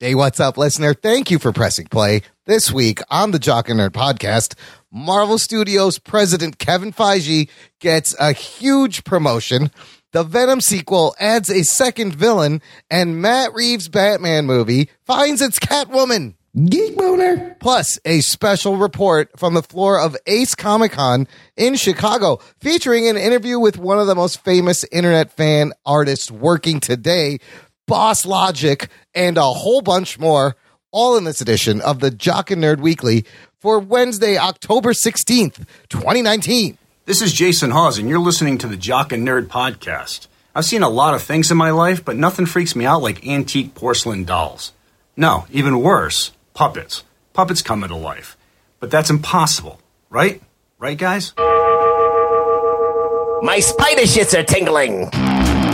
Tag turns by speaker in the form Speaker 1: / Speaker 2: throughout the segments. Speaker 1: Hey, what's up, listener? Thank you for pressing play. This week on the Jock and Nerd podcast, Marvel Studios president Kevin Feige gets a huge promotion. The Venom sequel adds a second villain, and Matt Reeves' Batman movie finds its Catwoman.
Speaker 2: Geek boner.
Speaker 1: Plus, a special report from the floor of Ace Comic Con in Chicago, featuring an interview with one of the most famous internet fan artists working today, Boss Logic, and a whole bunch more, all in this edition of the Jock and Nerd Weekly for Wednesday, October 16th, 2019.
Speaker 3: This is Jason Hawes, and you're listening to the Jock and Nerd Podcast. I've seen a lot of things in my life, but nothing freaks me out like antique porcelain dolls. No, even worse, puppets. Puppets come into life. But that's impossible, right? Right, guys?
Speaker 4: My spider shits are tingling.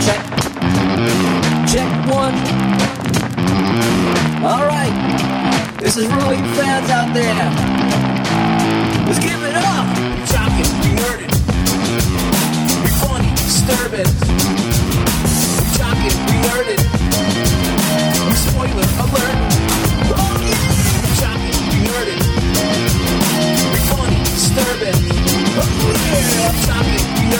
Speaker 5: Check. Check one. All right. This is really fans out there. Let's give it up. Talking, we nerded. We funny, disturbing. We talking, we nerded. We spoiler alert. Oh, yeah. We talking, we nerded. We funny, disturbing. Oh, yeah. We talking, we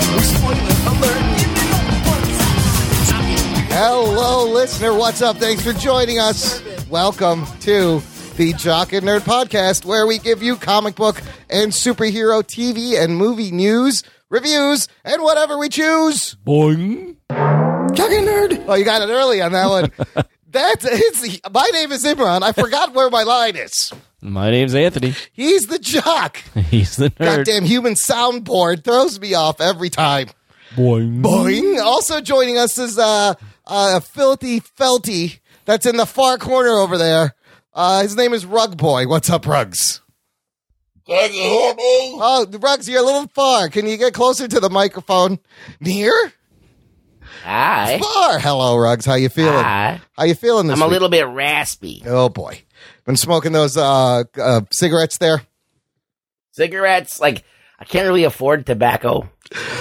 Speaker 5: nerded. We spoiler alert. Talking, we
Speaker 1: Hello, listener. What's up? Thanks for joining us. Welcome to the Jock and Nerd Podcast, where we give you comic book and superhero TV and movie news, reviews, and whatever we choose.
Speaker 2: Boing. Jogging nerd.
Speaker 1: Oh, you got it early on that one. That's it's, my name is Imran. I forgot where my line is.
Speaker 6: My name's Anthony.
Speaker 1: He's the jock.
Speaker 6: He's the nerd.
Speaker 1: Goddamn human soundboard throws me off every time.
Speaker 2: Boing.
Speaker 1: Boing. Also joining us is uh, uh, Filthy Felty that's in the far corner over there. Uh, his name is Rug Boy. What's up, Rugs? Can you hear me? Oh, Rugs, you're a little far. Can you get closer to the microphone? Near?
Speaker 7: Ah.
Speaker 4: Hi.
Speaker 1: Far. Hello, Rugs. How you feeling?
Speaker 4: Hi.
Speaker 1: How you feeling this
Speaker 4: I'm a
Speaker 1: week?
Speaker 4: little bit raspy.
Speaker 1: Oh, boy. Been smoking those uh, uh, cigarettes there?
Speaker 4: Cigarettes, like I can't really afford tobacco,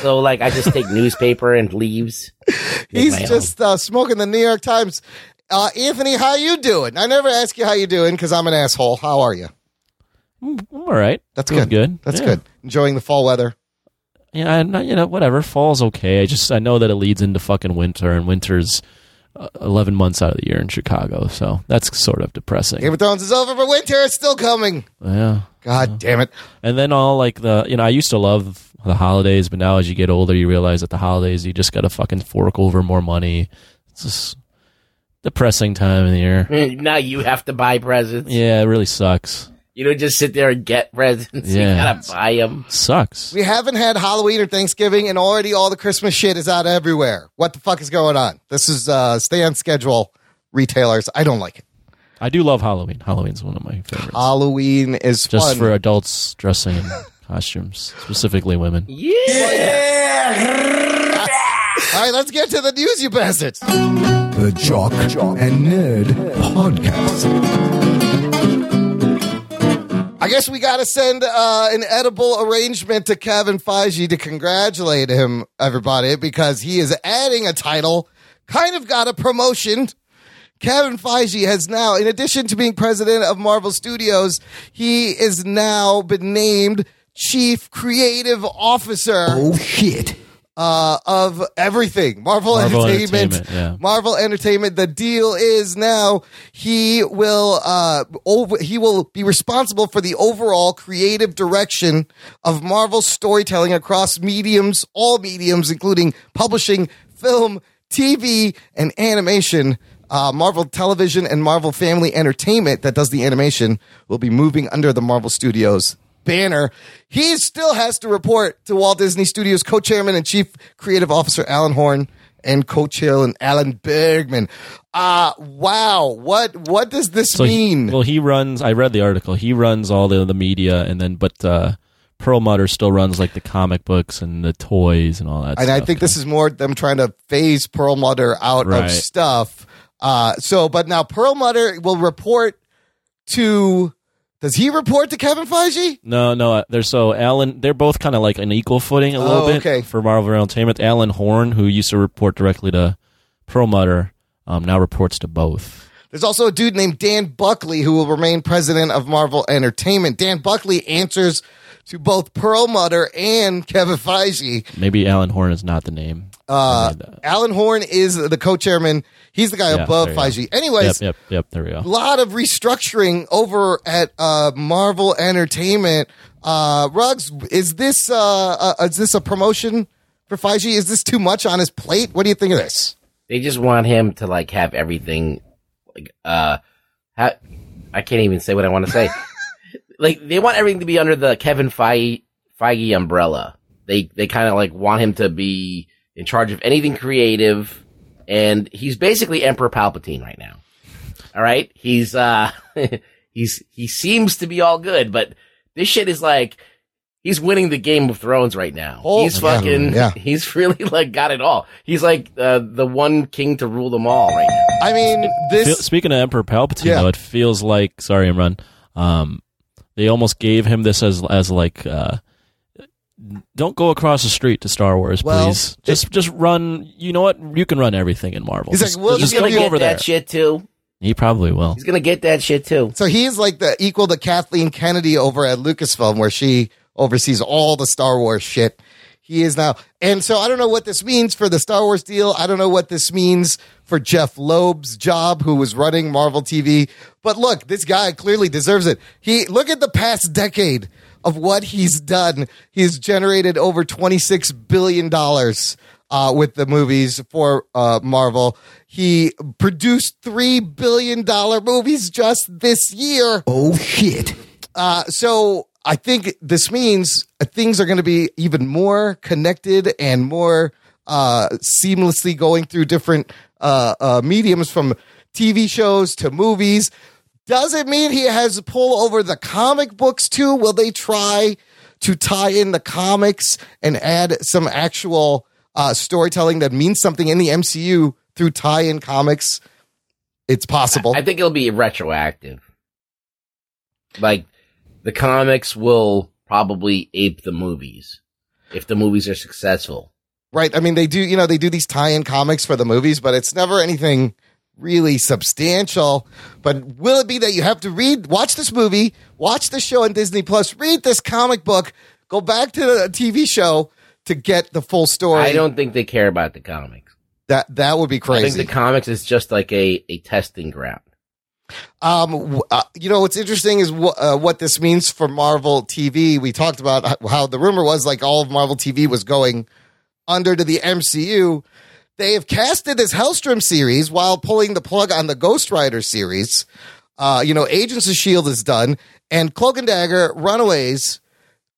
Speaker 4: so like I just take newspaper and leaves. Make
Speaker 1: He's
Speaker 4: my own.
Speaker 1: just uh, smoking the New York Times. Uh, Anthony, how you doing? I never ask you how you doing because I'm an asshole. How are you?
Speaker 6: I'm all right.
Speaker 1: That's
Speaker 6: Doing
Speaker 1: good.
Speaker 6: good.
Speaker 1: That's
Speaker 6: Yeah.
Speaker 1: good. Enjoying the fall weather.
Speaker 6: Yeah, I, you know, whatever. Fall's okay. I just I know that it leads into fucking winter, and winter's uh, eleven months out of the year in Chicago, so that's sort of depressing.
Speaker 1: Game of Thrones is over, but winter is still coming.
Speaker 6: Yeah.
Speaker 1: God damn it.
Speaker 6: And then all like the you know I used to love the holidays, but now as you get older, you realize that the holidays you just got to fucking fork over more money. It's just depressing time of the year.
Speaker 4: now you have to buy presents.
Speaker 6: Yeah, it really sucks.
Speaker 4: You don't just sit there and get presents. You
Speaker 6: Yeah.
Speaker 4: gotta buy them.
Speaker 6: Sucks.
Speaker 1: We haven't had Halloween or Thanksgiving, and already all the Christmas shit is out everywhere. What the fuck is going on? This is uh, stay on schedule, retailers. I don't like it.
Speaker 6: I do love Halloween. Halloween's one of my favorites.
Speaker 1: Halloween is
Speaker 6: just
Speaker 1: fun.
Speaker 6: for adults dressing in costumes, specifically women.
Speaker 1: all right, let's get to the news, you bastards.
Speaker 2: The Jock, Jock and Nerd Podcast.
Speaker 1: I guess we got to send uh, an edible arrangement to Kevin Feige to congratulate him, everybody, because he is adding a title, kind of got a promotion. Kevin Feige has now, in addition to being president of Marvel Studios, he is now been named Chief Creative Officer
Speaker 2: Oh shit.
Speaker 1: uh, of everything Marvel,
Speaker 6: Marvel
Speaker 1: Entertainment.
Speaker 6: Entertainment, yeah.
Speaker 1: Marvel Entertainment. The deal is now he will uh, over, he will be responsible for the overall creative direction of Marvel storytelling across mediums, all mediums, including publishing, film, TV, and animation. Uh, Marvel Television and Marvel Family Entertainment, that does the animation, will be moving under the Marvel Studios banner. He still has to report to Walt Disney Studios co chairman and chief creative officer Alan Horn and coach Hill and Alan Bergman. Uh wow. What what does this mean?
Speaker 6: He, well, he runs. I read the article. He runs all the the media, and then but uh, Perlmutter still runs like the comic books and the toys and all that.
Speaker 1: and I
Speaker 6: stuff.
Speaker 1: think this is more them trying to phase Perlmutter out of
Speaker 6: Right.
Speaker 1: stuff. Uh so but now Perlmutter will report to does he report to Kevin Feige?
Speaker 6: no, no. They're so Alan. They're both kind of like an equal footing a
Speaker 1: Oh,
Speaker 6: little bit
Speaker 1: okay.
Speaker 6: for Marvel Entertainment. Alan Horn, who used to report directly to Perlmutter, um, now reports to both.
Speaker 1: There's also a dude named Dan Buckley who will remain president of Marvel Entertainment. Dan Buckley answers to both Perlmutter and Kevin Feige.
Speaker 6: Maybe Alan Horn is not the name.
Speaker 1: Uh, Alan Horn is the co-chairman. He's the guy
Speaker 6: Yeah,
Speaker 1: above
Speaker 6: there you go.
Speaker 1: Feige.
Speaker 6: Yep,
Speaker 1: Anyways,
Speaker 6: yep, yep. There we go.
Speaker 1: a lot of restructuring over at uh, Marvel Entertainment. Uh, Ruggs, is this uh, uh, is this a promotion for Feige? Is this too much on his plate? What do you think of this?
Speaker 4: They just want him to like have everything. Like, uh, ha- I can't even say what I want to say. like they want everything to be under the Kevin Feige, Feige umbrella. They they kind of like want him to be in charge of anything creative, and he's basically Emperor Palpatine right now. All right, he's uh, he's he seems to be all good, but this shit is like he's winning the Game of Thrones right now. he's
Speaker 1: yeah,
Speaker 4: fucking
Speaker 1: yeah.
Speaker 4: He's really like got it all. He's like uh, the one king to rule them all right now.
Speaker 1: I mean,
Speaker 6: Feel-
Speaker 1: this
Speaker 6: Speaking of Emperor Palpatine,
Speaker 1: Yeah.
Speaker 6: though, it feels like sorry, Imran. Um, they almost gave him this as as like, uh, don't go across the street to Star Wars,
Speaker 1: Well,
Speaker 6: please. Just just run. You know what? You can run everything in Marvel.
Speaker 1: He's like,
Speaker 6: just,
Speaker 1: well,
Speaker 6: just
Speaker 4: He's gonna
Speaker 6: go
Speaker 4: get
Speaker 6: over
Speaker 4: that
Speaker 6: there.
Speaker 4: shit too.
Speaker 6: He probably will.
Speaker 4: He's gonna get that shit too.
Speaker 1: so he's like the equal to Kathleen Kennedy over at Lucasfilm, where she oversees all the Star Wars shit. He is now, and so I don't know what this means for the Star Wars deal. I don't know what this means for Jeff Loeb's job, who was running Marvel TV. But look, this guy clearly deserves it. He look at the past decade of what he's done. He's generated over twenty six billion dollars uh, with the movies for uh, Marvel. He produced three billion dollar movies just this year.
Speaker 2: Oh shit.
Speaker 1: Uh, so I think this means things are going to be even more connected and more uh, seamlessly going through different uh, uh, mediums from TV shows to movies. Does it mean he has a pull over the comic books too? Will they try to tie in the comics and add some actual uh, storytelling that means something in the MCU through tie in comics? It's possible.
Speaker 4: I think it'll be retroactive. Like the comics will probably ape the movies if the movies are successful.
Speaker 1: Right. I mean, they do, you know, they do these tie in comics for the movies, but it's never anything really substantial. But will it be that you have to read, watch this movie, watch this show on Disney Plus, read this comic book, go back to the TV show to get the full story?
Speaker 4: I don't think they care about the comics.
Speaker 1: that, that would be
Speaker 4: I think
Speaker 1: crazy.
Speaker 4: the comics is just like a, a testing ground.
Speaker 1: Um, w- uh, you know what's interesting is wh- uh, what this means for Marvel TV. We talked about h- how the rumor was like all of Marvel TV was going under to the MCU. They have casted this Hellstrom series while pulling the plug on the Ghost Rider series. Uh, you know, Agents of Shield is done, and Cloak and Dagger, Runaways,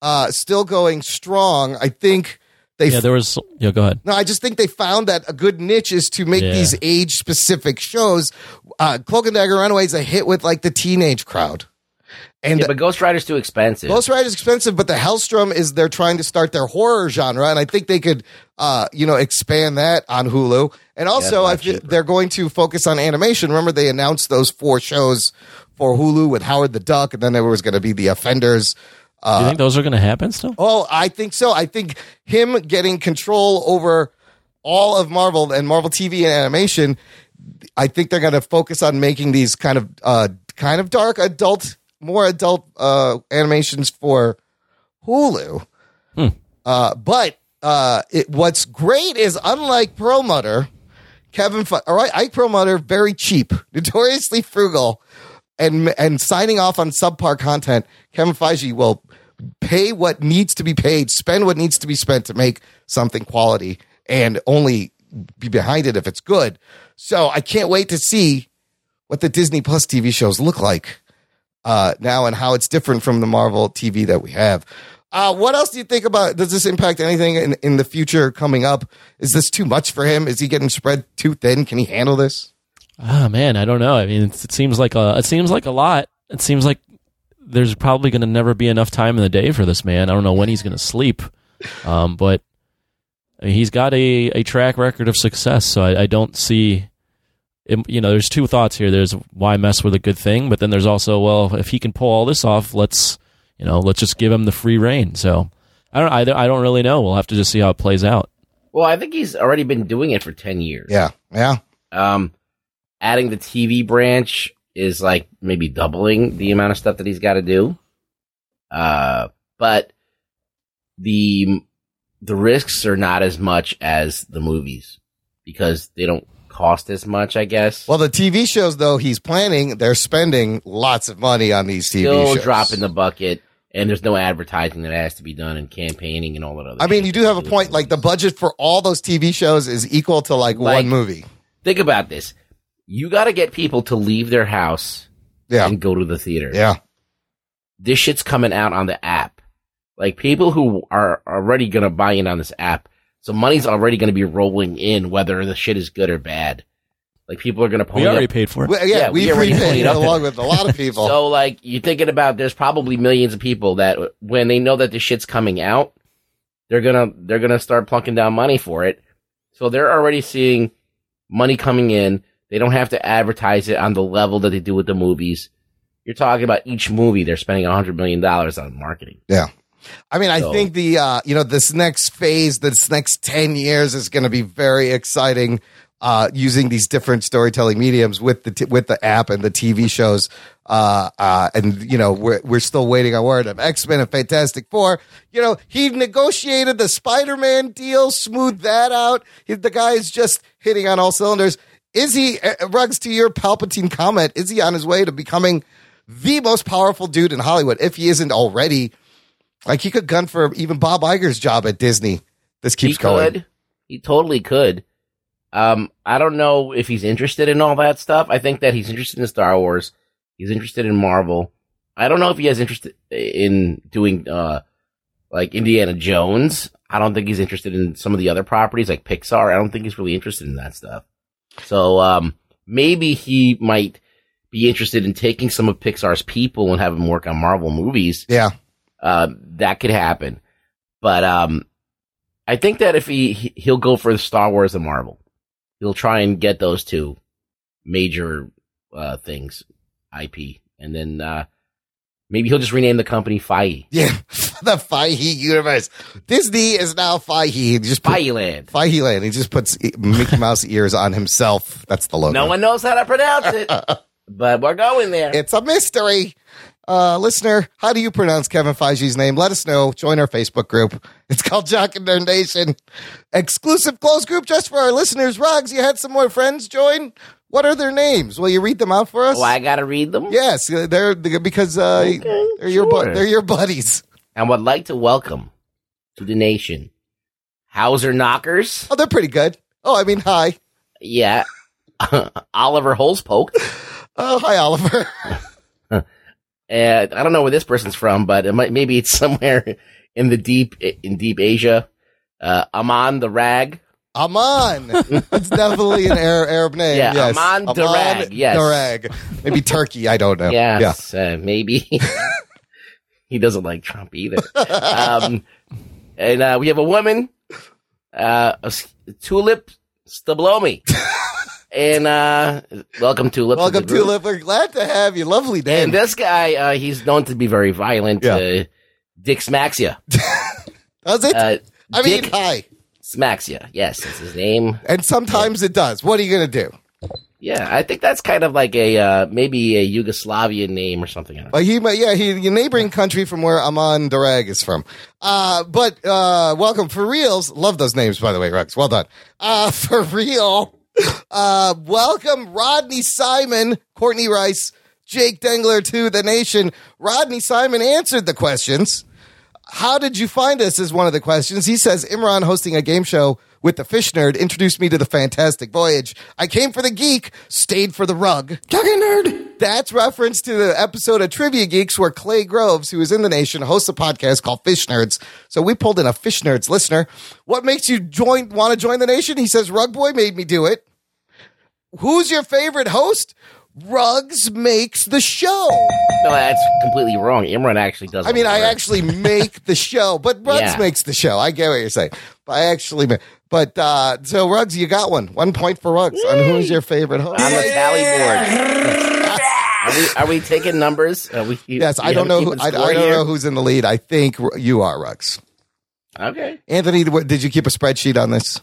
Speaker 1: uh, still going strong. I think they
Speaker 6: Yeah, there was. Yeah, go ahead.
Speaker 1: no, I just think they found that a good niche is to make
Speaker 6: Yeah.
Speaker 1: these age specific shows. Uh, Cloak and Dagger Runaway is a hit with like the teenage crowd. And
Speaker 4: Yeah, but Ghost Rider's too expensive.
Speaker 1: Ghost Rider is expensive, but the Hellstrom is they're trying to start their horror genre, and I think they could, uh, you know, expand that on Hulu. And also, I feel they're going to focus on animation. Remember, they announced those four shows for Hulu with Howard the Duck, and then there was going to be The Offenders. uh,
Speaker 6: Do you think those are going to happen still?
Speaker 1: Oh, I think so. I think him getting control over all of Marvel and Marvel TV and animation, I think they're going to focus on making these kind of uh, kind of dark adult, more adult uh, animations for Hulu. Uh, but uh, it, what's great is unlike Perlmutter, Kevin, Fe- all right, Ike Perlmutter, very cheap, notoriously frugal, and and signing off on subpar content. Kevin Feige will pay what needs to be paid, spend what needs to be spent to make something quality, and only be behind it if it's good. So I can't wait to see what the Disney Plus TV shows look like uh, now and how it's different from the Marvel TV that we have. Uh, what else do you think about? Does this impact anything in, in the future coming up? Is this too much for him? Is he getting spread too thin? Can he handle this?
Speaker 6: Ah, man, I don't know. I mean, it's, it seems like a it seems like a lot. It seems like there's probably going to never be enough time in the day for this man. I don't know when he's going to sleep, um, but I mean, he's got a, a track record of success. So I, I don't see, it- you know, there's two thoughts here. There's why mess with a good thing, but then there's also well, if he can pull all this off, let's you know, let's just give him the free reign. So I don't, I, don't- I don't really know. We'll have to just see how it plays out.
Speaker 4: Well, I think he's already been doing it for 10 years.
Speaker 1: Yeah, yeah.
Speaker 4: Um, adding the TV branch is like maybe doubling the amount of stuff that he's got to do. Uh, but the the risks are not as much as the movies because they don't cost as much, I guess.
Speaker 1: Well, the TV shows though he's planning, they're spending lots of money on these TV
Speaker 4: Still
Speaker 1: shows.
Speaker 4: dropping the bucket, and there's no advertising that has to be done and campaigning and all that other.
Speaker 1: I mean,
Speaker 4: shit
Speaker 1: you
Speaker 4: that
Speaker 1: do have a
Speaker 4: with
Speaker 1: point. Like the
Speaker 4: movies.
Speaker 1: budget for all those TV shows is equal to like,
Speaker 4: Like-
Speaker 1: one movie.
Speaker 4: Think about this: you got to get people to leave their house
Speaker 1: Yeah,
Speaker 4: and go to the theater.
Speaker 1: yeah.
Speaker 4: this shit's coming out on the app. Like people who are already gonna buy in on this app, so money's already gonna be rolling in whether the shit is good or bad. Like people are gonna
Speaker 6: We
Speaker 4: pony
Speaker 6: already
Speaker 4: up.
Speaker 6: paid for it.
Speaker 1: We, yeah,
Speaker 4: Yeah,
Speaker 1: we
Speaker 4: we already
Speaker 1: prepaid
Speaker 4: cleaned up.
Speaker 1: along with a lot of people.
Speaker 4: So like you're thinking about there's probably millions of people that when they know that this shit's coming out, they're gonna they're gonna start plunking down money for it. So they're already seeing money coming in. They don't have to advertise it on the level that they do with the movies. You're talking about each movie they're spending hundred million dollars on marketing.
Speaker 1: I mean, I
Speaker 4: So-
Speaker 1: think the uh, you know this next phase, this next ten years is going to be very exciting. Uh, using these different storytelling mediums with the t- with the app and the TV shows, uh, uh, and you know we're we're still waiting on word of X Men and Fantastic Four. You know he negotiated the Spider Man deal, smoothed that out. He, the guy is just hitting on all cylinders. Is he uh, Ruggs? To your Palpatine comment, is he on his way to becoming the most powerful dude in Hollywood? If he isn't already, like he could gun for even Bob Iger's job at Disney. This keeps
Speaker 4: he
Speaker 1: going.
Speaker 4: Could. He totally could. Um, I don't know if he's interested in all that stuff. I think that he's interested in Star Wars. He's interested in Marvel. I don't know if he has interest in doing uh like Indiana Jones. I don't think he's interested in some of the other properties like Pixar. I don't think he's really interested in that stuff. So um maybe he might be interested in taking some of Pixar's people and have them work on Marvel movies
Speaker 1: Yeah,
Speaker 4: um, that could happen. But um, I think that if he he- he'll go for the Star Wars and Marvel, he'll try and get those two major uh, things, IP, and then uh, maybe he'll just rename the company Feige,
Speaker 1: yeah. the Fahey universe. Disney is now Fahey. He just put,
Speaker 4: Feige Land.
Speaker 1: Fahey Land. He just puts e- Mickey Mouse ears on himself. That's the logo.
Speaker 4: No one knows how to pronounce it, but we're going there.
Speaker 1: It's a mystery. Uh, listener, how do you pronounce Kevin Feige's name? Let us know. Join our Facebook group. It's called Jock and Nerd Nation. Exclusive closed group just for our listeners. Ruggs, you had some more friends join. What are their names? Will you read them out for us?
Speaker 4: oh, I gotta read them.
Speaker 1: Yes, they're they're- because uh, they're your bu-
Speaker 4: sure.
Speaker 1: they're your buddies.
Speaker 4: And would like to welcome to the nation Hauser Knockers.
Speaker 1: Oh, they're pretty good. Oh, I mean, hi,
Speaker 4: Yeah. Oliver Holzpoke.
Speaker 1: oh hi, Oliver.
Speaker 4: and I don't know where this person's from, but it might maybe it's somewhere in the deep in deep Asia. Uh, Aman the Rag,
Speaker 1: Aman. It's definitely an Arab, Arab name.
Speaker 4: Yeah,
Speaker 1: yes.
Speaker 4: Aman Darag, yes.
Speaker 1: Darag. Maybe Turkey. I don't know.
Speaker 4: yes, uh, maybe he doesn't like Trump either. um, and uh, we have a woman, uh, a s- Tulip Stablomi, and uh, welcome Tulip. to
Speaker 1: Welcome
Speaker 4: the
Speaker 1: to
Speaker 4: group.
Speaker 1: live. We're glad to have you. Lovely
Speaker 4: And
Speaker 1: name.
Speaker 4: this guy, uh, he's known to be very violent.
Speaker 1: Yeah.
Speaker 4: Uh, Dick Smaxia.
Speaker 1: does it?
Speaker 4: Uh,
Speaker 1: I mean,
Speaker 4: Dick
Speaker 1: hi.
Speaker 4: Smaxia. Yes, that's his name.
Speaker 1: And sometimes it does. What are you gonna do?
Speaker 4: Yeah, I think that's kind of like a uh, maybe a Yugoslavian name or something. I don't know.
Speaker 1: But he, might- yeah, he, your neighboring country from where Aman Darag is from. Uh, but uh, welcome for reals. Love those names, by the way, Rex. Well done. Uh, for real. Uh, welcome Rodney Simon, Courtney Rice, Jake Dengler to the nation. Rodney Simon answered the questions. How did you find us? Is one of the questions. He says Imran hosting a game show with the fish nerd introduced me to the fantastic voyage. I came for the geek, stayed for the rug. That's reference to the episode of Trivia Geeks where Clay Groves, who is in the nation, hosts a podcast called Fish Nerds. So we pulled in a Fish Nerds listener. What makes you join want to join the nation? He says Rug Boy made me do it. Who's your favorite host? Rugs makes the show.
Speaker 4: No, that's completely wrong. Imran actually does.
Speaker 1: I mean,
Speaker 4: all
Speaker 1: I
Speaker 4: the work.
Speaker 1: actually make the show, but Rugs
Speaker 4: Yeah.
Speaker 1: makes the show. I get what you're saying. I actually, ma- but uh, so Rugs, you got one. One point for Rugs. On who's your favorite host?
Speaker 4: I'm a tally board. are, we, are we taking numbers? Are we,
Speaker 1: Yes, I
Speaker 4: we
Speaker 1: don't know. Who,
Speaker 4: keeping
Speaker 1: I, I
Speaker 4: score
Speaker 1: don't
Speaker 4: here?
Speaker 1: know who's in the lead. I think r- you are, Rux.
Speaker 4: Okay.
Speaker 1: Anthony, what- did you keep a spreadsheet on this?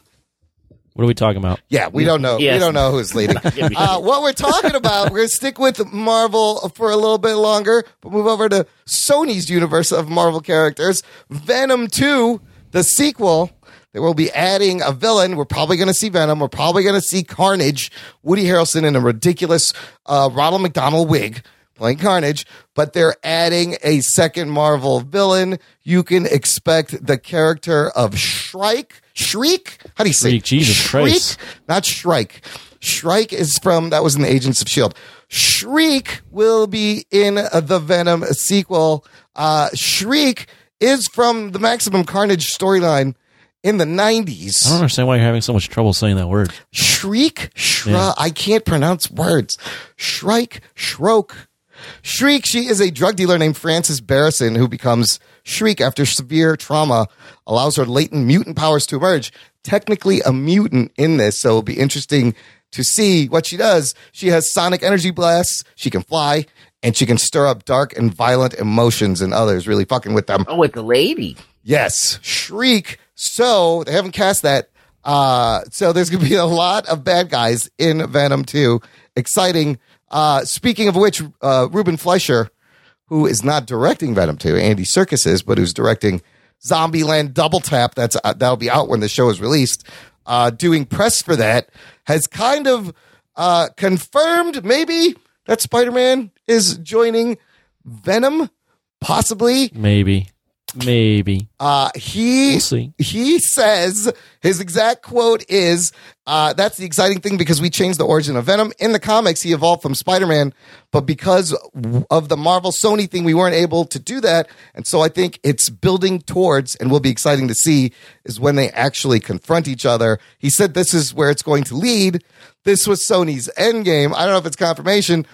Speaker 6: What are we talking about?
Speaker 1: Yeah, we don't know. We
Speaker 4: Yes.
Speaker 1: don't know who's leading. uh, what we're talking about, we're going to stick with Marvel for a little bit longer, but move over to Sony's universe of Marvel characters. Venom 2, the sequel. They will be adding a villain. We're probably going to see Venom. We're probably going to see Carnage, Woody Harrelson in a ridiculous uh, Ronald McDonald wig playing Carnage, but they're adding a second Marvel villain. You can expect the character of Shrike. Shriek? How do you say
Speaker 6: Shriek, Jesus
Speaker 1: Shriek?
Speaker 6: Christ.
Speaker 1: Not Shrike. Shrike is from, that was in the Agents of S.H.I.E.L.D. E Shriek will be in uh, the Venom sequel. Uh, Shriek is from the Maximum Carnage storyline in the 90s.
Speaker 6: I don't understand why you're having so much trouble saying that word.
Speaker 1: Shriek, shra. I can't pronounce words. Shrike, shroke. Shriek, she is a drug dealer named Frances Barrison who becomes Shriek after severe trauma, allows her latent mutant powers to emerge. Technically a mutant in this, so it'll be interesting to see what she does. She has sonic energy blasts, she can fly, and she can stir up dark and violent emotions in others, really fucking with them.
Speaker 4: Oh, with the lady.
Speaker 1: Yes, Shriek. So they haven't cast that. Uh, so there's going to be a lot of bad guys in Venom 2. Exciting. Uh, speaking of which, uh, Ruben Fleischer, who is not directing Venom 2, Andy Serkis is, but who's directing Zombieland Double Tap. That's uh, that'll be out when the show is released. Uh, doing press for that has kind of uh, confirmed maybe that Spider-Man is joining Venom, possibly.
Speaker 6: Maybe, maybe.
Speaker 1: Uh, he
Speaker 6: We'll see.
Speaker 1: he says his exact quote is uh, that's the exciting thing because we changed the origin of Venom in the comics. He evolved from Spider Man, but because of the Marvel Sony thing, we weren't able to do that. And so I think it's building towards, and will be exciting to see is when they actually confront each other. He said this is where it's going to lead. This was Sony's end game. I don't know if it's confirmation.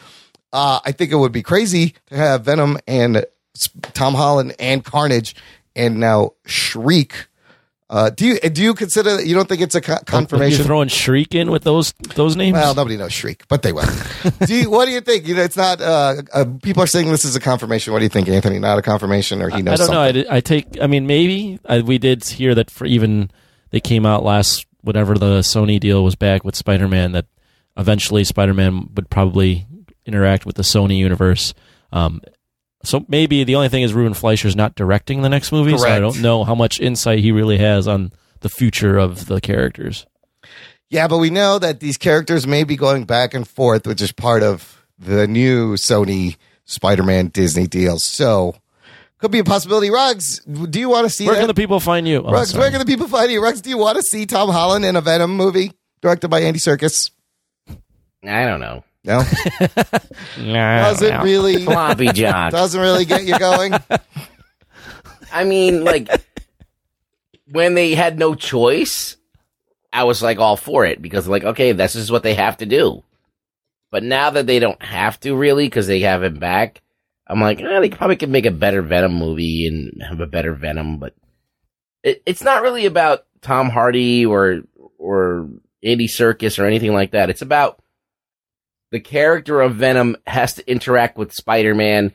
Speaker 1: Uh, I think it would be crazy to have Venom and Sp- Tom Holland and Carnage and now Shriek. Uh, do you do you consider that you don't think it's a co-
Speaker 6: You're
Speaker 1: confirmation?
Speaker 6: throwing shriek in with those those names.
Speaker 1: Well, nobody knows Shriek, but they will. do you, what do you think? You know, it's not. Uh, uh, people are saying this is a confirmation. What do you think, Anthony? Not a confirmation, or he knows
Speaker 6: I don't
Speaker 1: something?
Speaker 6: know. I, did- I take. I mean, maybe I, we did hear that for even they came out last whatever the Sony deal was back with Spider Man that eventually Spider Man would probably interact with the Sony universe. Um, so maybe the only thing is Ruben Fleischer's not directing the next movie, so I
Speaker 1: Correct.
Speaker 6: don't know how much insight he really has on the future of the characters.
Speaker 1: Yeah, but we know that these characters may be going back and forth, which is part of the new Sony Spider-Man Disney deal. So could be a possibility. Rugs, do you want to see
Speaker 6: Where
Speaker 1: that?
Speaker 6: can the people find you? Oh,
Speaker 1: Rugs,
Speaker 6: sorry.
Speaker 1: where can the people find you? Rugs, do you want to see Tom Holland in a Venom movie directed by Andy Serkis?
Speaker 4: I don't know.
Speaker 1: No,
Speaker 6: Nah,
Speaker 1: doesn't
Speaker 6: nah.
Speaker 1: really
Speaker 4: Floppy John.
Speaker 1: doesn't really get you going.
Speaker 4: I mean, like when they had no choice, I was like all for it because like okay, this is what they have to do. But now that they don't have to really because they have him back, I'm like eh, they probably could make a better Venom movie and have a better Venom, but it, it's not really about Tom Hardy or or Andy Circus or anything like that. It's about the character of Venom has to interact with Spider Man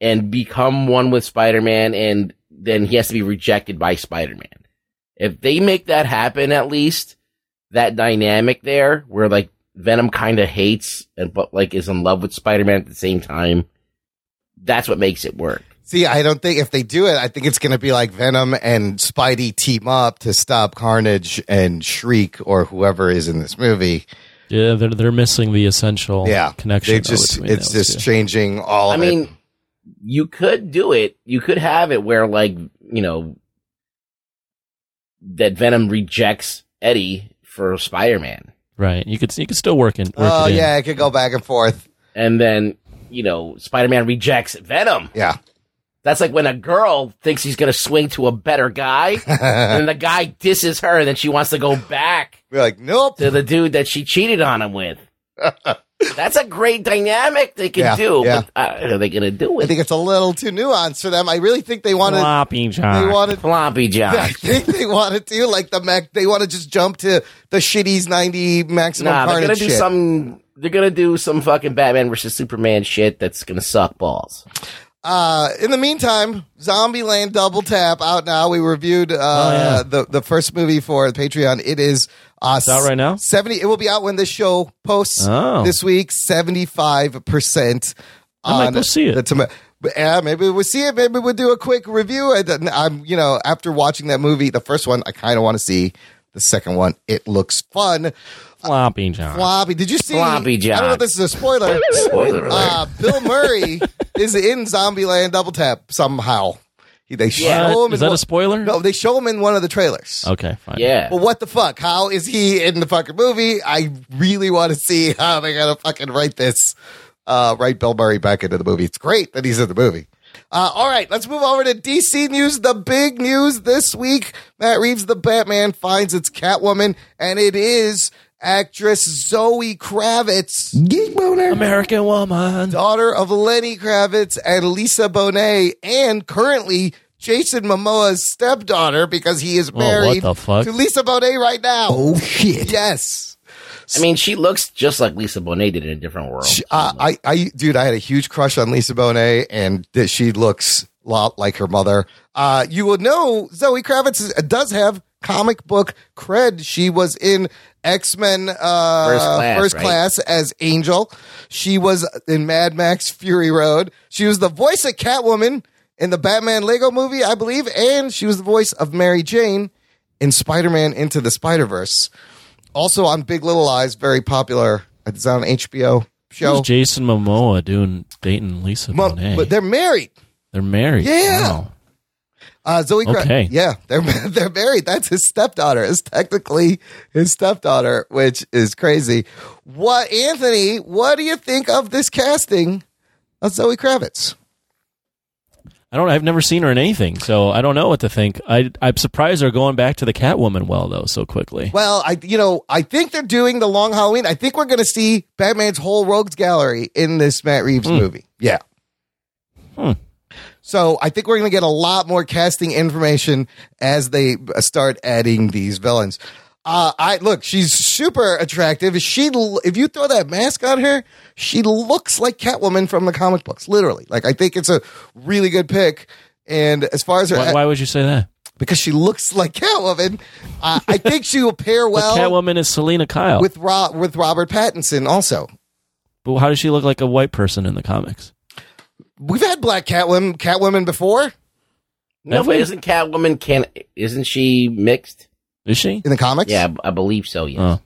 Speaker 4: and become one with Spider Man, and then he has to be rejected by Spider Man. If they make that happen, at least that dynamic there, where like Venom kind of hates and but like is in love with Spider Man at the same time, that's what makes it work.
Speaker 1: See, I don't think if they do it, I think it's going to be like Venom and Spidey team up to stop Carnage and Shriek or whoever is in this movie.
Speaker 6: Yeah, they're they're missing the essential
Speaker 1: yeah
Speaker 6: connection.
Speaker 1: They
Speaker 6: though,
Speaker 1: just
Speaker 6: between
Speaker 1: it's
Speaker 6: those
Speaker 1: just
Speaker 6: two.
Speaker 1: changing all.
Speaker 4: I
Speaker 1: of
Speaker 4: mean,
Speaker 1: it.
Speaker 4: you could do it. You could have it where, like, you know, that Venom rejects Eddie for Spider Man.
Speaker 6: right. You could you could still work in. Work
Speaker 1: oh
Speaker 6: it in.
Speaker 1: yeah, it could go back and forth.
Speaker 4: And then, you know, Spider Man rejects Venom.
Speaker 1: Yeah,
Speaker 4: That's like when a girl thinks he's going to swing to a better guy, and the guy disses her, and then she wants to go back
Speaker 1: we're like, nope.
Speaker 4: to the dude that she cheated on him with. That's a great dynamic they can
Speaker 1: Yeah,
Speaker 4: do,
Speaker 1: yeah.
Speaker 4: but uh, are they going to do
Speaker 1: I
Speaker 4: it?
Speaker 1: think it's a little too nuanced for them. I really think they wanted
Speaker 6: Floppy
Speaker 1: they
Speaker 6: John.
Speaker 1: wanted.
Speaker 4: Floppy
Speaker 1: I
Speaker 4: John.
Speaker 1: think they want to do like the Mac. They want to just jump to the shitties ninety maximum
Speaker 4: Nah, they're gonna
Speaker 1: carnage
Speaker 4: do
Speaker 1: shit.
Speaker 4: some. They're gonna do some fucking Batman versus Superman shit that's gonna suck balls.
Speaker 1: Uh, in the meantime, Zombieland Double Tap out now. We reviewed uh,
Speaker 6: Oh, yeah.
Speaker 1: the the first movie for Patreon. It is uh,
Speaker 6: out right now?
Speaker 1: Seventy. It will be out when this show posts
Speaker 6: Oh.
Speaker 1: this week. Seventy five percent.
Speaker 6: I might go see it.
Speaker 1: The toma- but, yeah, maybe we'll see it. Maybe we'll do a quick review. I, don't- I'm, you know, after watching that movie, the first one, I kind of want to see the second one. It looks fun.
Speaker 6: Floppy John.
Speaker 1: Floppy, did you see?
Speaker 4: Floppy John.
Speaker 1: I don't know if this is a spoiler.
Speaker 4: Spoiler alert.
Speaker 1: Uh, Bill Murray is in Zombieland Double Tap somehow. He- They show
Speaker 4: Yeah.
Speaker 1: him.
Speaker 6: Is that
Speaker 1: in one-
Speaker 6: a spoiler?
Speaker 1: No, they show him in one of the trailers.
Speaker 6: Okay, fine.
Speaker 4: yeah.
Speaker 1: Well, what the fuck? How is he in the fucking movie? I really want to see how they're gonna fucking write this. Uh, write Bill Murray back into the movie. It's great that he's in the movie. Uh, all right, let's move over to DC news. The big news this week: Matt Reeves, the Batman, finds its Catwoman, and it is actress Zoe Kravitz,
Speaker 2: Geek boner.
Speaker 6: American woman.
Speaker 1: daughter of Lenny Kravitz and Lisa Bonet, and currently Jason Momoa's stepdaughter because he is
Speaker 6: what
Speaker 1: married
Speaker 6: the fuck?
Speaker 1: to Lisa Bonet right now.
Speaker 2: Oh shit.
Speaker 1: Yes.
Speaker 4: I mean, she looks just like Lisa Bonet did in a different world.
Speaker 1: She, uh, I, I, dude, I had a huge crush on Lisa Bonet, and that she looks a lot like her mother. Uh, you will know Zoe Kravitz is- does have comic book cred. She was in X Men uh, First
Speaker 4: Class, right?
Speaker 1: Class as Angel. She was in Mad Max Fury Road. She was the voice of Catwoman in the Batman Lego movie, I believe, and she was the voice of Mary Jane in Spider Man Into the Spider Verse. Also on Big Little Lies, very popular. It's on HBO show.
Speaker 6: Who's Jason Momoa doing dating Lisa
Speaker 1: Mo-
Speaker 6: Bonet?
Speaker 1: but they're married.
Speaker 6: They're married.
Speaker 1: Yeah.
Speaker 6: Wow.
Speaker 1: Uh, Zoe. Kra-
Speaker 6: Okay.
Speaker 1: Yeah, they're they're married. That's his stepdaughter. Is technically his stepdaughter, which is crazy. What Anthony? What do you think of this casting of Zoe Kravitz?
Speaker 6: I don't. I've never seen her in anything, so I don't know what to think. I, I'm surprised they're going back to the Catwoman well though so quickly.
Speaker 1: Well, I you know I think they're doing the Long Halloween. I think we're going to see Batman's whole rogues gallery in this Matt Reeves movie. Yeah.
Speaker 6: Hmm.
Speaker 1: So I think we're going to get a lot more casting information as they uh, start adding these villains. Uh, I look, she's super attractive. She, l- if you throw that mask on her, she looks like Catwoman from the comic books, literally. Like I think it's a really good pick. And as far as her,
Speaker 6: Why, why would you say that?
Speaker 1: because she looks like Catwoman, uh, I think she will pair
Speaker 6: But
Speaker 1: well
Speaker 6: Catwoman is Selena Kyle.
Speaker 1: with Rob with Robert Pattinson also.
Speaker 6: but how does she look like a white person in the comics?
Speaker 1: We've had black Catwoman Catwoman before
Speaker 4: no, but isn't Catwoman can? Isn't she mixed?
Speaker 6: Is she?
Speaker 1: in the comics.
Speaker 4: Yeah, I I believe so. Yes.
Speaker 6: Oh.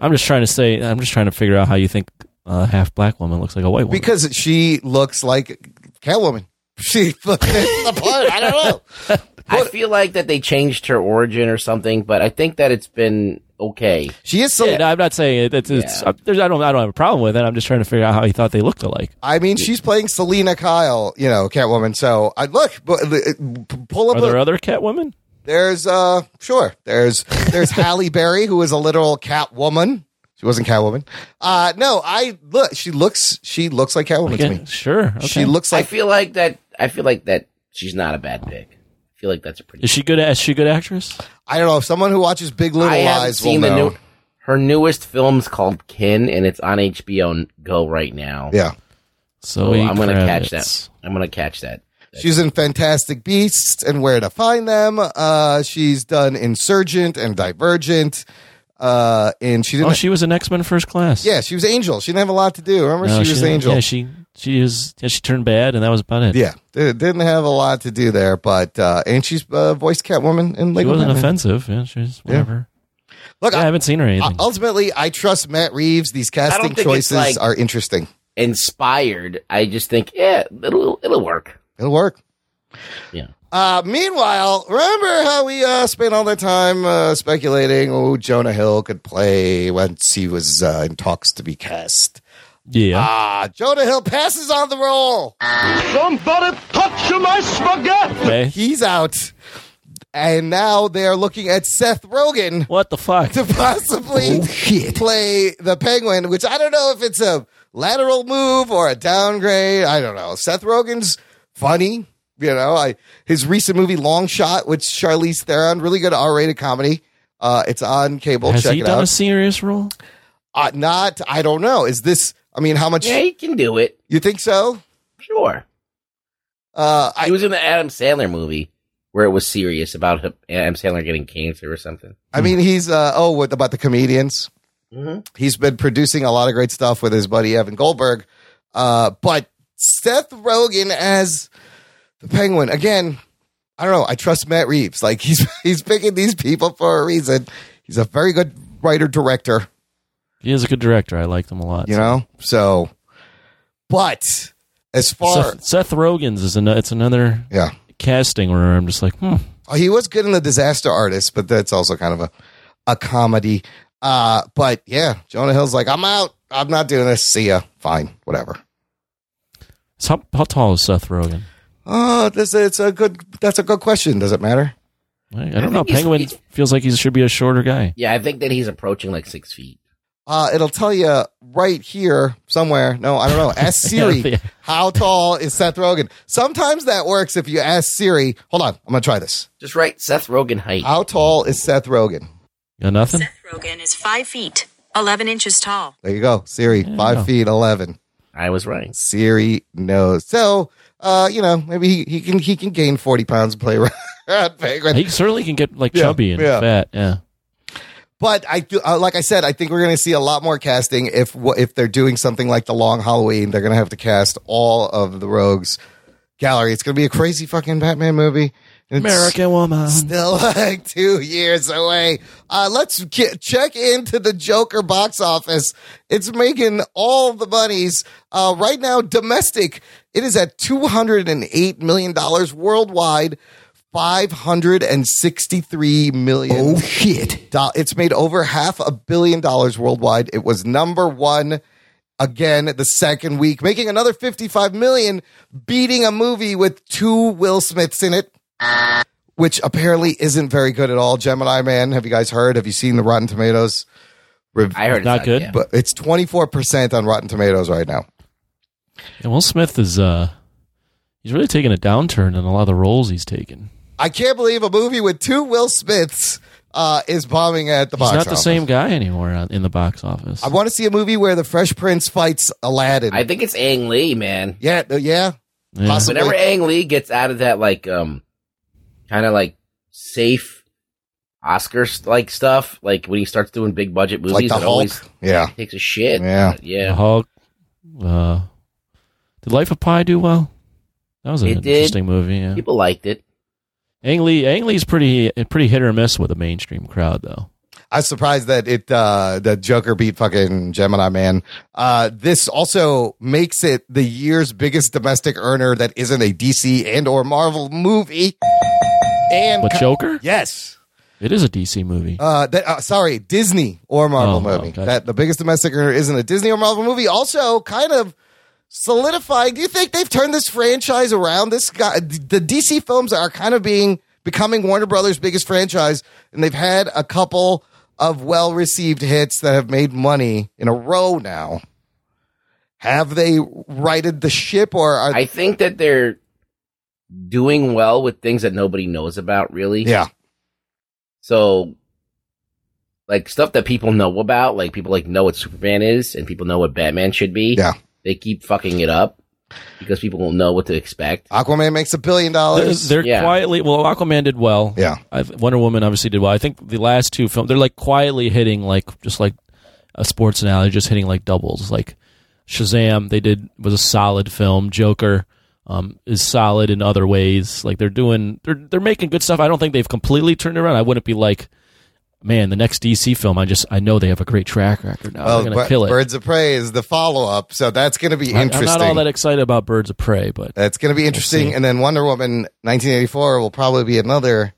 Speaker 6: I'm just trying to say. I'm just trying to figure out how you think a half black woman looks like a white woman.
Speaker 1: because she looks like Catwoman. She looks the part. I don't know.
Speaker 4: I feel like that they changed her origin or something, but I think that it's been okay.
Speaker 1: She is. Some,
Speaker 6: Yeah, no, I'm not saying it, it's. it's
Speaker 4: Yeah.
Speaker 6: there's, I don't. I don't have a problem with it. I'm just trying to figure out how he thought they looked alike.
Speaker 1: I mean, she's playing Selena Kyle, you know, Catwoman. So I look, but, uh, pull up.
Speaker 6: Are
Speaker 1: a-
Speaker 6: there other Catwomen?
Speaker 1: there's uh, sure. There's there's Halle Berry, who is a literal Catwoman. She wasn't Catwoman. Uh, no, I look. She looks. She looks like Catwoman to
Speaker 6: Okay,
Speaker 1: me.
Speaker 6: sure. Okay.
Speaker 1: She looks
Speaker 4: I
Speaker 1: like
Speaker 4: feel like that. I feel like that she's not a bad pick. I feel like that's a pretty.
Speaker 6: Is she good? Is she good actress?
Speaker 1: I don't know. Someone who watches Big Little
Speaker 4: I haven't
Speaker 1: Lies will
Speaker 4: seen the
Speaker 1: know.
Speaker 4: new. Her newest film's called Kin, and it's on HBO Go right now.
Speaker 1: yeah,
Speaker 6: So
Speaker 4: so I'm gonna catch that. I'm gonna catch that.
Speaker 1: she's in Fantastic Beasts and Where to Find Them. Uh, she's done Insurgent and Divergent. Uh, and she didn't.
Speaker 6: Oh, she was an X Men First Class.
Speaker 1: yeah, she was Angel. She didn't have a lot to do. Remember,
Speaker 6: No,
Speaker 1: she was
Speaker 6: didn't-
Speaker 1: Angel.
Speaker 6: Yeah, she she was. Yeah, she turned bad, and that was about it.
Speaker 1: Yeah, di- didn't have a lot to do there, but uh, and she's uh, voiced Catwoman in
Speaker 6: she
Speaker 1: Lego.
Speaker 6: wasn't
Speaker 1: Batman.
Speaker 6: offensive. Yeah, she's whatever.
Speaker 1: Look,
Speaker 6: Yeah, I haven't seen her or
Speaker 1: I,
Speaker 6: anything.
Speaker 1: ultimately, I trust Matt Reeves. These casting
Speaker 4: think it's
Speaker 1: choices
Speaker 4: like-
Speaker 1: are interesting.
Speaker 4: Inspired. I just think, yeah, it'll it'll work.
Speaker 1: It'll work.
Speaker 4: Yeah.
Speaker 1: Uh, meanwhile, remember how we uh, spent all that time uh, speculating who Jonah Hill could play once he was uh, in talks to be cast?
Speaker 6: yeah.
Speaker 1: Ah, Jonah Hill passes on the role.
Speaker 6: okay.
Speaker 1: He's out. And now they are looking at Seth Rogen
Speaker 6: What the fuck?
Speaker 1: to possibly
Speaker 2: Oh shit.
Speaker 1: play the penguin, which I don't know if it's a lateral move or a downgrade. I don't know. Seth Rogen's funny. You know, I his recent movie Long Shot with Charlize Theron, really good R-rated comedy. Uh, it's on cable.
Speaker 6: Has
Speaker 1: Check
Speaker 6: he
Speaker 1: it
Speaker 6: done a
Speaker 1: out.
Speaker 6: serious role?
Speaker 1: uh, not, I don't know. Is this? I mean, how much
Speaker 4: Yeah, he can do it.
Speaker 1: you think so?
Speaker 4: Sure.
Speaker 1: Uh,
Speaker 4: He
Speaker 1: I,
Speaker 4: was in the Adam Sandler movie where it was serious about him, Adam Sandler getting cancer or something.
Speaker 1: I mean, he's uh, oh, what about the comedians?
Speaker 4: Mm-hmm.
Speaker 1: He's been producing a lot of great stuff with his buddy Evan Goldberg. Uh, but Seth Rogen as the Penguin again. I don't know. I trust Matt Reeves. Like he's he's picking these people for a reason. He's a very good writer director.
Speaker 6: He is a good director. I liked him a lot.
Speaker 1: You know, so. But as far
Speaker 6: Seth, Seth Rogen's is another. It's another
Speaker 1: yeah,
Speaker 6: casting where I'm just like, hmm.
Speaker 1: Oh, he was good in the disaster artist, but that's also kind of a, a comedy. Uh, but yeah, Jonah Hill's like, I'm out. I'm not doing this. See ya. Fine. Whatever.
Speaker 6: So How, how tall is Seth Rogen?
Speaker 1: Oh, this it's a good that's a good question. Does it matter?
Speaker 6: I, I don't know.
Speaker 4: think he's-
Speaker 6: Penguin
Speaker 4: he's-
Speaker 6: feels like he should be a shorter guy.
Speaker 4: Yeah, I think that he's approaching like six feet.
Speaker 1: Uh, it'll tell you right here somewhere. No, I don't know. Ask Siri,
Speaker 6: Yeah.
Speaker 1: how tall is Seth Rogen? Sometimes that works if you ask Siri. Hold on, I'm gonna try this.
Speaker 4: Just right, Seth Rogen height.
Speaker 1: How tall is Seth Rogen?
Speaker 6: You got nothing?
Speaker 8: Seth Rogen is 5 feet, 11 inches tall.
Speaker 1: There you go, Siri.
Speaker 6: There you
Speaker 1: five
Speaker 6: go.
Speaker 1: feet eleven.
Speaker 4: I was right.
Speaker 1: Siri knows. So, uh, you know, maybe he, he can he can gain forty pounds and play around penguin.
Speaker 6: He certainly can get like
Speaker 1: Yeah,
Speaker 6: chubby and
Speaker 1: yeah.
Speaker 6: fat. Yeah.
Speaker 1: But I do, uh, like I said, I think we're going to see a lot more casting if wha- if they're doing something like the Long Halloween. They're going to have to cast all of the rogues gallery. It's going to be a crazy fucking Batman movie. It's
Speaker 6: American woman.
Speaker 1: Still like two years away. Uh, let's get, check into the Joker box office. It's making all the bunnies Uh, right now, domestic, it is at $208 million worldwide, $563 million.
Speaker 2: Oh shit.
Speaker 1: Do- It's made over half a billion dollars worldwide. It was number one again the second week, making another 55 million, beating a movie with two Will Smiths in it, which apparently isn't very good at all. Gemini Man, have you guys heard? Have you seen the Rotten Tomatoes? rev-
Speaker 4: I heard it's
Speaker 6: Not good?
Speaker 4: yeah.
Speaker 1: but it's 24% on Rotten Tomatoes right now.
Speaker 6: And Will Smith is uh, he's really taking a downturn in a lot of the roles he's taken.
Speaker 1: I can't believe a movie with two Will Smiths uh, is bombing at the
Speaker 6: He's
Speaker 1: box
Speaker 6: not the
Speaker 1: office.
Speaker 6: same guy anymore on- in the box office.
Speaker 1: I want to see a movie where the Fresh Prince fights Aladdin.
Speaker 4: I think it's Ang Lee, man.
Speaker 1: yeah, yeah.
Speaker 6: Yeah.
Speaker 1: Possibly.
Speaker 4: Whenever Ang Lee gets out of that like um kind of like safe Oscars like stuff, like when he starts doing big budget movies,
Speaker 1: like the
Speaker 4: it always
Speaker 1: Hulk. Yeah.
Speaker 4: takes a shit.
Speaker 1: Yeah.
Speaker 6: The
Speaker 4: Yeah.
Speaker 6: Hulk. Uh, did Life of Pi do well? That was an
Speaker 4: It did.
Speaker 6: interesting movie. Yeah.
Speaker 4: People liked it.
Speaker 6: Ang Lee, Ang Lee's pretty pretty hit or miss with the mainstream crowd though.
Speaker 1: I was surprised that it uh the Joker beat fucking Gemini Man. Uh this also makes it the year's biggest domestic earner that isn't a DC and or Marvel movie. And
Speaker 6: But Joker?
Speaker 1: yes.
Speaker 6: It is a DC movie.
Speaker 1: Uh, that, uh, sorry, Disney or Marvel
Speaker 6: Oh,
Speaker 1: movie.
Speaker 6: okay.
Speaker 1: That the biggest domestic earner isn't a Disney or Marvel movie. Also, kind of solidifying. Do you think they've turned this franchise around? This guy, the DC films are kind of being becoming Warner Brothers' biggest franchise, and they've had a couple of well received hits that have made money in a row now. Have they righted the ship, or are
Speaker 4: I think that they're doing well with things that nobody knows about really.
Speaker 1: yeah?
Speaker 4: So like stuff that people know about, like people like know what Superman is and people know what Batman should be.
Speaker 1: Yeah.
Speaker 4: They keep fucking it up because people will know what to expect.
Speaker 1: Aquaman makes a billion
Speaker 6: They're,
Speaker 1: dollars.
Speaker 6: they're
Speaker 4: Yeah.
Speaker 6: quietly well. Aquaman did well.
Speaker 1: Oh, Yeah.
Speaker 6: I've, Wonder Woman obviously did well. I think the last two films they're like quietly hitting like just like a sports analogy, just hitting like doubles. Like Shazam, they did was a solid film. Joker um, is solid in other ways. Like they're doing, they're they're making good stuff. I don't think they've completely turned around. I wouldn't be like, man, the next DC film. I just I know they have a great track record now.
Speaker 1: Well,
Speaker 6: they're gonna
Speaker 1: Bir-
Speaker 6: kill it.
Speaker 1: Birds of Prey is the follow up, so that's going to be
Speaker 6: I-
Speaker 1: interesting.
Speaker 6: I'm not all that excited about Birds of Prey, but
Speaker 1: That's going to be interesting.
Speaker 6: see.
Speaker 1: and then Wonder Woman 1984 will probably be another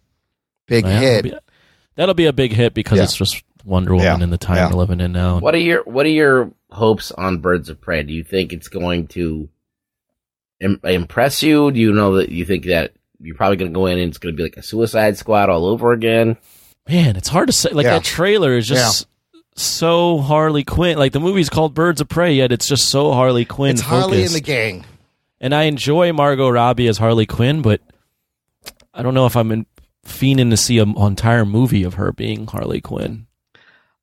Speaker 1: big
Speaker 6: Yeah, That'll
Speaker 1: hit.
Speaker 6: be, that'll be a big hit because
Speaker 1: Yeah.
Speaker 6: it's just Wonder Woman
Speaker 1: Yeah,
Speaker 6: in the time
Speaker 1: yeah.
Speaker 6: we're living in now.
Speaker 1: um,
Speaker 4: What are your What are your hopes on Birds of Prey? Do you think it's going to im- impress you? Do you know that you think that you're probably going to go in and it's going to be like a Suicide Squad all over again?
Speaker 6: Man, it's hard to say. Like
Speaker 1: Yeah.
Speaker 6: that trailer is just so Harley Quinn. Like the movie's called Birds of Prey, yet it's just so Harley Quinn.
Speaker 1: it's Harley and the
Speaker 6: focused.
Speaker 1: gang.
Speaker 6: and I enjoy Margot Robbie as Harley Quinn, but I don't know if I'm in, fiending to see an entire movie of her being Harley Quinn.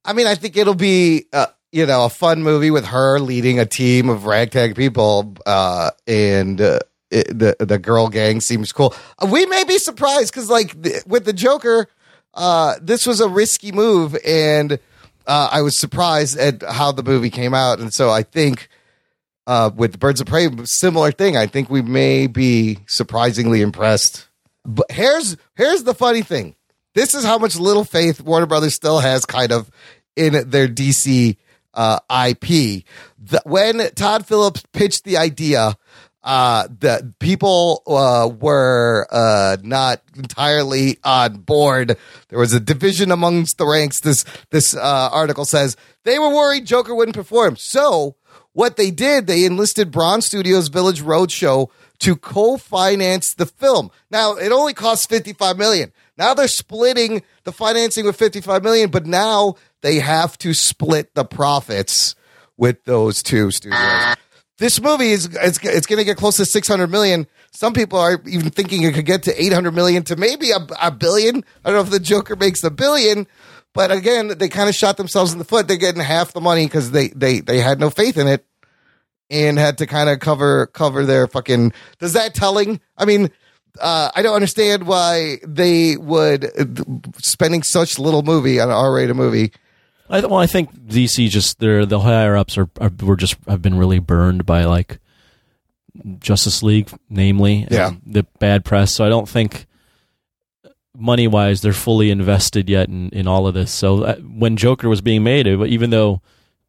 Speaker 1: I mean, I think it'll be uh, you know a fun movie with her leading a team of ragtag people, uh, and uh, it, the the girl gang seems cool. We may be surprised because like the, with the Joker, uh, this was a risky move, and uh, I was surprised at how the movie came out, and so I think. Uh, with Birds of Prey, similar thing. I think we may be surprisingly impressed. But here's here's the funny thing. This is how much little faith Warner Brothers still has, kind of, in their DC uh, IP. The, when Todd Phillips pitched the idea, uh, the people uh, were uh, not entirely on board. There was a division amongst the ranks. This this uh, article says they were worried Joker wouldn't perform. So what they did, they enlisted Bronze Studios Village Roadshow to co-finance the film. Now it only costs fifty-five million. Now they're splitting the financing with fifty-five million, but now they have to split the profits with those two studios. This movie is it's, it's going to get close to six hundred million. Some people are even thinking it could get to eight hundred million to maybe a, a billion. I don't know if the Joker makes a billion, but again, they kind of shot themselves in the foot. They're getting half the money because they they they had no faith in it and had to kind of cover cover their fucking. Does that telling? I mean, uh, I don't understand why they would uh, spending such little movie on an R-rated movie.
Speaker 6: I, th- well, I think DC just they're the higher ups are, are were just have been really burned by like Justice League, namely,
Speaker 1: Yeah.
Speaker 6: and the bad press. So I don't think money wise they're fully invested yet in, in all of this. So uh, when Joker was being made, it- even though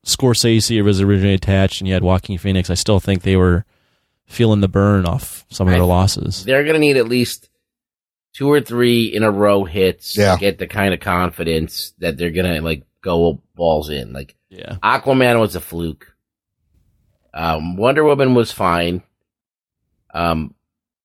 Speaker 6: Scorsese was originally attached and you had Joaquin Phoenix, I still think they were feeling the burn off some of
Speaker 4: I-
Speaker 6: their losses.
Speaker 4: They're going to need at least two or three in a row hits
Speaker 1: Yeah.
Speaker 4: to get the kind of confidence that they're going to like go balls in. Like
Speaker 6: Yeah,
Speaker 4: Aquaman was a fluke. Um, Wonder Woman was fine. Um,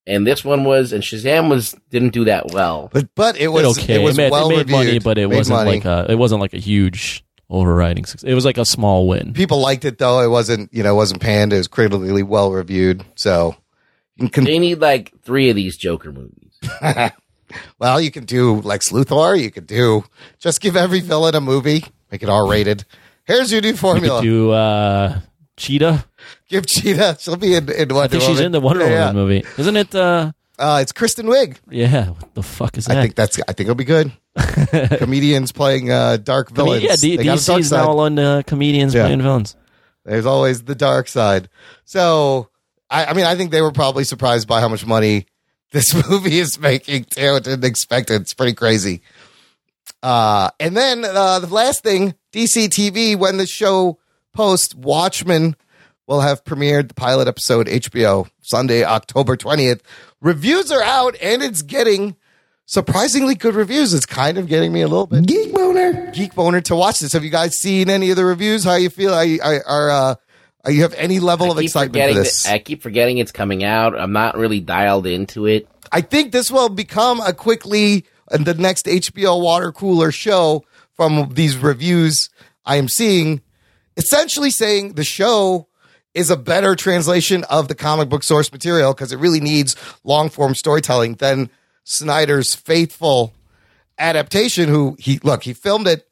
Speaker 4: and this one was, and Shazam was didn't do that well.
Speaker 1: But but it was
Speaker 6: it okay.
Speaker 1: it was
Speaker 6: made,
Speaker 1: well
Speaker 6: made
Speaker 1: reviewed.
Speaker 6: money, but it
Speaker 1: Made
Speaker 6: wasn't
Speaker 1: money.
Speaker 6: like a it wasn't like a huge overriding success. It was like a small win.
Speaker 1: people liked it though. It wasn't you know it wasn't panned. It was critically well reviewed. So you can
Speaker 4: They need like three of these Joker movies.
Speaker 1: well you can do Lex Luthor. You could do just give every villain a movie. Make it R rated. Here's your new
Speaker 6: You could
Speaker 1: formula.
Speaker 6: do uh, Cheetah.
Speaker 1: Give Cheetah. She'll be in, in Wonder
Speaker 6: I think
Speaker 1: Woman.
Speaker 6: she's in the Wonder
Speaker 1: Yeah,
Speaker 6: Woman
Speaker 1: yeah.
Speaker 6: movie, isn't it? Uh,
Speaker 1: Uh, it's Kristen Wiig.
Speaker 6: yeah. What the fuck is that?
Speaker 1: I think that's. I think it'll be good. Comedians playing uh,
Speaker 6: I
Speaker 1: dark
Speaker 6: mean,
Speaker 1: villains.
Speaker 6: yeah, D-
Speaker 1: They got a dark
Speaker 6: DC's
Speaker 1: side.
Speaker 6: now all on uh, comedians
Speaker 1: Yeah.
Speaker 6: playing villains.
Speaker 1: There's always the dark side. So, I, I mean, I think they were probably surprised by how much money this movie is making too. Didn't expect it. It's pretty crazy. Uh, and then uh, the last thing, DC TV, when the show posts, Watchmen will have premiered the pilot episode HBO Sunday, October 20th. Reviews are out and it's getting surprisingly good reviews. It's kind of getting me a little bit
Speaker 2: Geek boner.
Speaker 1: geek boner to watch this. Have you guys seen any of the reviews? How you feel? I, I are uh, are you have any level of
Speaker 4: I keep
Speaker 1: excitement
Speaker 4: forgetting
Speaker 1: for this?
Speaker 4: that- I keep forgetting it's coming out. I'm not really dialed into it.
Speaker 1: I think this will become a quickly uh, the next HBO water cooler show from these reviews I am seeing, essentially saying the show is a better translation of the comic book source material because it really needs long form storytelling than Snyder's faithful adaptation. Who he look he filmed it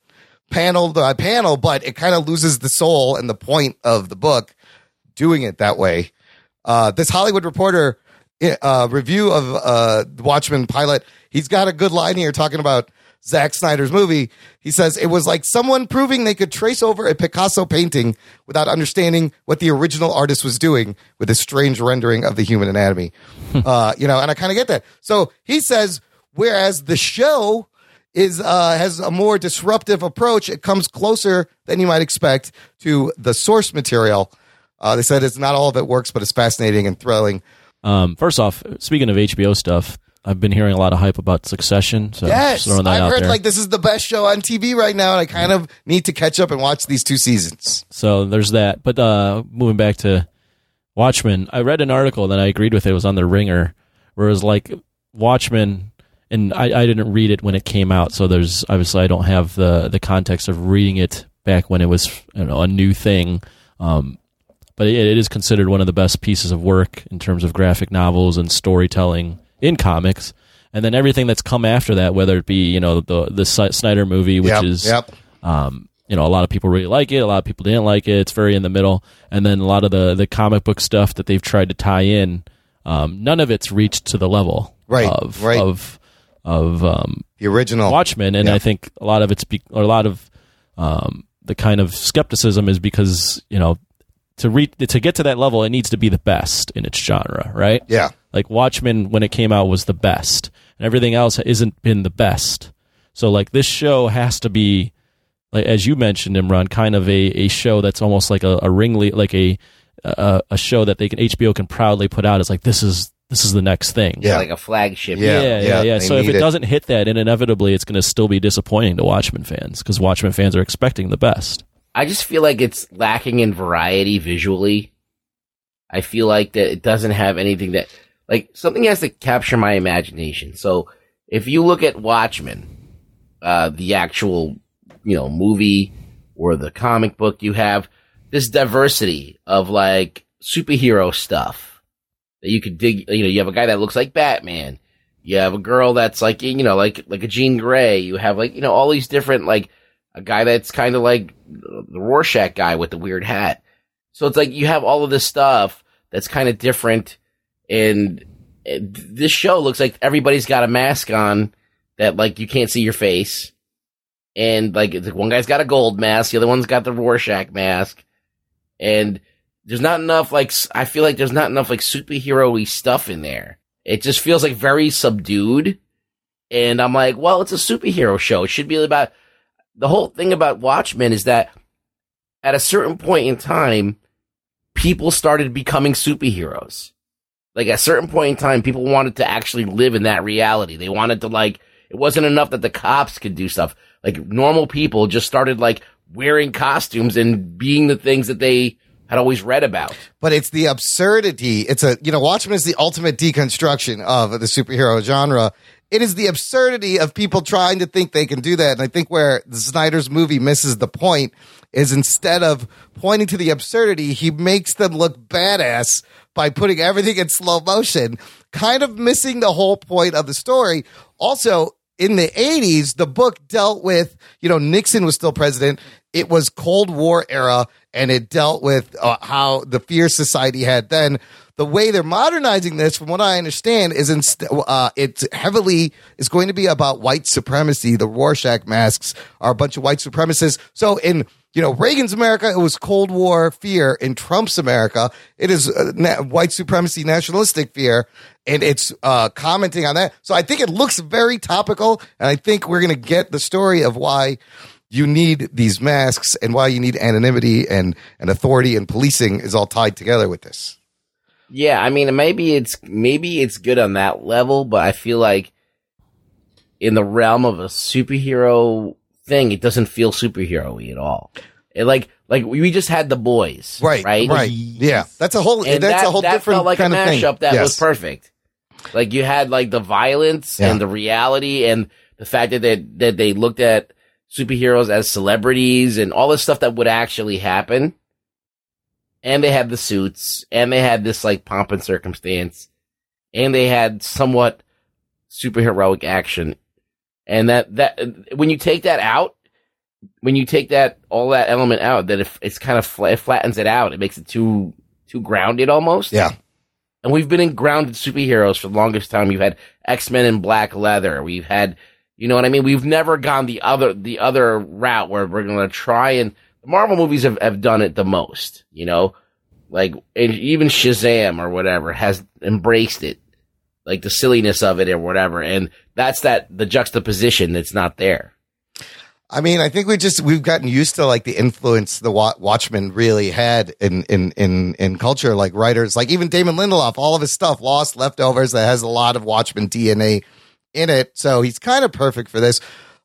Speaker 1: panel by panel, but it kind of loses the soul and the point of the book doing it that way. Uh, this Hollywood Reporter uh, review of uh, the Watchmen pilot, he's got a good line here talking about Zack Snyder's movie. He says it was like someone proving they could trace over a Picasso painting without understanding what the original artist was doing with a strange rendering of the human anatomy. uh, you know, and I kind of get that. So he says, whereas the show is uh, has a more disruptive approach. It comes closer than you might expect to the source material. Uh, they said it's not all of it works, but it's fascinating and thrilling.
Speaker 6: Um, first off, speaking of HBO stuff, I've been hearing a lot of hype about Succession. So
Speaker 1: Yes,
Speaker 6: just throwing that
Speaker 1: I've
Speaker 6: out
Speaker 1: heard
Speaker 6: there.
Speaker 1: like this is the best show on TV right now, and I kind of need to catch up and watch these two seasons.
Speaker 6: So there's that. But uh, moving back to Watchmen, I read an article that I agreed with. It was on the Ringer, where it was like Watchmen, and I, I didn't read it when it came out. So there's obviously I don't have the the context of reading it back when it was you know, a new thing. Um, but it, it is considered one of the best pieces of work in terms of graphic novels and storytelling in comics. And then everything that's come after that, whether it be you know the the Si- Snyder movie, which
Speaker 1: Yep,
Speaker 6: is
Speaker 1: yep.
Speaker 6: um, you know, a lot of people really like it. A lot of people didn't like it. It's very in the middle. And then a lot of the, the comic book stuff that they've tried to tie in, um, none of it's reached to the level
Speaker 1: Right,
Speaker 6: of
Speaker 1: right.
Speaker 6: of of um,
Speaker 1: The original.
Speaker 6: Watchmen, and
Speaker 1: Yeah.
Speaker 6: I think a lot of it's be- or a lot of um, the kind of skepticism is because you know to reach to get to that level, it needs to be the best in its genre, right?
Speaker 1: Yeah.
Speaker 6: Like Watchmen when it came out was the best, and everything else isn't been the best. So like this show has to be, like as you mentioned, Imran, kind of a, a show that's almost like a, a ringlead, like a, a a show that they can HBO can proudly put out as like this is this is the next thing.
Speaker 1: Yeah.
Speaker 4: like a flagship.
Speaker 6: Yeah,
Speaker 1: Yeah,
Speaker 6: yeah,
Speaker 1: yeah,
Speaker 6: yeah.
Speaker 1: they
Speaker 6: So if
Speaker 1: need
Speaker 6: it,
Speaker 1: it.
Speaker 6: doesn't hit that, and inevitably it's going to still be disappointing to Watchmen fans because Watchmen fans are expecting the best.
Speaker 4: I just feel like it's lacking in variety visually. I feel like that it doesn't have anything that like something has to capture my imagination. So if you look at Watchmen, uh, the actual you know movie or the comic book, you have this diversity of like superhero stuff that you could dig. You know, you have a guy that looks like Batman. You have a girl that's like you know like like a Jean Grey. You have like you know all these different like a guy that's kind of like the Rorschach guy with the weird hat. So it's like you have all of this stuff that's kind of different, and uh, this show looks like everybody's got a mask on that like you can't see your face, and like, it's like one guy's got a gold mask, the other one's got the Rorschach mask, and there's not enough like s- I feel like there's not enough like superhero-y stuff in there. It just feels like very subdued, and I'm like, well, it's a superhero show. It should be about the whole thing about Watchmen is that at a certain point in time, people started becoming superheroes. Like at a certain point in time, people wanted to actually live in that reality. They wanted to like it wasn't enough that the cops could do stuff. Like normal people just started like wearing costumes and being the things that they had always read about.
Speaker 1: but it's the absurdity. It's a you know, Watchmen is the ultimate deconstruction of the superhero genre. It is the absurdity of people trying to think they can do that, and I think where the Snyder's movie misses the point is instead of pointing to the absurdity, he makes them look badass by putting everything in slow motion, kind of missing the whole point of the story. Also, in the 80s, the book dealt with, you know, Nixon was still president. It was Cold War era and it dealt with uh, how the fear society had then. The way they're modernizing this, from what I understand, is inst- uh, it's heavily is going to be about white supremacy. The Rorschach masks are a bunch of white supremacists. So in you know Reagan's America, it was Cold War fear. In Trump's America, it is uh, na- white supremacy, nationalistic fear, and it's uh, commenting on that. So I think it looks very topical, and I think we're going to get the story of why you need these masks and why you need anonymity and, and authority and policing is all tied together with this.
Speaker 4: Yeah, I mean, maybe it's maybe it's good on that level, but I feel like in the realm of a superhero thing, it doesn't feel superhero-y at all. It like like we just had the boys, Right,
Speaker 1: Right. Yeah. That's a whole
Speaker 4: And
Speaker 1: that's
Speaker 4: that,
Speaker 1: a whole
Speaker 4: that
Speaker 1: different
Speaker 4: felt like
Speaker 1: kind
Speaker 4: a
Speaker 1: of thing.
Speaker 4: mashup that
Speaker 1: Yes.
Speaker 4: was perfect. Like you had like the violence
Speaker 1: Yeah.
Speaker 4: and the reality and the fact that they, that they looked at superheroes as celebrities and all this stuff that would actually happen. And they had the suits and they had this like pomp and circumstance and they had somewhat superheroic action. And that, that, when you take that out, when you take that, all that element out, that if it's kind of flat, it flattens it out, it makes it too, too grounded almost.
Speaker 1: Yeah.
Speaker 4: And we've been in grounded superheroes for the longest time. We've had X Men in Black Leather. We've had, you know what I mean? We've never gone the other, the other route where we're going to try and the Marvel movies have, have done it the most, you know, like and even Shazam or whatever has embraced it, like the silliness of it or whatever. And that's that, the juxtaposition that's not there.
Speaker 1: I mean, I think we just we've gotten used to like the influence the Wa- Watchmen really had in in in in culture, like writers, like even Damon Lindelof, all of his stuff, Lost, Leftovers, that has a lot of Watchmen DNA in it. So he's kind of perfect for this.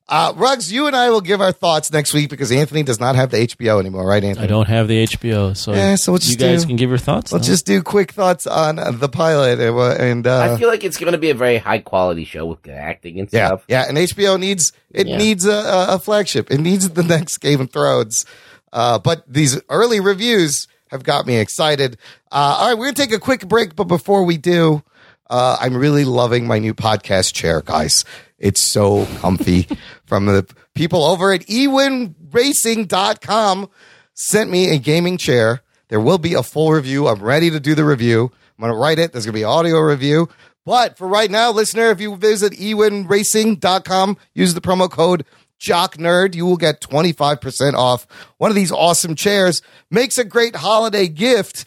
Speaker 1: Uh, Ruggs, you and I will give our thoughts next week because Anthony does not have the HBO anymore, right, Anthony?
Speaker 6: I don't have the HBO, so,
Speaker 1: Yeah, so we'll just
Speaker 6: you guys
Speaker 1: do-
Speaker 6: can give your thoughts.
Speaker 1: Let's
Speaker 6: now.
Speaker 1: just do quick thoughts on uh, the pilot and, wha- and
Speaker 4: I
Speaker 1: uh,
Speaker 4: feel like it's going to be a very high quality show with good acting and
Speaker 1: yeah,
Speaker 4: stuff.
Speaker 1: yeah. And HBO needs it
Speaker 4: Yeah.
Speaker 1: needs a, a a flagship. It needs the next Game of Thrones. Uh, but these early reviews have got me excited. Uh, all right, we're gonna take a quick break, but before we do, uh, I'm really loving my new podcast chair, guys. It's so comfy from the E people over at ewinracing.com sent me a gaming chair There will be a full review. I'm ready to do the review. I'm going to write it. There's going to be an audio review. But for right now, listener, if you visit ewinracing.com, use the promo code JockNerd, you will get 25% off one of these awesome chairs. Makes a great holiday gift.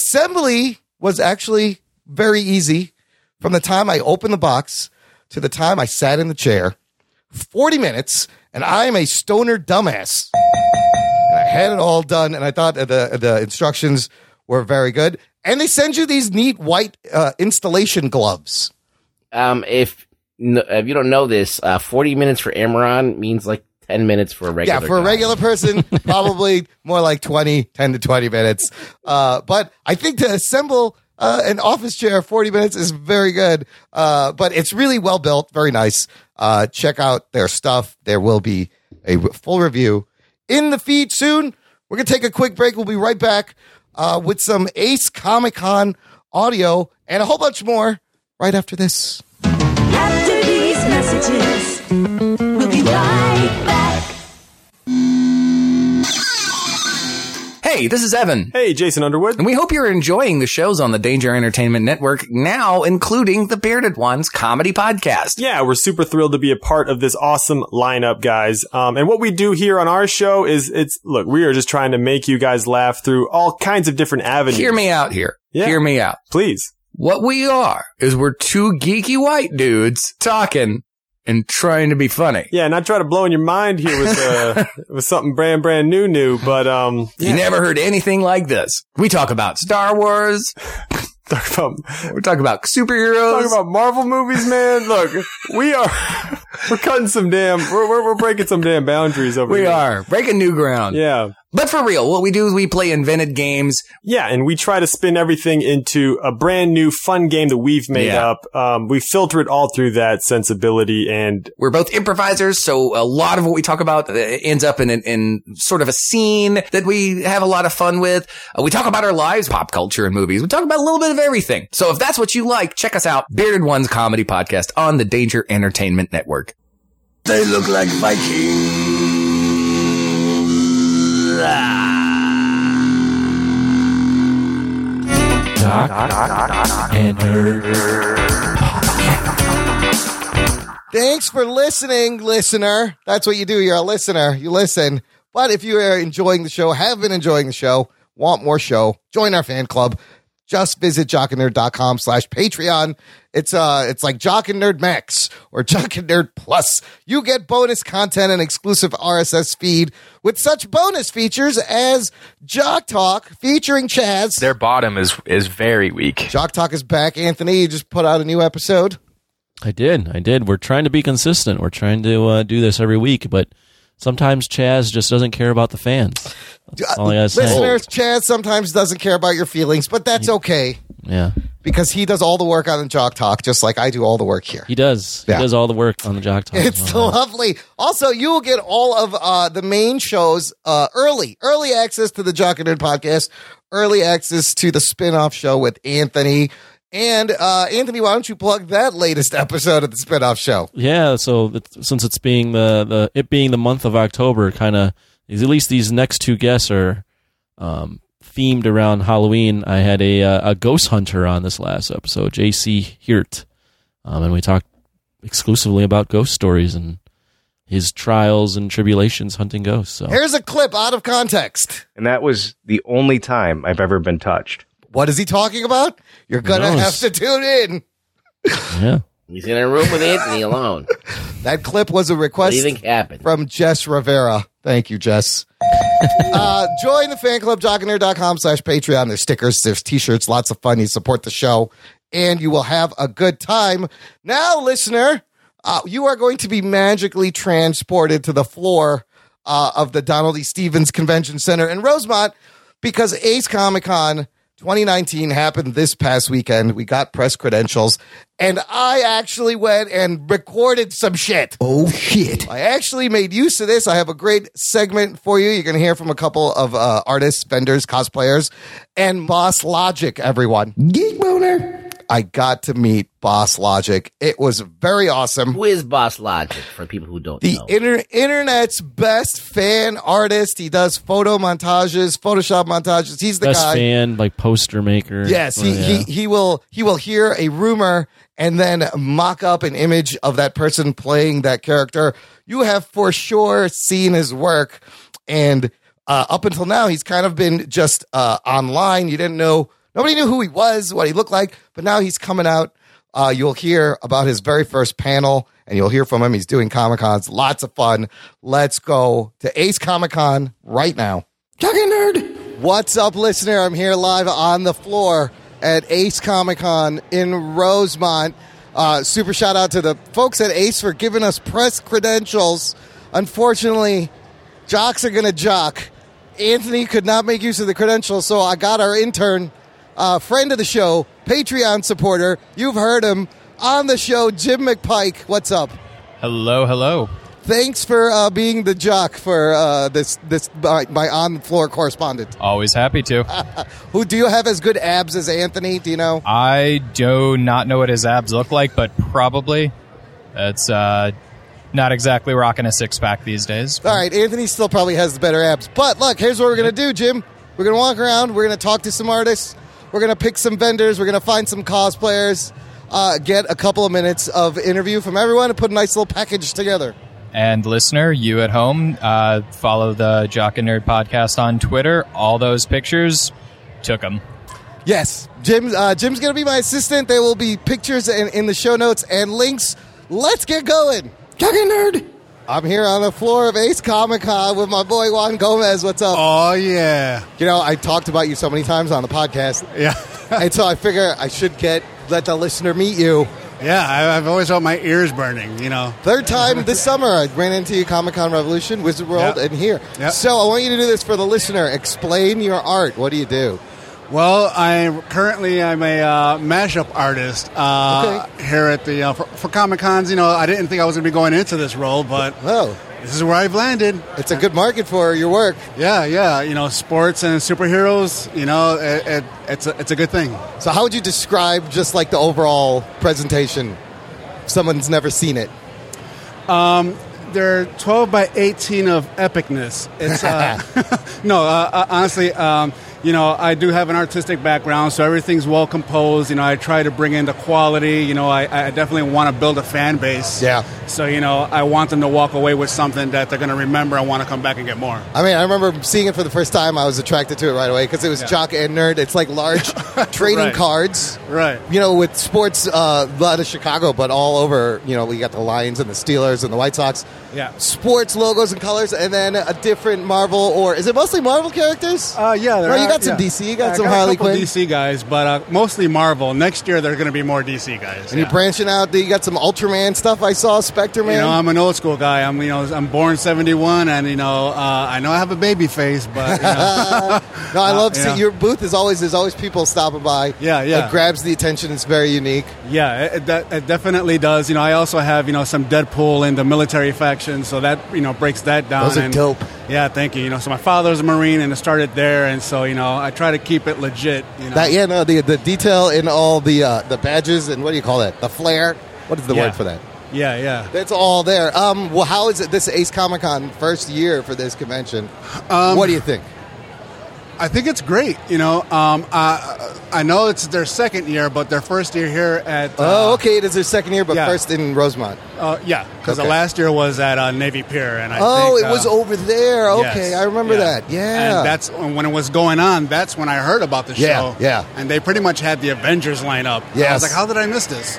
Speaker 1: Assembly was actually very easy from the time I opened the box to the time I sat in the chair. 40 minutes, and I am a stoner dumbass. And I had it all done, and I thought that the, the instructions were very good. And they send you these neat white uh, installation gloves.
Speaker 4: Um, if n- if you don't know this, uh, forty minutes for Amaron means like ten minutes for a regular.
Speaker 1: yeah, for a
Speaker 4: guy.
Speaker 1: regular person, probably more like 20, 10 to 20 minutes. Uh, but I think to assemble uh, an office chair 40 minutes is very good. Uh, but it's really well built, very nice. Uh, check out their stuff. There will be a full review in the feed soon. We're going to take a quick break. We'll be right back uh, with some Ace Comic Con audio and a whole bunch more right after this.
Speaker 9: After these messages, we'll be right back.
Speaker 10: Hey, this is Evan.
Speaker 11: Hey, Jason Underwood.
Speaker 10: And we hope you're enjoying the shows on the Danger Entertainment Network now, including the Bearded Ones comedy podcast.
Speaker 11: Yeah, we're super thrilled to be a part of this awesome lineup, guys. Um, and what we do here on our show is it's, look, we are just trying to make you guys laugh through all kinds of different avenues.
Speaker 10: Hear me out here.
Speaker 11: Yeah.
Speaker 10: Hear me out.
Speaker 11: Please.
Speaker 10: What we are is we're two geeky white dudes talking and trying to be funny.
Speaker 11: Yeah, not try to blow in your mind here with, uh, with something brand, brand new, new, but, um,
Speaker 10: You never heard anything like this. We talk about Star Wars.
Speaker 11: talk about,
Speaker 10: We talk about superheroes.
Speaker 11: talk about Marvel movies, man. Look, we are, we're cutting some damn, we're, we're, we're breaking some damn boundaries over
Speaker 10: we
Speaker 11: here.
Speaker 10: are breaking new ground.
Speaker 11: Yeah.
Speaker 10: But for real, what we do is we play invented games.
Speaker 11: Yeah, and we try to spin everything into a brand new fun game that we've made
Speaker 10: Yeah.
Speaker 11: up. Um, we filter it all through that sensibility, and
Speaker 10: We're both improvisers, so a lot of what we talk about uh, ends up in, in, in sort of a scene that we have a lot of fun with. Uh, we talk about our lives, pop culture, and movies. We talk about a little bit of everything. So if that's what you like, check us out, Bearded Ones Comedy Podcast on the Danger Entertainment Network.
Speaker 2: They look like Vikings.
Speaker 6: And
Speaker 1: Thanks for listening, listener. That's what you do. You're a listener. You listen. But if you are enjoying the show, have been enjoying the show, want more show, join our fan club. Just visit jockandnerd.com slash Patreon. It's uh it's like Jock and Nerd Max or Jock and Nerd Plus. You get bonus content and exclusive RSS feed with such bonus features as Jock Talk featuring Chaz.
Speaker 12: Their bottom is is very weak.
Speaker 1: Jock Talk is back. Anthony, you just put out a new episode.
Speaker 6: I did. I did. We're trying to be consistent. We're trying to uh, do this every week, but sometimes Chaz just doesn't care about the fans. That's all I gotta say.
Speaker 1: Listeners, Chaz sometimes doesn't care about your feelings, but that's okay.
Speaker 6: Yeah,
Speaker 1: because he does all the work on the Jock Talk, just like I do all the work here.
Speaker 6: he does.
Speaker 1: Yeah.
Speaker 6: He does all the work on the Jock Talk.
Speaker 1: It's
Speaker 6: Wow.
Speaker 1: lovely. Also, you will get all of uh, the main shows uh, early, early access to the Jock and Nerd podcast, early access to the spin-off show with Anthony. And uh, Anthony, why don't you plug that latest episode of the spin-off show?
Speaker 6: Yeah, so that, since it's being the, the it being the month of October, kind of at least these next two guests are um, themed around Halloween. I had a uh, a ghost hunter on this last episode, J.C. Hirt, um, and we talked exclusively about ghost stories and his trials and tribulations hunting ghosts. So
Speaker 1: Here's a clip out of context.
Speaker 13: And that was the only time I've ever been touched.
Speaker 1: What is he talking about? You're gonna
Speaker 6: knows?
Speaker 1: have to tune in.
Speaker 6: yeah,
Speaker 4: He's in a room with Anthony alone.
Speaker 1: That clip was a
Speaker 4: what
Speaker 1: request.
Speaker 4: do you think happened?
Speaker 1: from Jess Rivera. Thank you, Jess. uh, join the fan club, jockinair.com slash Patreon. There's stickers, there's t-shirts, lots of fun. You support the show and you will have a good time. Now, listener, uh, you are going to be magically transported to the floor uh, of the Donald E. Stevens Convention Center in Rosemont because Ace Comic Con 2019 happened this past weekend. We got press credentials and I actually went and recorded some shit.
Speaker 2: Oh shit.
Speaker 1: I actually made use of this. I have a great segment for you. You're going to hear from a couple of uh, artists, vendors, cosplayers, and Boss Logic, everyone.
Speaker 2: Geek boner.
Speaker 1: I got to meet Boss Logic. It was very awesome.
Speaker 4: Who is Boss Logic for people who don't
Speaker 1: The
Speaker 4: know?
Speaker 1: inter- internet's best fan artist. He does photo montages, Photoshop montages. He's the
Speaker 6: Best
Speaker 1: guy.
Speaker 6: fan, like poster maker. Oh,
Speaker 1: Yes, he,
Speaker 6: Yeah.
Speaker 1: he he will he will hear a rumor and then mock up an image of that person playing that character. You have for sure seen his work, and uh, up until now, he's kind of been just uh, online. You didn't know nobody knew who he was, what he looked like, but now he's coming out. Uh, you'll hear about his very first panel, and you'll hear from him. He's doing comic cons, lots of fun. Let's go to Ace Comic Con right now. Talking Nerd. What's up, listener? I'm here live on the floor at Ace Comic Con in Rosemont. Uh, super shout out to the folks at Ace for giving us press credentials. Unfortunately, jocks are going to jock. Anthony could not make use of the credentials, so I got our intern, uh, friend of the show, Patreon supporter. You've heard him on the show, Jim McPike. What's up?
Speaker 14: Hello, hello.
Speaker 1: Thanks for uh, being the jock for uh, this this my, my on floor correspondent.
Speaker 14: Always happy to.
Speaker 1: Who do you have as good abs as Anthony? Do you know?
Speaker 14: I do not know what his abs look like, but probably it's uh, not exactly rocking a six pack these days.
Speaker 1: All right, Anthony still probably has the better abs. But look, here's what we're gonna do, Jim. We're gonna walk around. We're gonna talk to some artists. We're gonna pick some vendors. We're gonna find some cosplayers. Uh, get a couple of minutes of interview from everyone and put a nice little package together.
Speaker 14: And listener, you at home, uh, follow the Jock and Nerd podcast on Twitter. All those pictures took them.
Speaker 1: Yes, Jim. Uh, Jim's gonna be my assistant. There will be pictures in, in the show notes and links. Let's get going, Talking nerd. I'm here on the floor of Ace Comic Con with my boy Juan Gomez. What's up?
Speaker 15: Oh yeah.
Speaker 1: You know I talked about you so many times on the podcast. Yeah. and so I figure I should get let the listener meet you.
Speaker 15: Yeah, I, I've always felt my ears burning. You know.
Speaker 1: Third time this summer I ran into you Comic Con Revolution, Wizard World,
Speaker 15: Yeah.
Speaker 1: and here.
Speaker 15: Yeah.
Speaker 1: So I want you to do this for the listener. Explain your art. What do you do?
Speaker 15: Well, I currently I'm a uh, mashup artist uh, here at the uh, for, for Comic Cons. You know, I didn't think I was going to be going into this role, but
Speaker 1: oh,
Speaker 15: this is where I've landed.
Speaker 1: It's a good market for your work.
Speaker 15: Yeah, yeah. You know, sports and superheroes. You know, it, it, it's a, it's a good thing.
Speaker 1: So how would you describe just like the overall presentation? Someone's never seen it.
Speaker 15: Um, they're 12 by 18 of epicness. It's uh, no, uh, uh, honestly, um, you know, I do have an artistic background, so everything's well composed. You know, I try to bring in the quality. You know, I, I definitely want to build a fan base.
Speaker 1: Yeah.
Speaker 15: So you know, I want them to walk away with something that they're going to remember and want to come back and get more.
Speaker 1: I mean, I remember seeing it for the first time. I was attracted to it right away because it was
Speaker 15: Yeah.
Speaker 1: jock and nerd. It's like large trading
Speaker 15: Right.
Speaker 1: cards,
Speaker 15: right?
Speaker 1: You know, with sports, uh, a lot of Chicago, but all over. You know, we got the Lions and the Steelers and the White Sox.
Speaker 15: Yeah.
Speaker 1: Sports logos and colors, and then a different Marvel or is it mostly Marvel characters?
Speaker 15: Uh, yeah.
Speaker 1: Well, you got some DC. You got some Harley Quinn.
Speaker 15: DC guys, but uh, mostly Marvel. Next year, there's going to be more DC guys.
Speaker 1: And you're branching out. You got some Ultraman stuff. I saw Spectre Man.
Speaker 15: You know, I'm an old school guy. I'm you know I'm born '71, and you know uh, I know I have a baby face, but you know.
Speaker 1: No, I
Speaker 15: Uh,
Speaker 1: love
Speaker 15: you
Speaker 1: see,
Speaker 15: know.
Speaker 1: your booth is always there's always people stopping by.
Speaker 15: Yeah, yeah.
Speaker 1: It grabs the attention. It's very unique.
Speaker 15: yeah, it, it, de- it definitely does. You know, I also have you know some Deadpool in the military faction, so that you know breaks that down.
Speaker 1: Those are
Speaker 15: and-
Speaker 1: dope.
Speaker 15: Yeah, thank you. You know, so my father's a Marine, and it started there, and so you know I try to keep it legit. You know,
Speaker 1: That yeah, no, the the detail in all the uh, the badges and what do you call that? The flare. What is the
Speaker 15: Yeah.
Speaker 1: word for that?
Speaker 15: yeah, yeah.
Speaker 1: That's all there. Um, well, how is it? This Ace Comic Con first year for this convention. what do you think?
Speaker 15: Um, I think it's great. You know, um, uh, I know it's their second year, but their first year here at
Speaker 1: oh, okay, it is their second year, but first in Rosemont.
Speaker 15: Uh, yeah, because
Speaker 1: Okay.
Speaker 15: the last year was at uh, Navy Pier, and I
Speaker 1: oh,
Speaker 15: think,
Speaker 1: it was
Speaker 15: uh,
Speaker 1: over there. Okay,
Speaker 15: yes,
Speaker 1: I remember
Speaker 15: yeah.
Speaker 1: that. Yeah,
Speaker 15: and that's when it was going on. That's when I heard about the
Speaker 1: Yeah,
Speaker 15: show.
Speaker 1: yeah.
Speaker 15: and they pretty much had the Avengers lineup. I
Speaker 1: Yes.
Speaker 15: was like, how did I miss this?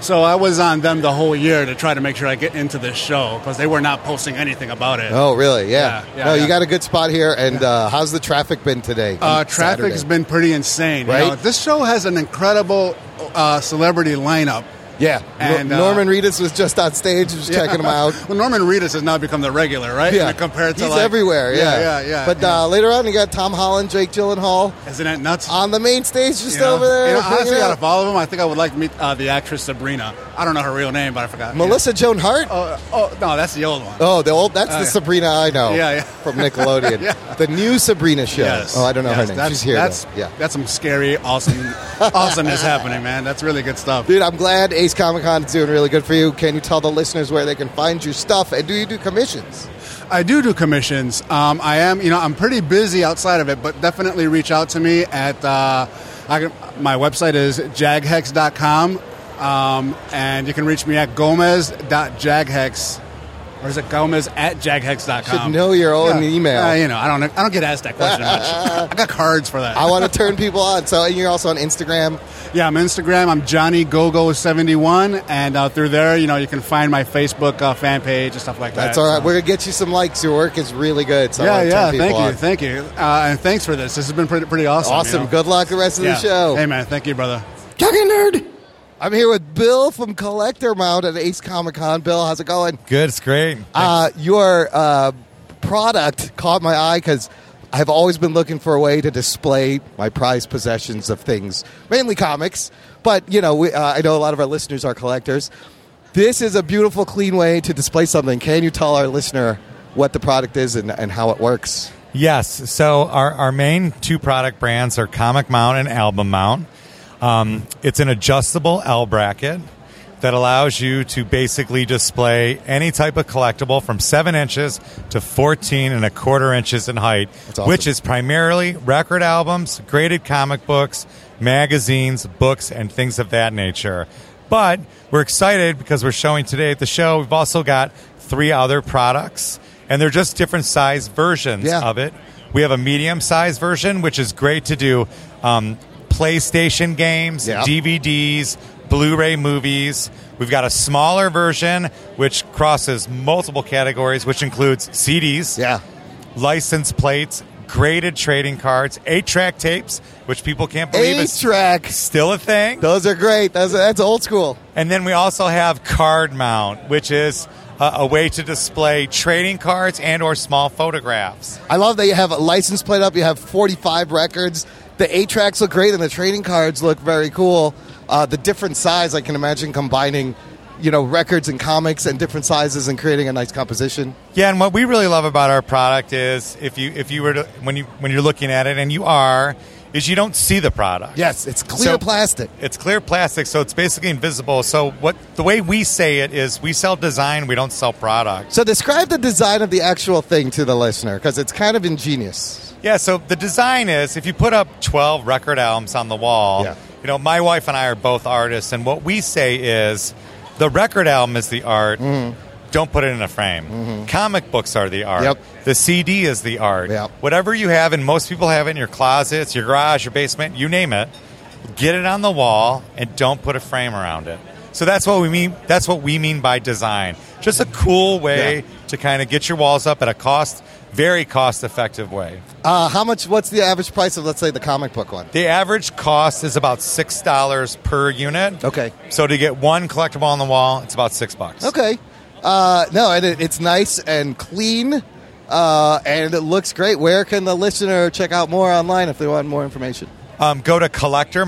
Speaker 15: So I was on them the whole year to try to make sure I get into this show because they were not posting anything about it.
Speaker 1: Oh, really? Yeah.
Speaker 15: Yeah, yeah,
Speaker 1: no, you
Speaker 15: yeah.
Speaker 1: got a good spot here. And uh, how's the traffic been today?
Speaker 15: Uh, traffic's
Speaker 1: Saturday?
Speaker 15: been pretty insane. You
Speaker 1: Right?
Speaker 15: know, this show has an incredible uh, celebrity lineup.
Speaker 1: Yeah,
Speaker 15: and
Speaker 1: Nor-
Speaker 15: uh,
Speaker 1: Norman Reedus was just on stage, just
Speaker 15: Yeah.
Speaker 1: checking him out.
Speaker 15: Well, Norman Reedus has now become the regular, right?
Speaker 1: Yeah,
Speaker 15: compared to
Speaker 1: he's
Speaker 15: like-
Speaker 1: everywhere. Yeah,
Speaker 15: yeah, yeah.
Speaker 1: But Uh, later on, you got Tom Holland, Jake Gyllenhaal.
Speaker 15: Isn't that nuts?
Speaker 1: On the main stage, just
Speaker 15: You know?
Speaker 1: over there.
Speaker 15: You know,
Speaker 1: hanging
Speaker 15: honestly,
Speaker 1: out.
Speaker 15: out of all of them, I think I would like to meet uh, the actress Sabrina. I don't know her real name, but I forgot.
Speaker 1: Melissa Joan Hart?
Speaker 15: Oh, oh, no, that's the old one.
Speaker 1: Oh, the old, that's
Speaker 15: Oh,
Speaker 1: the
Speaker 15: yeah.
Speaker 1: Sabrina I know
Speaker 15: Yeah, yeah.
Speaker 1: from Nickelodeon.
Speaker 15: Yeah.
Speaker 1: The new Sabrina show.
Speaker 15: Yes.
Speaker 1: Oh, I don't know
Speaker 15: Yes,
Speaker 1: her name.
Speaker 15: that's-
Speaker 1: She's here.
Speaker 15: That's
Speaker 1: though. yeah.
Speaker 15: That's some scary, awesome, awesomeness happening, man. That's really good stuff.
Speaker 1: Dude, I'm glad Ace Comic Con is doing really good for you. Can you tell the listeners where they can find your stuff? And do you do commissions?
Speaker 15: I do do commissions. Um, I am, you know, I'm pretty busy outside of it, but definitely reach out to me at uh, I can, my website is jaghex.com, um, and you can reach me at gomez.jaghex. Or is it Gomez at jaghex.com?
Speaker 1: Should know your own email.
Speaker 15: Uh, you know, I don't. I don't get asked that question much. I got cards for that.
Speaker 1: I want to turn people on. So and you're also on Instagram.
Speaker 15: Yeah, I'm Instagram. I'm Johnny Gogo 71, and uh, through there, you know, you can find my Facebook uh, fan page and stuff like that.
Speaker 1: That's all right. We're gonna get you some likes. Your work is really good. So I
Speaker 15: yeah,
Speaker 1: wanna
Speaker 15: yeah.
Speaker 1: turn people
Speaker 15: Thank you,
Speaker 1: on.
Speaker 15: thank you, uh, and thanks for this. This has been pretty, pretty awesome.
Speaker 1: Awesome. Good luck the rest of the show.
Speaker 15: Hey, man. Thank you, brother.
Speaker 1: Talking nerd. I'm here with Bill from Collector Mount at Ace Comic Con. Bill, how's it going?
Speaker 16: Good, it's great.
Speaker 1: Uh, your uh, product caught my eye because I've always been looking for a way to display my prized possessions of things, mainly comics. But you know, we, uh, I know a lot of our listeners are collectors. This is a beautiful, clean way to display something. Can you tell our listener what the product is and, and how it works?
Speaker 16: Yes. So our, our main two product brands are Comic Mount and Album Mount. Um, it's an adjustable L bracket that allows you to basically display any type of collectible from seven inches to 14 and a quarter inches in height,
Speaker 7: awesome.
Speaker 16: which is primarily record albums, graded comic books, magazines, books, and things of that nature. But we're excited because we're showing today at the show. We've also got three other products, and they're just different size versions of it. We have a medium size version, which is great to do um, PlayStation games, DVDs, Blu ray movies. We've got a smaller version, which crosses multiple categories, which includes CDs, yeah. license plates, graded trading cards, eight track tapes, which people can't believe is
Speaker 1: track
Speaker 16: still a thing.
Speaker 1: Those are great. That's, that's old school.
Speaker 16: And then we also have card mount, which is a, a way to display trading cards and or small photographs.
Speaker 1: I love that you have a license plate up. You have 45 records. The eight tracks look great, and the trading cards look very cool. Uh, the different size, I can imagine combining, you know, records and comics and different sizes and creating a nice composition.
Speaker 16: Yeah, and what we really love about our product is if you if you were to when you when you're looking at it and you are is you don't see the product.
Speaker 1: Yes, it's clear plastic.
Speaker 16: It's clear plastic, so it's basically invisible. So what the way we say it is we sell design, we don't sell product.
Speaker 1: So describe the design of the actual thing to the listener because it's kind of ingenious.
Speaker 16: Yeah, so the design is if you put up 12 record albums on the wall, you know, my wife and I are both artists, and what we say is the record album is the art. Don't put it in a frame. Comic books are the art. The CD is the art. Whatever you have, and most people have it in your closets, your garage, your basement, you name it, get it on the wall and don't put a frame around it. So that's what we mean. That's what we mean by design. Just a cool way to kind of get your walls up at a cost, very cost-effective way.
Speaker 1: Uh, how much? What's the average price of, let's say, the comic book one?
Speaker 16: The average cost is about six dollars per unit.
Speaker 1: Okay.
Speaker 16: So to get one collectible on the wall, it's about six bucks.
Speaker 1: Okay. Uh, no, and it, it's nice and clean, uh, and it looks great. Where can the listener check out more online if they want more information?
Speaker 16: Um, go to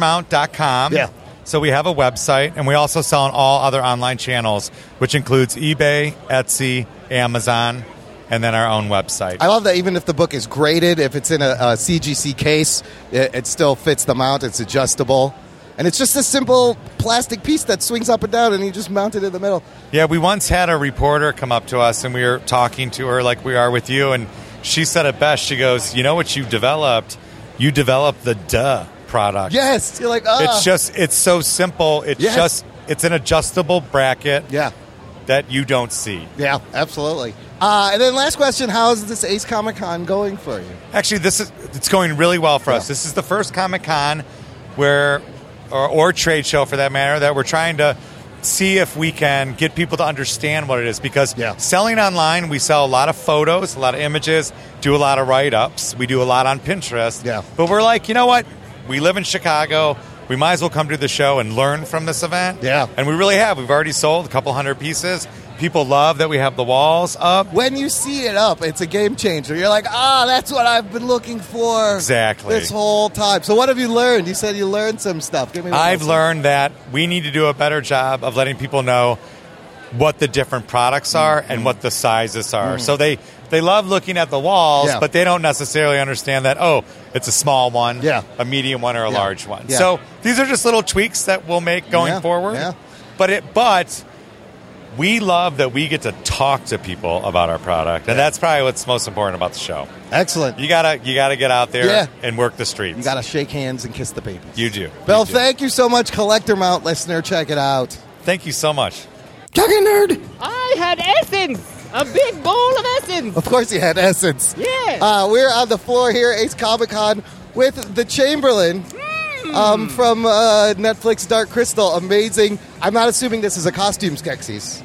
Speaker 16: collectormount.com. Yeah. So we have a website, and we also sell on all other online channels, which includes eBay, Etsy, Amazon, and then our own website.
Speaker 1: I love that even if the book is graded, if it's in a, a CGC case, it, it still fits the mount. It's adjustable. And it's just a simple plastic piece that swings up and down, and you just mount it in the middle.
Speaker 16: Yeah, we once had a reporter come up to us and we were talking to her like we are with you, and she said it best. She goes, You know what you've developed? You developed the duh product.
Speaker 1: Yes, you're like, ah.
Speaker 16: It's just, it's so simple. It's
Speaker 1: Yes.
Speaker 16: just, it's an adjustable bracket
Speaker 1: yeah.
Speaker 16: that you don't see.
Speaker 1: yeah, absolutely. Uh, and then last question: How is this Ace Comic Con going for you?
Speaker 16: Actually, this is, it's going really well for us. This is the first Comic Con where, or, or trade show for that matter, that we're trying to see if we can get people to understand what it is because selling online we sell a lot of photos a lot of images do a lot of write-ups we do a lot on pinterest yeah but we're like you know what we live in chicago we might as well come to the show and learn from this event yeah and we really have we've already sold a couple hundred pieces people love that we have the walls up.
Speaker 1: When you see it up, it's a game changer. You're like, ah, that's what I've been looking for
Speaker 16: Exactly.
Speaker 1: this whole time. So, what have you learned? You said you learned some stuff. Give me. One
Speaker 16: I've
Speaker 1: more.
Speaker 16: learned that we need to do a better job of letting people know what the different products are and what the sizes are.
Speaker 1: Mm.
Speaker 16: So they they love looking at the walls,
Speaker 1: Yeah.
Speaker 16: but they don't necessarily understand that oh, it's a small one,
Speaker 1: Yeah.
Speaker 16: a medium one, or a
Speaker 1: Yeah.
Speaker 16: large one.
Speaker 1: Yeah.
Speaker 16: So these are just little tweaks that we'll make going
Speaker 1: Yeah.
Speaker 16: forward.
Speaker 1: Yeah.
Speaker 16: But it but we love that we get to talk to people about our product, and that's probably what's most important about the show.
Speaker 1: Excellent.
Speaker 16: You gotta you gotta get out there
Speaker 1: Yeah.
Speaker 16: and work the streets. You
Speaker 1: gotta shake hands and kiss the baby.
Speaker 16: You do.
Speaker 1: Bill, thank you so much, collector mount listener. Check it out.
Speaker 16: Thank you so much.
Speaker 1: Talking nerd.
Speaker 7: I had essence, a big bowl of essence.
Speaker 1: Of course, he had essence.
Speaker 7: Yeah.
Speaker 1: Uh, we're on the floor here, Ace Comic Con, with the Chamberlain um, from uh, Netflix Dark Crystal. Amazing. I'm not assuming this is a costume, Skeksis.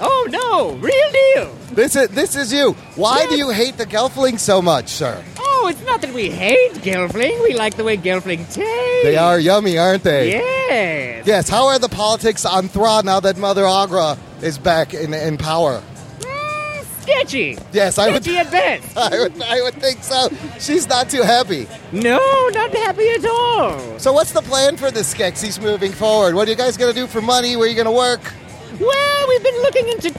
Speaker 7: Oh no, real deal.
Speaker 1: This is this is you. Why do you hate the Gelfling so much, sir?
Speaker 7: Oh, it's not that we hate Gelfling. We like the way Gelfling tastes.
Speaker 1: They are yummy, aren't they?
Speaker 7: Yes.
Speaker 1: Yes. How are the politics on Thra now that Mother Agra is back in, in power?
Speaker 7: Sketchy.
Speaker 1: Yes, I would.
Speaker 7: Sketchy at best.
Speaker 1: I would. I would think so. She's not too happy.
Speaker 7: No, not happy at all.
Speaker 1: So what's the plan for this Skeksis moving forward? What are you guys going to do for money? Where are you going to work?
Speaker 7: Well, we've been looking into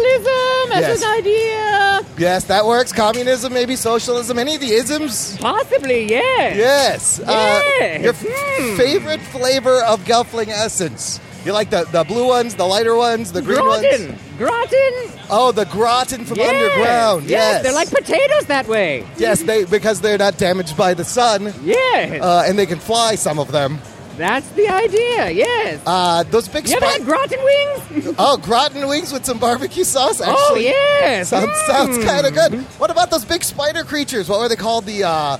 Speaker 7: capitalism as
Speaker 1: Yes.
Speaker 7: an idea.
Speaker 1: Yes, that works. Communism, maybe socialism, any of the isms.
Speaker 7: Possibly, yes.
Speaker 1: Yes. Uh,
Speaker 7: Yes. Hmm.
Speaker 1: your f- favorite flavor of Gelfling essence. You like the, the blue ones, the lighter ones, the green
Speaker 7: Gratin.
Speaker 1: ones?
Speaker 7: Gratin.
Speaker 1: Oh, the gratin from
Speaker 7: Yes.
Speaker 1: underground. Yes.
Speaker 7: They're like potatoes that way.
Speaker 1: Yes, they because they're not damaged by the sun.
Speaker 7: Yes.
Speaker 1: Uh, and they can fly, some of them.
Speaker 7: That's the idea, yes.
Speaker 1: Uh, those big
Speaker 7: You ever
Speaker 1: spot-
Speaker 7: had gratin wings?
Speaker 1: Oh, gratin wings with some barbecue sauce.
Speaker 7: Oh,
Speaker 1: Actually,
Speaker 7: yes.
Speaker 1: sounds sounds
Speaker 7: Mm.
Speaker 1: kind of good. What about those big spider creatures? What were they called? The uh,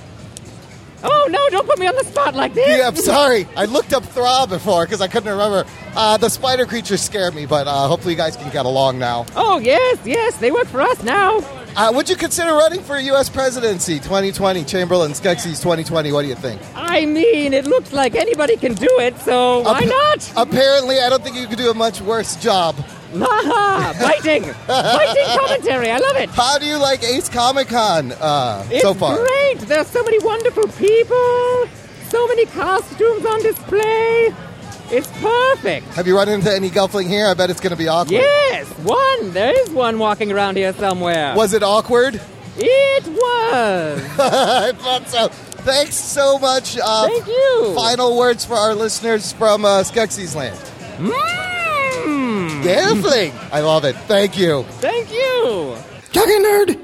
Speaker 7: oh no! Don't put me on the spot like this.
Speaker 1: Yeah, I'm sorry. I looked up Thra before because I couldn't remember. Uh, the spider creatures scare me, but uh, hopefully you guys can get along now.
Speaker 7: Oh yes, yes, they work for us now.
Speaker 1: Uh, would you consider running for U.S. presidency 2020, Chamberlain, Skeksis 2020? What do you think?
Speaker 7: I mean, it looks like anybody can do it, so why
Speaker 1: Appa-
Speaker 7: not?
Speaker 1: Apparently, I don't think you could do a much worse job.
Speaker 7: Haha, biting, biting commentary. I love it.
Speaker 1: How do you like Ace Comic Con uh,
Speaker 7: It's
Speaker 1: so far?
Speaker 7: great. There's so many wonderful people, so many costumes on display. It's perfect.
Speaker 1: Have you run into any Gelfling here? I bet it's going to be awkward.
Speaker 7: Yes, one. There is one walking around here somewhere.
Speaker 1: Was it awkward?
Speaker 7: It was.
Speaker 1: I thought so. Thanks so much. Uh,
Speaker 7: Thank you.
Speaker 1: Final words for our listeners from uh, Skeksis Land. Gelfling. I love it. Thank you.
Speaker 7: Hmm. Thank you.
Speaker 1: Talking nerd.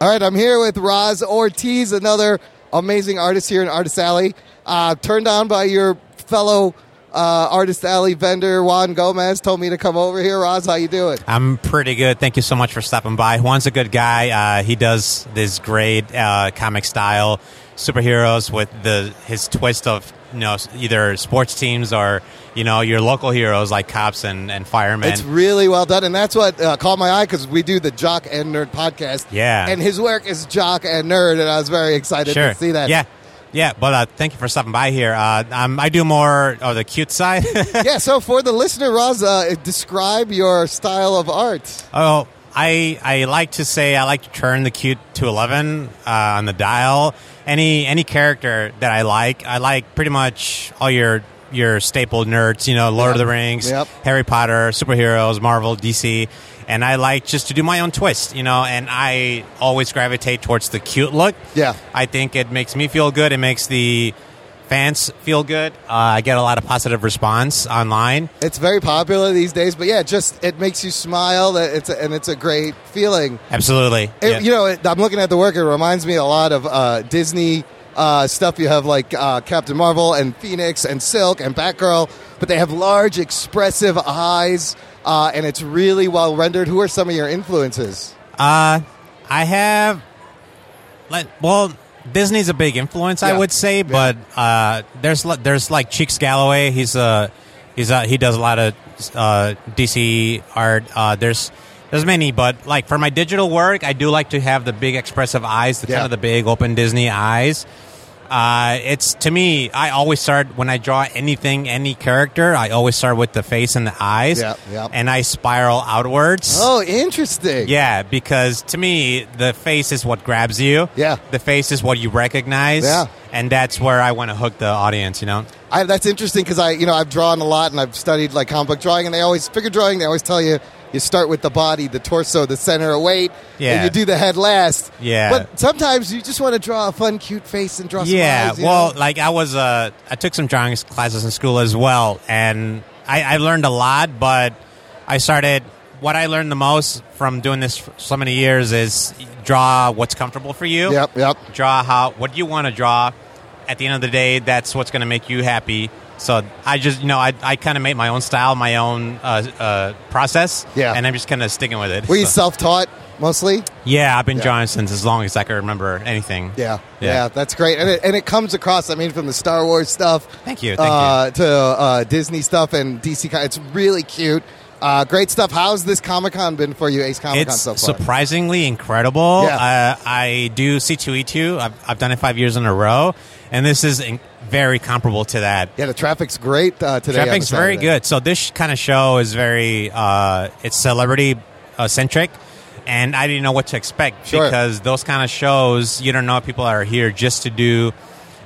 Speaker 1: All right, I'm here with Roz Ortiz, another amazing artist here in Artist Alley. Uh, turned on by your fellow uh, Artist Alley vendor Juan Gomez, told me to come over here. Roz, how you doing?
Speaker 17: I'm pretty good. Thank you so much for stopping by. Juan's a good guy. Uh, he does this great uh, comic style superheroes with the his twist of you know either sports teams or you know your local heroes like cops and, and firemen.
Speaker 1: It's really well done, and that's what uh, caught my eye because we do the Jock and Nerd podcast.
Speaker 17: Yeah.
Speaker 1: and his work is Jock and Nerd, and I was very excited
Speaker 17: sure.
Speaker 1: to see that.
Speaker 17: Yeah. Yeah, but uh, thank you for stopping by here. Uh, um, I do more of the cute side.
Speaker 1: yeah. So for the listener, Roz, uh, describe your style of art.
Speaker 17: Oh, I I like to say I like to turn the cute to eleven uh, on the dial. Any any character that I like, I like pretty much all your your staple nerds. You know, Lord of the Rings,
Speaker 1: Yep.
Speaker 17: Harry Potter, superheroes, Marvel, DC, and I like just to do my own twist. You know, and I always gravitate towards the cute look.
Speaker 1: Yeah.
Speaker 17: I think it makes me feel good. It makes the fans feel good. Uh, I get a lot of positive response online.
Speaker 1: It's very popular these days, but yeah, just it makes you smile. that It's a, and it's a great feeling.
Speaker 17: Absolutely.
Speaker 1: It-
Speaker 17: Yeah.
Speaker 1: You know, it, I'm looking at the work. It reminds me a lot of uh, Disney uh, stuff. You have like uh, Captain Marvel and Phoenix and Silk and Batgirl, but they have large, expressive eyes, uh, and it's really well rendered. Who are some of your influences?
Speaker 17: Uh, I have. Like, well, Disney's a big influence, I
Speaker 1: Yeah.
Speaker 17: would say, but uh, there's li- there's like Cheeks Galloway. He's a he's a, he does a lot of uh, DC art. Uh, there's there's many, but like for my digital work, I do like to have the big expressive eyes, the kind
Speaker 1: Yeah.
Speaker 17: of the big open Disney eyes.
Speaker 18: Uh,
Speaker 17: it's to me. I always start when I draw anything, any character. I always start with the face and the eyes,
Speaker 1: Yep, yep.
Speaker 17: and I spiral outwards.
Speaker 1: Oh, interesting.
Speaker 17: Yeah, because to me, the face is what grabs you.
Speaker 1: Yeah,
Speaker 17: the face is what you recognize.
Speaker 1: Yeah.
Speaker 17: and that's where I want to hook the audience. You know.
Speaker 1: I, that's interesting because I, you know, I've drawn a lot and I've studied like comic book drawing, and they always figure drawing. They always tell you you start with the body, the torso, the center of weight,
Speaker 17: Yeah.
Speaker 1: and you do the head last.
Speaker 17: Yeah.
Speaker 1: But sometimes you just want to draw a fun, cute face and draw.
Speaker 17: Yeah,
Speaker 1: smiles, you
Speaker 17: well,
Speaker 1: know?
Speaker 17: like I was, uh, I took some drawing classes in school as well, and I, I learned a lot. But I started what I learned the most from doing this for so many years is draw what's comfortable for you.
Speaker 1: Yep, yep.
Speaker 17: Draw how what you want to draw. At the end of the day, that's what's going to make you happy. So I just, you know, I, I kind of made my own style, my own uh, uh, process. Yeah, and I'm just kind of sticking with it.
Speaker 1: Were you
Speaker 17: So-
Speaker 1: self-taught mostly?
Speaker 17: yeah, I've been
Speaker 1: Yeah.
Speaker 17: drawing since as long as I can remember anything.
Speaker 1: Yeah, yeah, that's great, and it, and it comes across. I mean, from the Star Wars stuff,
Speaker 17: Thank you, thank
Speaker 1: uh, to uh, Disney stuff and DC. co- It's really cute, uh, great stuff. How's this Comic Con been for you, Ace Comic Con
Speaker 17: it's
Speaker 1: so far?
Speaker 17: surprisingly incredible. Uh, I do C2E2. I've, I've done it five years in a row, and this is in- very comparable to that.
Speaker 1: yeah, the traffic's great uh, today. on the
Speaker 17: Traffic's very
Speaker 1: Saturday.
Speaker 17: good. So this kind of show is very uh, it's celebrity uh, centric, and I didn't know what to expect
Speaker 1: Sure.
Speaker 17: because those kind of shows you don't know if people are here just to do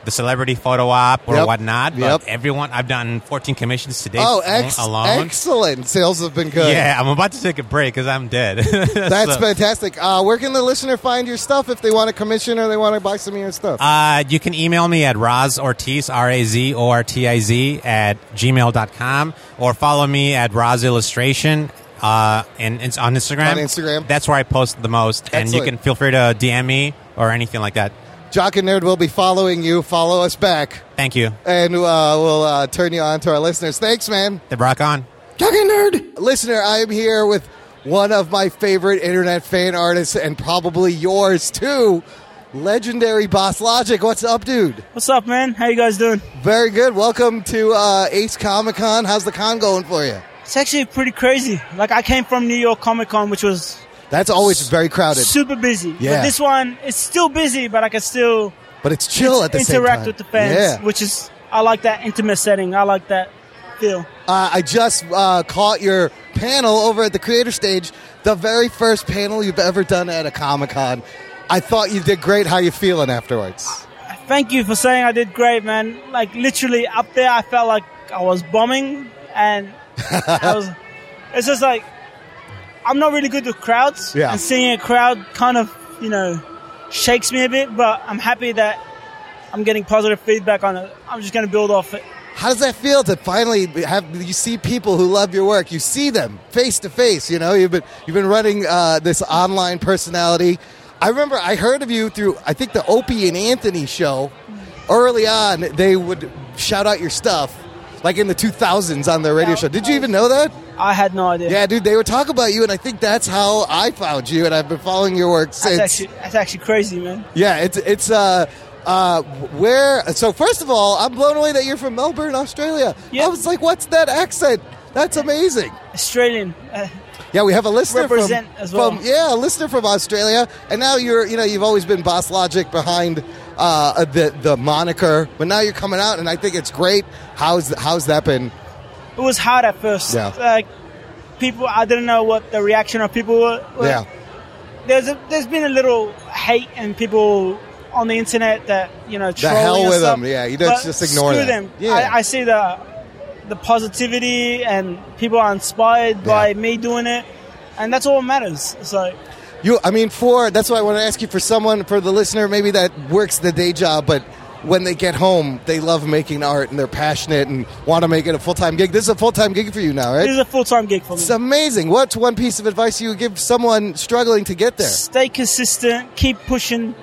Speaker 17: the celebrity photo op or
Speaker 1: Yep.
Speaker 17: whatnot. But
Speaker 1: Yep.
Speaker 17: everyone, I've done 14 commissions today.
Speaker 1: Oh, ex-
Speaker 17: alone.
Speaker 1: excellent! Sales have been good.
Speaker 17: Yeah, I'm about to take a break because I'm dead.
Speaker 1: That's
Speaker 17: So-
Speaker 1: fantastic. Uh, where can the listener find your stuff if they want to commission or they want to buy some of your stuff?
Speaker 17: Uh, you can email me at Roz Ortiz, R A Z O R T I Z, at gmail.com or follow me at Roz Illustration. Uh, and it's on Instagram.
Speaker 1: On Instagram.
Speaker 17: That's where I post the most. And you
Speaker 1: Excellent.
Speaker 17: can feel free to DM me or anything like that.
Speaker 1: Jock and Nerd will be following you. Follow us back,
Speaker 17: Thank you.
Speaker 1: and uh, we'll uh, turn you on to our listeners. Thanks, man.
Speaker 17: The rock on.
Speaker 1: Jock and Nerd listener, I am here with one of my favorite internet fan artists, and probably yours too. Legendary Boss Logic, what's up, dude?
Speaker 19: What's up, man? How you guys doing?
Speaker 1: Very good. Welcome to uh, Ace Comic Con. How's the con going for you?
Speaker 19: It's actually pretty crazy. Like I came from New York Comic Con, which was
Speaker 1: That's always very crowded.
Speaker 19: super busy.
Speaker 1: Yeah.
Speaker 19: But this one, it's still busy, but I can still
Speaker 1: But it's chill at the same
Speaker 19: interact
Speaker 1: time.
Speaker 19: with the fans,
Speaker 1: Yeah.
Speaker 19: which is I like that intimate setting. I like that feel.
Speaker 1: Uh, I just uh, caught your panel over at the creator stage, the very first panel you've ever done at a Comic Con. I thought you did great. How you feeling afterwards?
Speaker 19: Thank you for saying I did great, man. Like literally up there, I felt like I was bombing, and I was. It's just like I'm not really good with crowds,
Speaker 1: Yeah.
Speaker 19: and seeing a crowd kind of you know shakes me a bit. But I'm happy that I'm getting positive feedback on it. I'm just going to build off it.
Speaker 1: How does that feel to finally have you see people who love your work? You see them face to face. You know you've been you've been running uh, this online personality. I remember I heard of you through I think the Opie and Anthony show. Early on, they would shout out your stuff, like in the 2000s on their radio show. Did you even know that?
Speaker 19: I had no idea.
Speaker 1: Yeah, dude, they would talk about you, and I think that's how I found you, and I've been following your work
Speaker 19: That's
Speaker 1: since.
Speaker 19: actually, that's actually crazy, man.
Speaker 1: Yeah, it's it's uh uh where so first of all, I'm blown away that you're from Melbourne, Australia. I was like, what's that accent? That's amazing.
Speaker 19: Australian. Uh,
Speaker 1: Yeah, we have a listener from-
Speaker 19: Represent
Speaker 1: from,
Speaker 19: as well.
Speaker 1: yeah, a listener from Australia, and now you're you know you've always been Boss Logic behind uh, the the moniker, but now you're coming out, and I think it's great. How's how's that been?
Speaker 19: it was hard at first.
Speaker 1: Yeah.
Speaker 19: Like people, I didn't know what the reaction of people were. were.
Speaker 1: Yeah,
Speaker 19: There's a, there's been a little hate and people on the internet that you know trolling
Speaker 1: hell
Speaker 19: and
Speaker 1: with
Speaker 19: stuff,
Speaker 1: them. Yeah, you don't
Speaker 19: but
Speaker 1: just ignore
Speaker 19: screw
Speaker 1: that.
Speaker 19: them. I, I see the the positivity and people are inspired by me doing it, and that's all that matters. So
Speaker 1: you. I mean, for that's why I want to ask you for someone for the listener maybe that works the day job, but when they get home, they love making art and they're passionate and want to make it a full time gig. This is a full time gig for you now, right?
Speaker 19: This is a full time gig for me.
Speaker 1: It's amazing. What's one piece of advice you would give someone struggling to get there?
Speaker 19: Stay consistent. Keep pushing.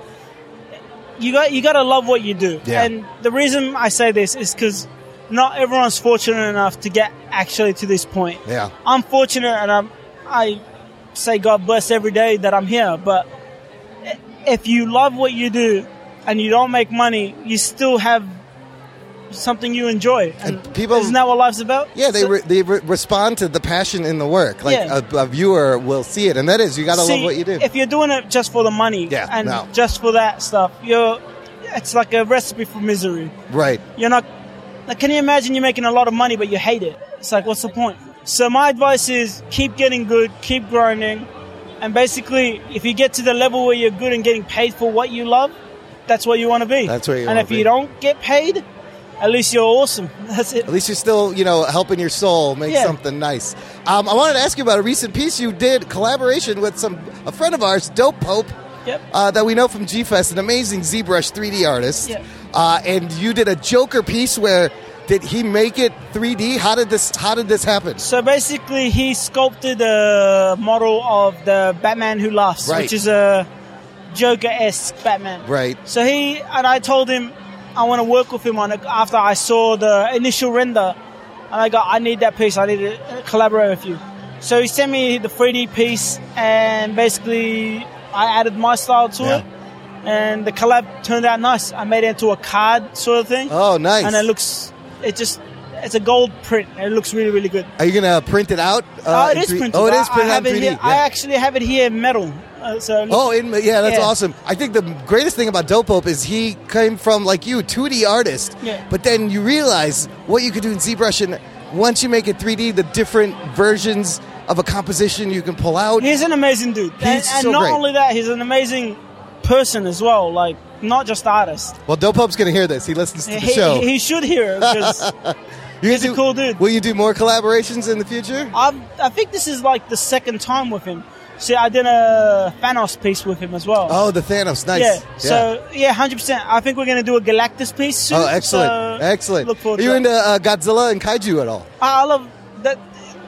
Speaker 19: You got you got to love what you do.
Speaker 1: Yeah.
Speaker 19: And the reason I say this is because not everyone's fortunate enough to get actually to this point.
Speaker 1: Yeah.
Speaker 19: I'm fortunate, and I'm I say God bless every day that I'm here. But i- if you love what you do and you don't make money, you still have something you enjoy. And, people isn't that what life's about?
Speaker 1: Yeah, they
Speaker 19: So-
Speaker 1: re- they re- respond to the passion in the work. Like
Speaker 19: Yeah.
Speaker 1: a, a viewer will see it, and that is you got to
Speaker 19: See,
Speaker 1: love what you do.
Speaker 19: If you're doing it just for the money
Speaker 1: Yeah,
Speaker 19: and
Speaker 1: no.
Speaker 19: just for that stuff, you're it's like a recipe for misery.
Speaker 1: Right.
Speaker 19: You're not. Like, can you imagine you're making a lot of money but you hate it? It's like, what's the point? So my advice is keep getting good, keep grinding, and basically, if you get to the level where you're good and getting paid for what you love, that's where you want to be.
Speaker 1: That's where you
Speaker 19: And
Speaker 1: wanna
Speaker 19: if
Speaker 1: be.
Speaker 19: you don't get paid, at least you're awesome. That's it.
Speaker 1: At least you're still, you know, helping your soul make
Speaker 19: Yeah.
Speaker 1: something nice. Um, I wanted to ask you about a recent piece you did collaboration with some a friend of ours, Dope Pope,
Speaker 19: Yep.
Speaker 1: uh, that we know from G Fest, an amazing ZBrush 3D artist.
Speaker 19: Yep.
Speaker 1: Uh, and you did a Joker piece where did he make it 3D? How did this? How did this happen?
Speaker 19: So basically, he sculpted a model of the Batman Who Laughs,
Speaker 1: Right.
Speaker 19: which is a Joker esque Batman.
Speaker 1: Right.
Speaker 19: So he and I told him I want to work with him on it after I saw the initial render, and I go, I need that piece. I need to uh, collaborate with you. So he sent me the 3D piece, and basically I added my style to it, and the collab turned out nice. I made it into a card sort of thing.
Speaker 1: Oh, nice.
Speaker 19: And it looks, it just, it's a gold print. and It looks really, really good.
Speaker 1: Are you gonna print it out?
Speaker 19: Oh, it
Speaker 1: in
Speaker 19: is
Speaker 1: three-
Speaker 19: printed.
Speaker 1: Oh, it
Speaker 19: I-
Speaker 1: is printed
Speaker 19: I,
Speaker 1: on
Speaker 19: have it
Speaker 1: 3D.
Speaker 19: Here,
Speaker 1: yeah.
Speaker 19: I actually have it here in metal. Uh, so it looks-
Speaker 1: Oh, in, yeah, that's awesome. I think the greatest thing about Dope Pope is he came from like you, 2D artist.
Speaker 19: Yeah.
Speaker 1: But then you realize what you could do in ZBrush, and once you make it 3D, the different versions of a composition you can pull out.
Speaker 19: He's an amazing dude, and,
Speaker 1: He's
Speaker 19: and
Speaker 1: so
Speaker 19: not
Speaker 1: great.
Speaker 19: only that, he's an amazing person as well. Like not just artist.
Speaker 1: well, Dope Pope's gonna hear this. He listens to the
Speaker 19: He,
Speaker 1: show.
Speaker 19: he should hear it because
Speaker 1: You're he's do, a cool
Speaker 19: dude.
Speaker 1: Will you do more collaborations in the future?
Speaker 19: I'm, I think this is like the second time with him. See, I did a Thanos piece with him as well.
Speaker 1: Oh, the Thanos, nice.
Speaker 19: Yeah. So yeah, hundred percent. I think we're gonna do a Galactus piece soon.
Speaker 1: oh, excellent,
Speaker 19: so
Speaker 1: excellent.
Speaker 19: Look forward
Speaker 1: Are you
Speaker 19: to
Speaker 1: into
Speaker 19: that.
Speaker 1: uh, Godzilla and Kaiju at all?
Speaker 19: I I love that.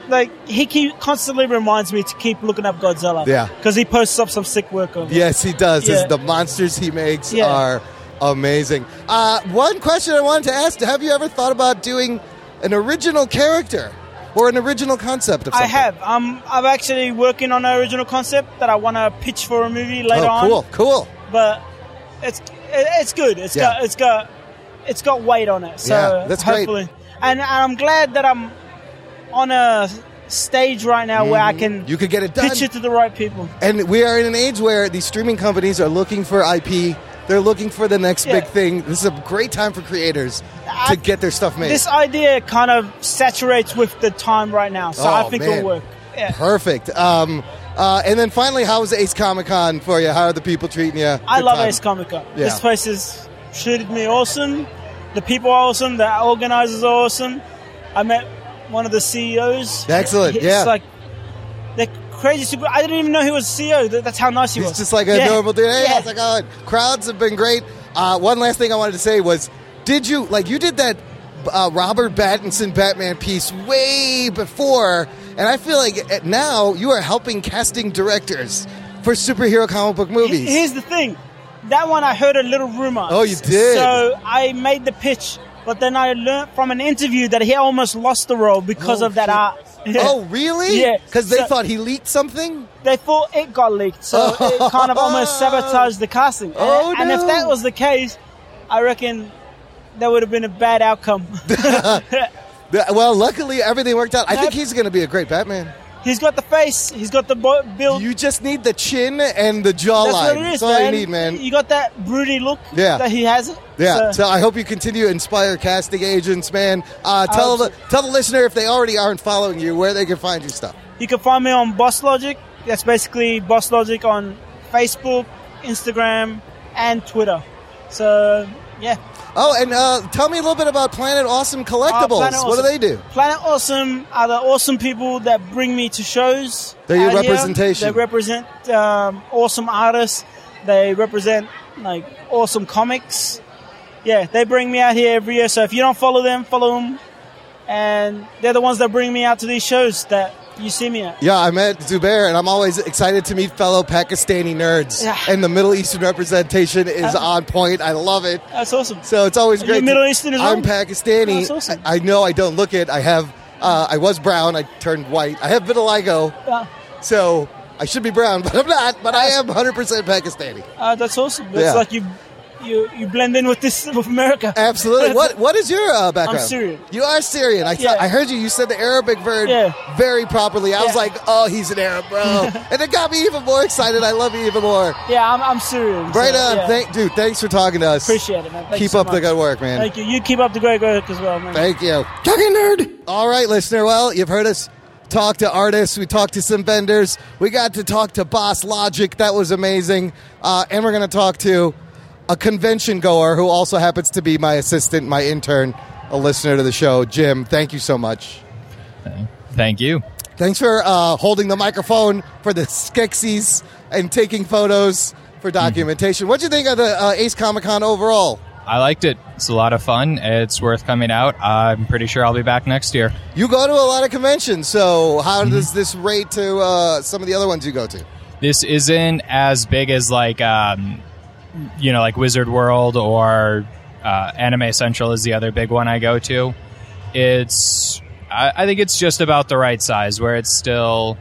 Speaker 19: Like he keep, constantly reminds me to keep looking up Godzilla.
Speaker 1: Yeah.
Speaker 19: Because he posts up some sick work of it.
Speaker 1: Yes, he does. His-
Speaker 19: Yeah.
Speaker 1: The monsters he makes
Speaker 19: Yeah.
Speaker 1: are amazing. Uh, one question I wanted to ask: Have you ever thought about doing an original character or an original concept of
Speaker 19: I
Speaker 1: something?
Speaker 19: have. Um, I'm actually working on an original concept that I want to pitch for a movie later
Speaker 1: oh, cool,
Speaker 19: on.
Speaker 1: cool.
Speaker 19: But it's it- it's good. It's
Speaker 1: Yeah.
Speaker 19: got it's got it's got weight on it. So
Speaker 1: Yeah, that's great.
Speaker 19: hopefully, and, and I'm glad that I'm on a stage right now where I
Speaker 1: Mhm.
Speaker 19: can
Speaker 1: You could get it done.
Speaker 19: pitch it to the right people.
Speaker 1: And we are in an age where these streaming companies are looking for IP. They're looking for the next
Speaker 19: Yeah.
Speaker 1: big thing. This is a great time for creators to get their stuff made.
Speaker 19: This idea kind of saturates with the time right now, so I
Speaker 1: Oh,
Speaker 19: think
Speaker 1: man.
Speaker 19: it'll work. Yeah.
Speaker 1: Perfect. Um, uh, and then finally, how was Ace Comic Con for you? How are the people treating you?
Speaker 19: I
Speaker 1: Good
Speaker 19: love
Speaker 1: time.
Speaker 19: Ace Comic Con.
Speaker 1: Yeah.
Speaker 19: This place has treated me awesome. The people are awesome. The organizers are awesome. I met one of the CEOs.
Speaker 1: Excellent,
Speaker 19: It's
Speaker 1: yeah.
Speaker 19: like they're crazy super. I didn't even know he was CEO. Th- That's how nice he
Speaker 1: He's
Speaker 19: was.
Speaker 1: just like a
Speaker 19: Yeah.
Speaker 1: normal dude. Hey,
Speaker 19: Yeah.
Speaker 1: how's it going? Crowds have been great. Uh, one last thing I wanted to say was, did you like you did that uh, Robert Pattinson Batman piece way before? And I feel like at- now you are helping casting directors for superhero comic book movies.
Speaker 19: Here's the thing. That one I heard a little rumor.
Speaker 1: Oh, you did?
Speaker 19: So I made the pitch, but then I learned from an interview that he almost lost the role because of that art.
Speaker 1: Oh, really?
Speaker 19: Yeah.
Speaker 1: 'Cause they thought he leaked something.
Speaker 19: They thought it got leaked, so it kind of almost sabotaged the casting. And-
Speaker 1: Oh,
Speaker 19: and,
Speaker 1: no.
Speaker 19: if that was the case, I reckon that would have been a bad outcome.
Speaker 1: Th- Well, luckily everything worked out. I think
Speaker 19: Yep.
Speaker 1: he's going to be a great Batman.
Speaker 19: He's got the face. He's got the bo- build.
Speaker 1: You just need the chin and the
Speaker 19: That's
Speaker 1: jawline.
Speaker 19: what it is,
Speaker 1: That's all
Speaker 19: man.
Speaker 1: you need, man.
Speaker 19: You got that broody look
Speaker 1: Yeah.
Speaker 19: that he has.
Speaker 1: Yeah,
Speaker 19: So-
Speaker 1: so I hope you continue to inspire casting agents, man. Uh,
Speaker 19: I
Speaker 1: tell
Speaker 19: hope
Speaker 1: the tell the listener if they already aren't following you where they can find your stuff.
Speaker 19: You can find me on Boss Logic. That's basically Boss Logic on Facebook, Instagram, and Twitter. So yeah,
Speaker 1: Oh, and uh, tell me a little bit about Planet Awesome Collectibles.
Speaker 19: Uh, Planet
Speaker 1: What do
Speaker 19: Awesome-
Speaker 1: they do?
Speaker 19: Planet Awesome are the awesome people that bring me to shows.
Speaker 1: They're your
Speaker 19: out here.
Speaker 1: representation.
Speaker 19: They represent um, awesome artists. They represent like awesome comics. Yeah, they bring me out here every year. So if you don't follow them, follow them. And they're the ones that bring me out to these shows that you see me at.
Speaker 1: Yeah, I met Zubair, and I'm always excited to meet fellow Pakistani nerds.
Speaker 19: Yeah.
Speaker 1: And the Middle Eastern representation is
Speaker 19: Uh,
Speaker 1: on point. I love it.
Speaker 19: That's awesome.
Speaker 1: So it's always
Speaker 19: Are you
Speaker 1: great. to-
Speaker 19: Middle Eastern as well?
Speaker 1: I'm Pakistani.
Speaker 19: That's awesome.
Speaker 1: I, I know I don't look it. I have. Uh, I was brown. I turned white. I have vitiligo,
Speaker 19: Yeah.
Speaker 1: so I should be brown, but I'm not. But I am 100% Pakistani.
Speaker 19: Uh, that's awesome. That's
Speaker 1: Yeah.
Speaker 19: like you you you blend in with this with America.
Speaker 1: Absolutely. What what is your uh, background?
Speaker 19: I'm Syrian.
Speaker 1: You are Syrian. I, thought I heard you. You said the Arabic word very properly. I was like, oh, he's an Arab, bro, and it got me even more excited. I love you even more.
Speaker 19: Yeah, I'm, I'm Syrian. so,
Speaker 1: Right on,
Speaker 19: yeah.
Speaker 1: Thank, dude. Thanks for talking to us.
Speaker 19: Appreciate it, man. Thank you
Speaker 1: keep
Speaker 19: so
Speaker 1: up the
Speaker 19: much.
Speaker 1: good work, man.
Speaker 19: Thank you. You keep up the great work as well, man.
Speaker 1: Thank you. Talking nerd. All right, listener. Well, you've heard us talk to artists. We talked to some vendors. We got to talk to Boss Logic. That was amazing. Uh, and we're going to talk to a convention goer who also happens to be my assistant, my intern, a listener to the show, Jim. Thank you so much.
Speaker 14: Thank you.
Speaker 1: Thanks for uh, holding the microphone for the Skeksis and taking photos for documentation. What'd you think of the uh, Ace Comic Con overall?
Speaker 14: I liked it. It's a lot of fun. It's worth coming out. I'm pretty sure I'll be back next year.
Speaker 1: You go to a lot of conventions, so
Speaker 14: Mm-hmm.
Speaker 1: how does this rate to uh, some of the other ones you go to?
Speaker 14: This isn't as big as like um, you know, like Wizard World or uh, Anime Central is the other big one I go to. It's I, I think it's just about the right size where it's still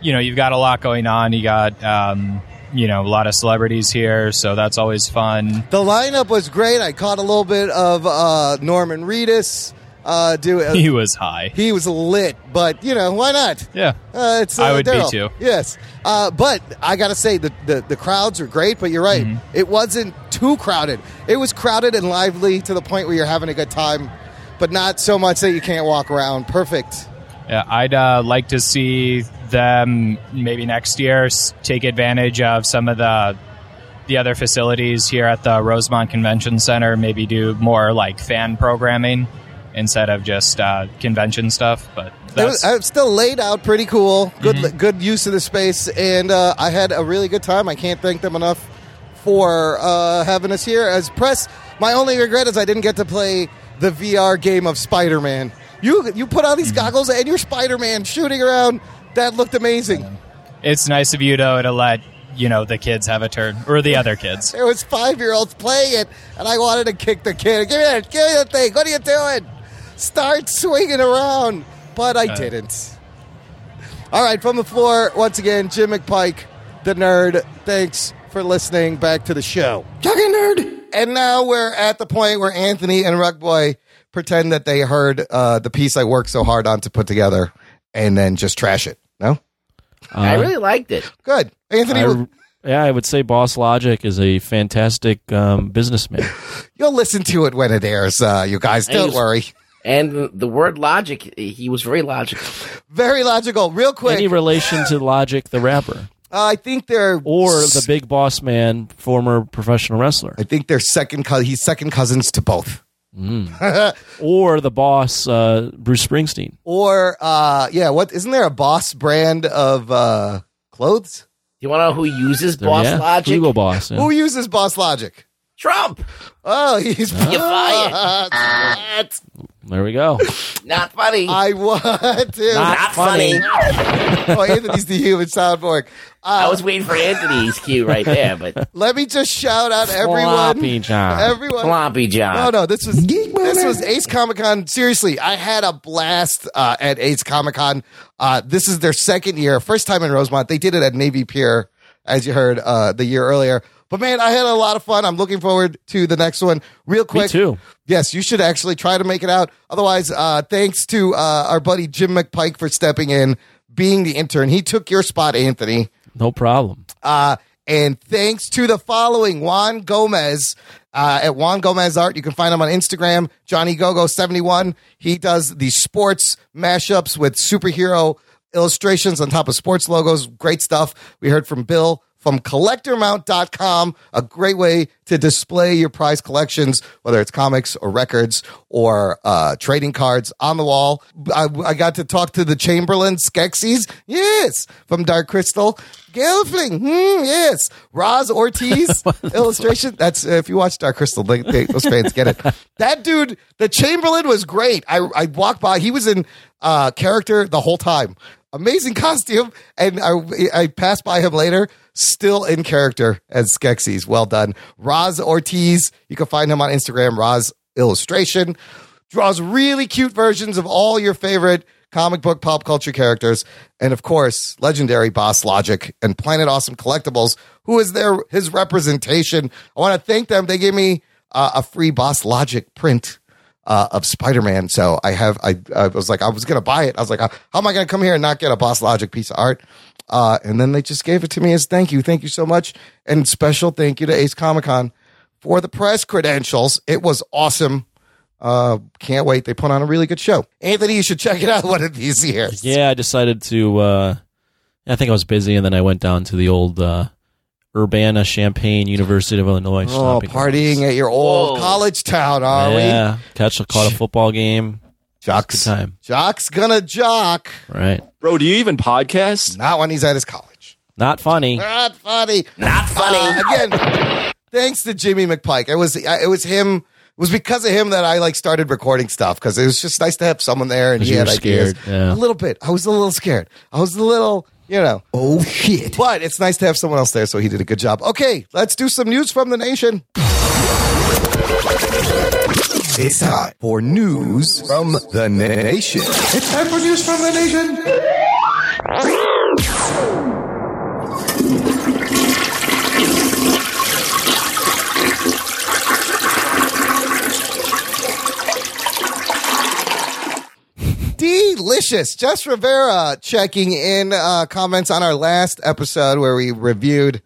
Speaker 14: you know you've got a lot going on. You got um, you know a lot of celebrities here, so that's always fun.
Speaker 1: The lineup was great. I caught a little bit of uh, Norman Reedus. Uh, do uh,
Speaker 14: He was high.
Speaker 1: He was lit, but you know why not?
Speaker 14: Yeah,
Speaker 1: uh, it's. Uh,
Speaker 14: I would be
Speaker 1: Daryl.
Speaker 14: too.
Speaker 1: Yes, uh, but I gotta say the, the the crowds are great. But you're right,
Speaker 14: Mm-hmm.
Speaker 1: it wasn't too crowded. It was crowded and lively to the point where you're having a good time, but not so much that you can't walk around. Perfect.
Speaker 14: Yeah, I'd uh, like to see them maybe next year s- take advantage of some of the the other facilities here at the Rosemont Convention Center. Maybe do more like fan programming instead of just uh, convention stuff. But
Speaker 1: It
Speaker 14: that's,
Speaker 1: was, uh, still laid out pretty cool. Good good use of the space, and uh, I had a really good time. I can't thank them enough for uh, having us here as press. My only regret is I didn't get to play the VR game of Spider Man. You you put on these goggles and you're Spider Man shooting around. That looked amazing.
Speaker 14: it's nice of you to to let you know the kids have a turn or the other kids.
Speaker 1: There was five year olds playing it, and I wanted to kick the kid. Give me that, give me that thing. What are you doing? Start swinging around, but I
Speaker 2: Uh.
Speaker 1: didn't. All right, from the floor once again, Jim McPike, the nerd. Thanks for listening back to the show. Talking nerd. And now we're at the point where Anthony and Rugboy pretend that they heard uh, the piece I worked so hard on to put together, and then just trash it. No,
Speaker 6: Uh,
Speaker 4: I really liked it.
Speaker 1: uh, Good, Anthony.
Speaker 6: I- yeah, I would say Boss Logic is a fantastic um, businessman.
Speaker 1: You'll listen to it when it airs, uh, you guys.
Speaker 4: And he
Speaker 1: Don't
Speaker 4: was-
Speaker 1: worry.
Speaker 4: And the- the word logic, he was very logical.
Speaker 1: Very logical. Real quick.
Speaker 6: Any relation to Logic the rapper
Speaker 1: Uh, I think they're
Speaker 6: or the Big Boss Man, former professional wrestler?
Speaker 1: I think they're second. cou- He's second cousins to both.
Speaker 6: Mm. or the boss uh, Bruce Springsteen.
Speaker 1: Or uh, yeah, what isn't there a Boss brand of uh, clothes?
Speaker 4: You want to know who uses Boss
Speaker 6: yeah,
Speaker 4: Logic?
Speaker 6: Google Boss. yeah.
Speaker 1: Who uses Boss Logic?
Speaker 4: Trump.
Speaker 1: Oh, he's
Speaker 4: You're fired.
Speaker 6: There we go.
Speaker 4: Not funny.
Speaker 1: I want to.
Speaker 4: Not Not funny.
Speaker 1: oh, Anthony's the human soundboard. Uh,
Speaker 4: I was waiting for Anthony's cue right there, but
Speaker 1: Let me just shout out everyone.
Speaker 4: Floppy John.
Speaker 1: Everyone.
Speaker 4: Floppy John.
Speaker 1: No, no, this was this was Ace Comic Con. Seriously, I had a blast uh, at Ace Comic Con. Uh, this is their second year, first time in Rosemont. They did it at Navy Pier, as you heard uh, the year earlier. But man, I had a lot of fun. I'm looking forward to the next one. Real quick,
Speaker 6: too.
Speaker 1: Yes, you should actually try to make it out. Otherwise, uh, thanks to uh, our buddy Jim McPike for stepping in, being the intern. He took your spot, Anthony.
Speaker 6: No problem.
Speaker 1: Uh, and thanks to the following Juan Gomez uh, at Juan Gomez Art. You can find him on Instagram, Johnny Gogo71. He does the sports mashups with superhero illustrations on top of sports logos. Great stuff. We heard from Bill from collectormount.com, a great way to display your prize collections, whether it's comics or records or uh, trading cards on the wall. I, I got to talk to the Chamberlain Skeksis, yes, from Dark Crystal. Gelfling, hmm, yes. Roz Ortiz illustration. That's uh, if you watch Dark Crystal, they, they, those fans get it. That dude, the Chamberlain was great. I, I walked by, he was in uh, character the whole time amazing costume. And I, I passed by him later, still in character as Skeksis. Well done. Roz Ortiz, you can find him on Instagram, Roz Illustration. Draws really cute versions of all your favorite comic book pop culture characters, and of course, legendary Boss Logic and Planet Awesome Collectibles, who is their his representation. I want to thank them. They gave me uh, a free Boss Logic print. Uh, of Spider-Man, so I have. I, I was like, I was gonna buy it. I was like, how am I gonna come here and not get a Boss Logic piece of art? Uh, and then they just gave it to me as thank you, thank you so much, and special thank you to Ace Comic Con for the press credentials. It was awesome. Uh, can't wait. They put on a really good show. Anthony, you should check it out one of these years.
Speaker 6: Yeah, I decided to. Uh, I think I was busy, and then I went down to the old uh, Urbana Champaign University of Illinois.
Speaker 1: Oh,
Speaker 6: shopping.
Speaker 1: partying at your old college town, are
Speaker 6: yeah,
Speaker 1: we?
Speaker 6: catch a caught a football game.
Speaker 1: Jocks
Speaker 6: good time,
Speaker 1: Jock's gonna jock.
Speaker 6: right?
Speaker 20: Bro, do you even podcast?
Speaker 1: Not when he's at his college.
Speaker 6: Not funny.
Speaker 1: Not funny. Not funny. again, thanks to Jimmy McPike. It was it was him. It was because of him that I like started recording stuff because it was just nice to have someone there and
Speaker 6: 'Cause
Speaker 1: he
Speaker 6: you
Speaker 1: had
Speaker 6: were
Speaker 1: ideas.
Speaker 6: scared, yeah.
Speaker 1: A little bit. I was a little scared. I was a little, you know. Oh shit! But it's nice to have someone else there, so he did a good job. Okay, let's do some news from the nation.
Speaker 2: It's time for news from the nation.
Speaker 1: It's time for news from the nation. Delicious. Jess Rivera checking in uh, comments on our last episode where we reviewed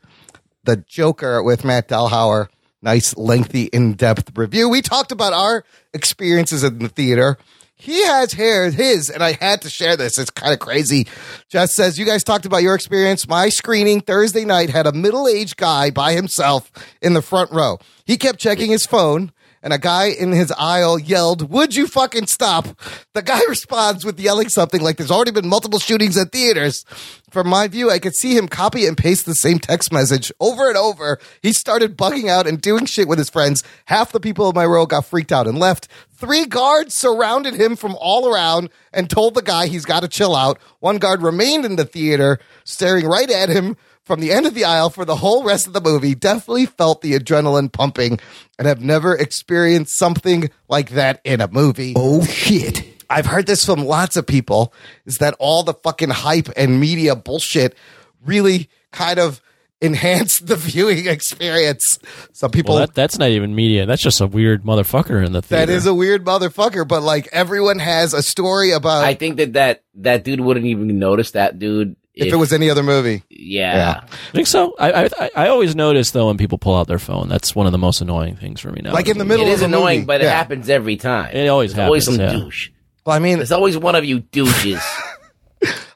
Speaker 1: the Joker with Matt Delhauer. Nice, lengthy, in depth review. We talked about our experiences in the theater. He has hair, his, and I had to share this. It's kind of crazy. Jess says, You guys talked about your experience. My screening Thursday night had a middle aged guy by himself in the front row. He kept checking his phone and a guy in his aisle yelled, Would you fucking stop? The guy responds with yelling something like, There's already been multiple shootings at theaters. From my view, I could see him copy and paste the same text message over and over. He started bugging out and doing shit with his friends. Half the people in my row got freaked out and left. Three guards surrounded him from all around and told the guy he's got to chill out. One guard remained in the theater, staring right at him from the end of the aisle for the whole rest of the movie. Definitely felt the adrenaline pumping and have never experienced something like that in a movie. Oh shit. I've heard this from lots of people is that all the fucking hype and media bullshit really kind of enhanced the viewing experience. Some people
Speaker 6: Well, that, that's not even media. That's just a weird motherfucker in the theater.
Speaker 1: that is a weird motherfucker, but like everyone has a story about
Speaker 4: I think that that, that dude wouldn't even notice that dude
Speaker 1: if, it was any other movie.
Speaker 4: Yeah.
Speaker 6: I think so. I, I I- I always notice though when people pull out their phone. That's one of the most annoying things for me now.
Speaker 4: It is annoying, but it happens every time.
Speaker 6: It always
Speaker 4: There's Always some
Speaker 6: happens, yeah.
Speaker 4: douche.
Speaker 1: Well, I mean,
Speaker 4: there's always one of you douches.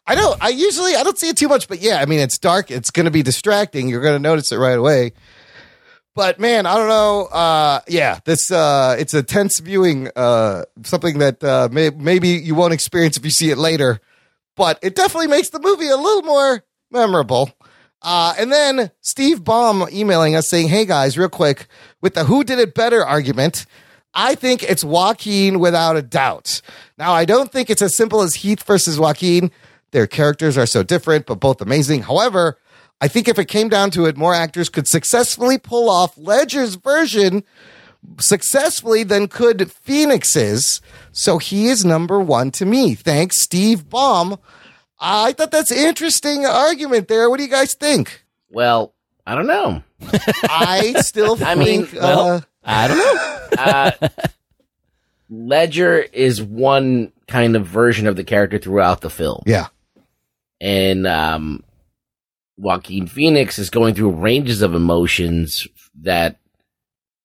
Speaker 1: I don't. I usually I don't see it too much, but yeah, I mean it's dark. It's going to be distracting. You're going to notice it right away. But man, I don't know. Uh, yeah, this uh, it's a tense viewing. Uh, something that uh, may, maybe you won't experience if you see it later, but it definitely makes the movie a little more memorable. Uh, and then Steve Baum emailing us saying, "Hey guys, real quick with the who did it better argument." I think it's Joaquin without a doubt. Now, I don't think it's as simple as Heath versus Joaquin. Their characters are so different, but both amazing. However, I think if it came down to it, more actors could successfully pull off Ledger's version successfully than could Phoenix's. So he is number one to me. Thanks, Steve Baum. I thought that's an interesting argument there. What do you guys think?
Speaker 4: Well, I don't know.
Speaker 1: I still
Speaker 4: I mean,
Speaker 1: think. uh,
Speaker 4: well, I don't know. Uh, Ledger is one kind of version of the character throughout the film.
Speaker 1: Yeah.
Speaker 4: And um, Joaquin Phoenix is going through ranges of emotions that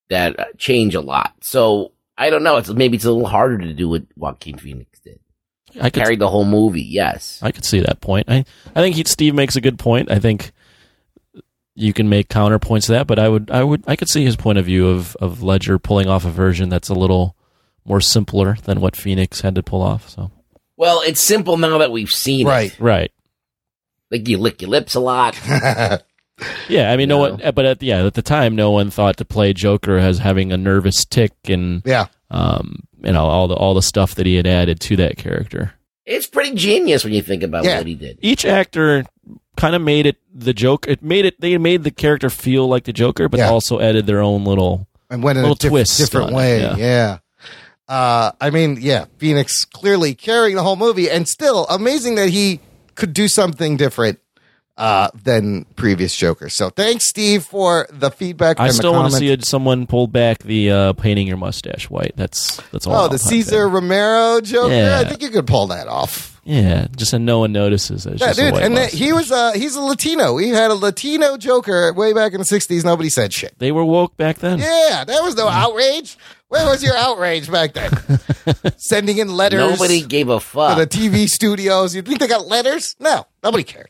Speaker 4: that uh, change a lot. So I don't know. It's maybe it's a little harder to do what Joaquin Phoenix did.
Speaker 6: I could-
Speaker 4: carried the whole movie. Yes.
Speaker 6: I could see that point. I I think he, Steve makes a good point. I think you can make counterpoints to that, but I would I would I could see his point of view of of Ledger pulling off a version that's a little more simpler than what Phoenix had to pull off. So
Speaker 4: Well, it's simple now that we've seen it.
Speaker 6: right,
Speaker 4: Like you lick your lips a lot.
Speaker 6: yeah. I mean, no, one. But at yeah, at the time, no one thought to play Joker as having a nervous tick and
Speaker 1: yeah,
Speaker 6: um, you know all the all the stuff that he had added to that character.
Speaker 4: it's pretty genius when you think about
Speaker 6: Yeah.
Speaker 4: what he did.
Speaker 6: each actor kind of made it the joke. It made it they made the character feel like the Joker, but also added their own little
Speaker 1: and went in
Speaker 6: little
Speaker 1: a diff-
Speaker 6: twist,
Speaker 1: different
Speaker 6: on it,
Speaker 1: way.
Speaker 6: yeah.
Speaker 1: yeah. Uh, I mean, yeah, Phoenix clearly carrying the whole movie, and still amazing that he could do something different uh, than previous Joker. So thanks, Steve, for the feedback.
Speaker 6: I
Speaker 1: and the
Speaker 6: still want to
Speaker 1: comments.
Speaker 6: see it- someone pull back the uh, painting your mustache white. That's that's all.
Speaker 1: Oh,
Speaker 6: I'll
Speaker 1: the
Speaker 6: hunt
Speaker 1: Caesar Romero Joker.
Speaker 6: Yeah.
Speaker 1: I think you could pull that off.
Speaker 6: at. Yeah, just so no one notices. That it's
Speaker 1: Yeah,
Speaker 6: just a
Speaker 1: dude,
Speaker 6: white
Speaker 1: and that
Speaker 6: mustache.
Speaker 1: he was uh, he's a Latino. We had a Latino Joker way back in the '60s. Nobody said shit.
Speaker 6: they were woke back then.
Speaker 1: Yeah, there was no outrage. Where was your outrage back then? Sending in letters.
Speaker 4: Nobody gave a fuck.
Speaker 1: to the TV studios. You think they got letters? No, nobody cared.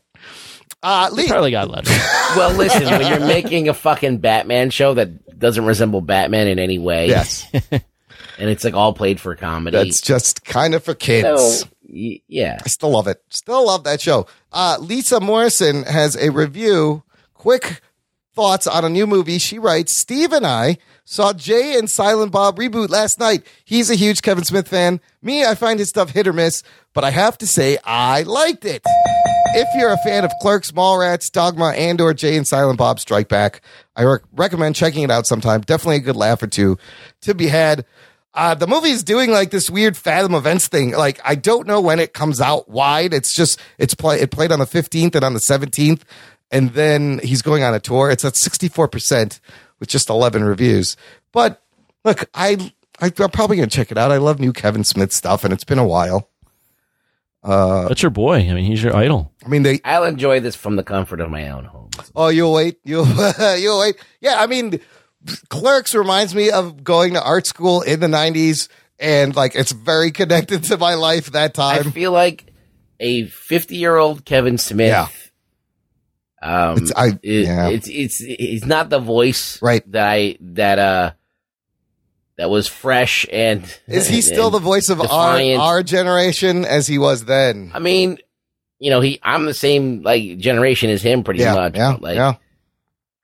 Speaker 1: Uh, Lee,
Speaker 6: probably got letters.
Speaker 4: well, listen, when you're making a fucking Batman show that doesn't resemble Batman in any way,
Speaker 1: Yes.
Speaker 4: and it's like all played for comedy.
Speaker 1: that's just kind of for kids.
Speaker 4: So, y- yeah.
Speaker 1: I still love it. Still love that show. Uh, Lisa Morrison has a review. Quick thoughts on a new movie. She writes Steve and I saw Jay and Silent Bob reboot last night. He's a huge Kevin Smith fan. Me, I find his stuff hit or miss, but I have to say I liked it. If you're a fan of Clerks, Mallrats, Dogma, and or Jay and Silent Bob Strike Back, I rec- recommend checking it out sometime. Definitely a good laugh or two to be had. Uh, the movie is doing like this weird Fathom Events thing. Like I don't know when it comes out wide. It's just it's play it played on the 15th and on the 17th, and then he's going on a tour. It's at 64 percent with just 11 reviews. But look, I, I I'm probably gonna check it out. I love new Kevin Smith stuff, and it's been a while. Uh,
Speaker 6: That's your boy. I mean, he's your idol.
Speaker 1: I mean, they.
Speaker 4: I'll enjoy this from the comfort of my own home.
Speaker 1: Oh, you'll wait. You'll you'll wait. Yeah, I mean, Clerks reminds me of going to art school in the '90s, and like it's very connected to my life that
Speaker 4: I
Speaker 1: time.
Speaker 4: feel like a 50 year old Kevin Smith.
Speaker 1: Yeah.
Speaker 4: Um,
Speaker 1: It's- I-
Speaker 4: it-
Speaker 1: yeah.
Speaker 4: it's it's it's not the voice
Speaker 1: right
Speaker 4: that I that uh that was fresh and
Speaker 1: Is he still
Speaker 4: and
Speaker 1: the voice of our,
Speaker 4: defiant.
Speaker 1: our generation as he was then?
Speaker 4: I mean, you know, he I'm the same like generation as him pretty
Speaker 1: Yeah,
Speaker 4: much.
Speaker 1: yeah,
Speaker 4: like
Speaker 1: yeah.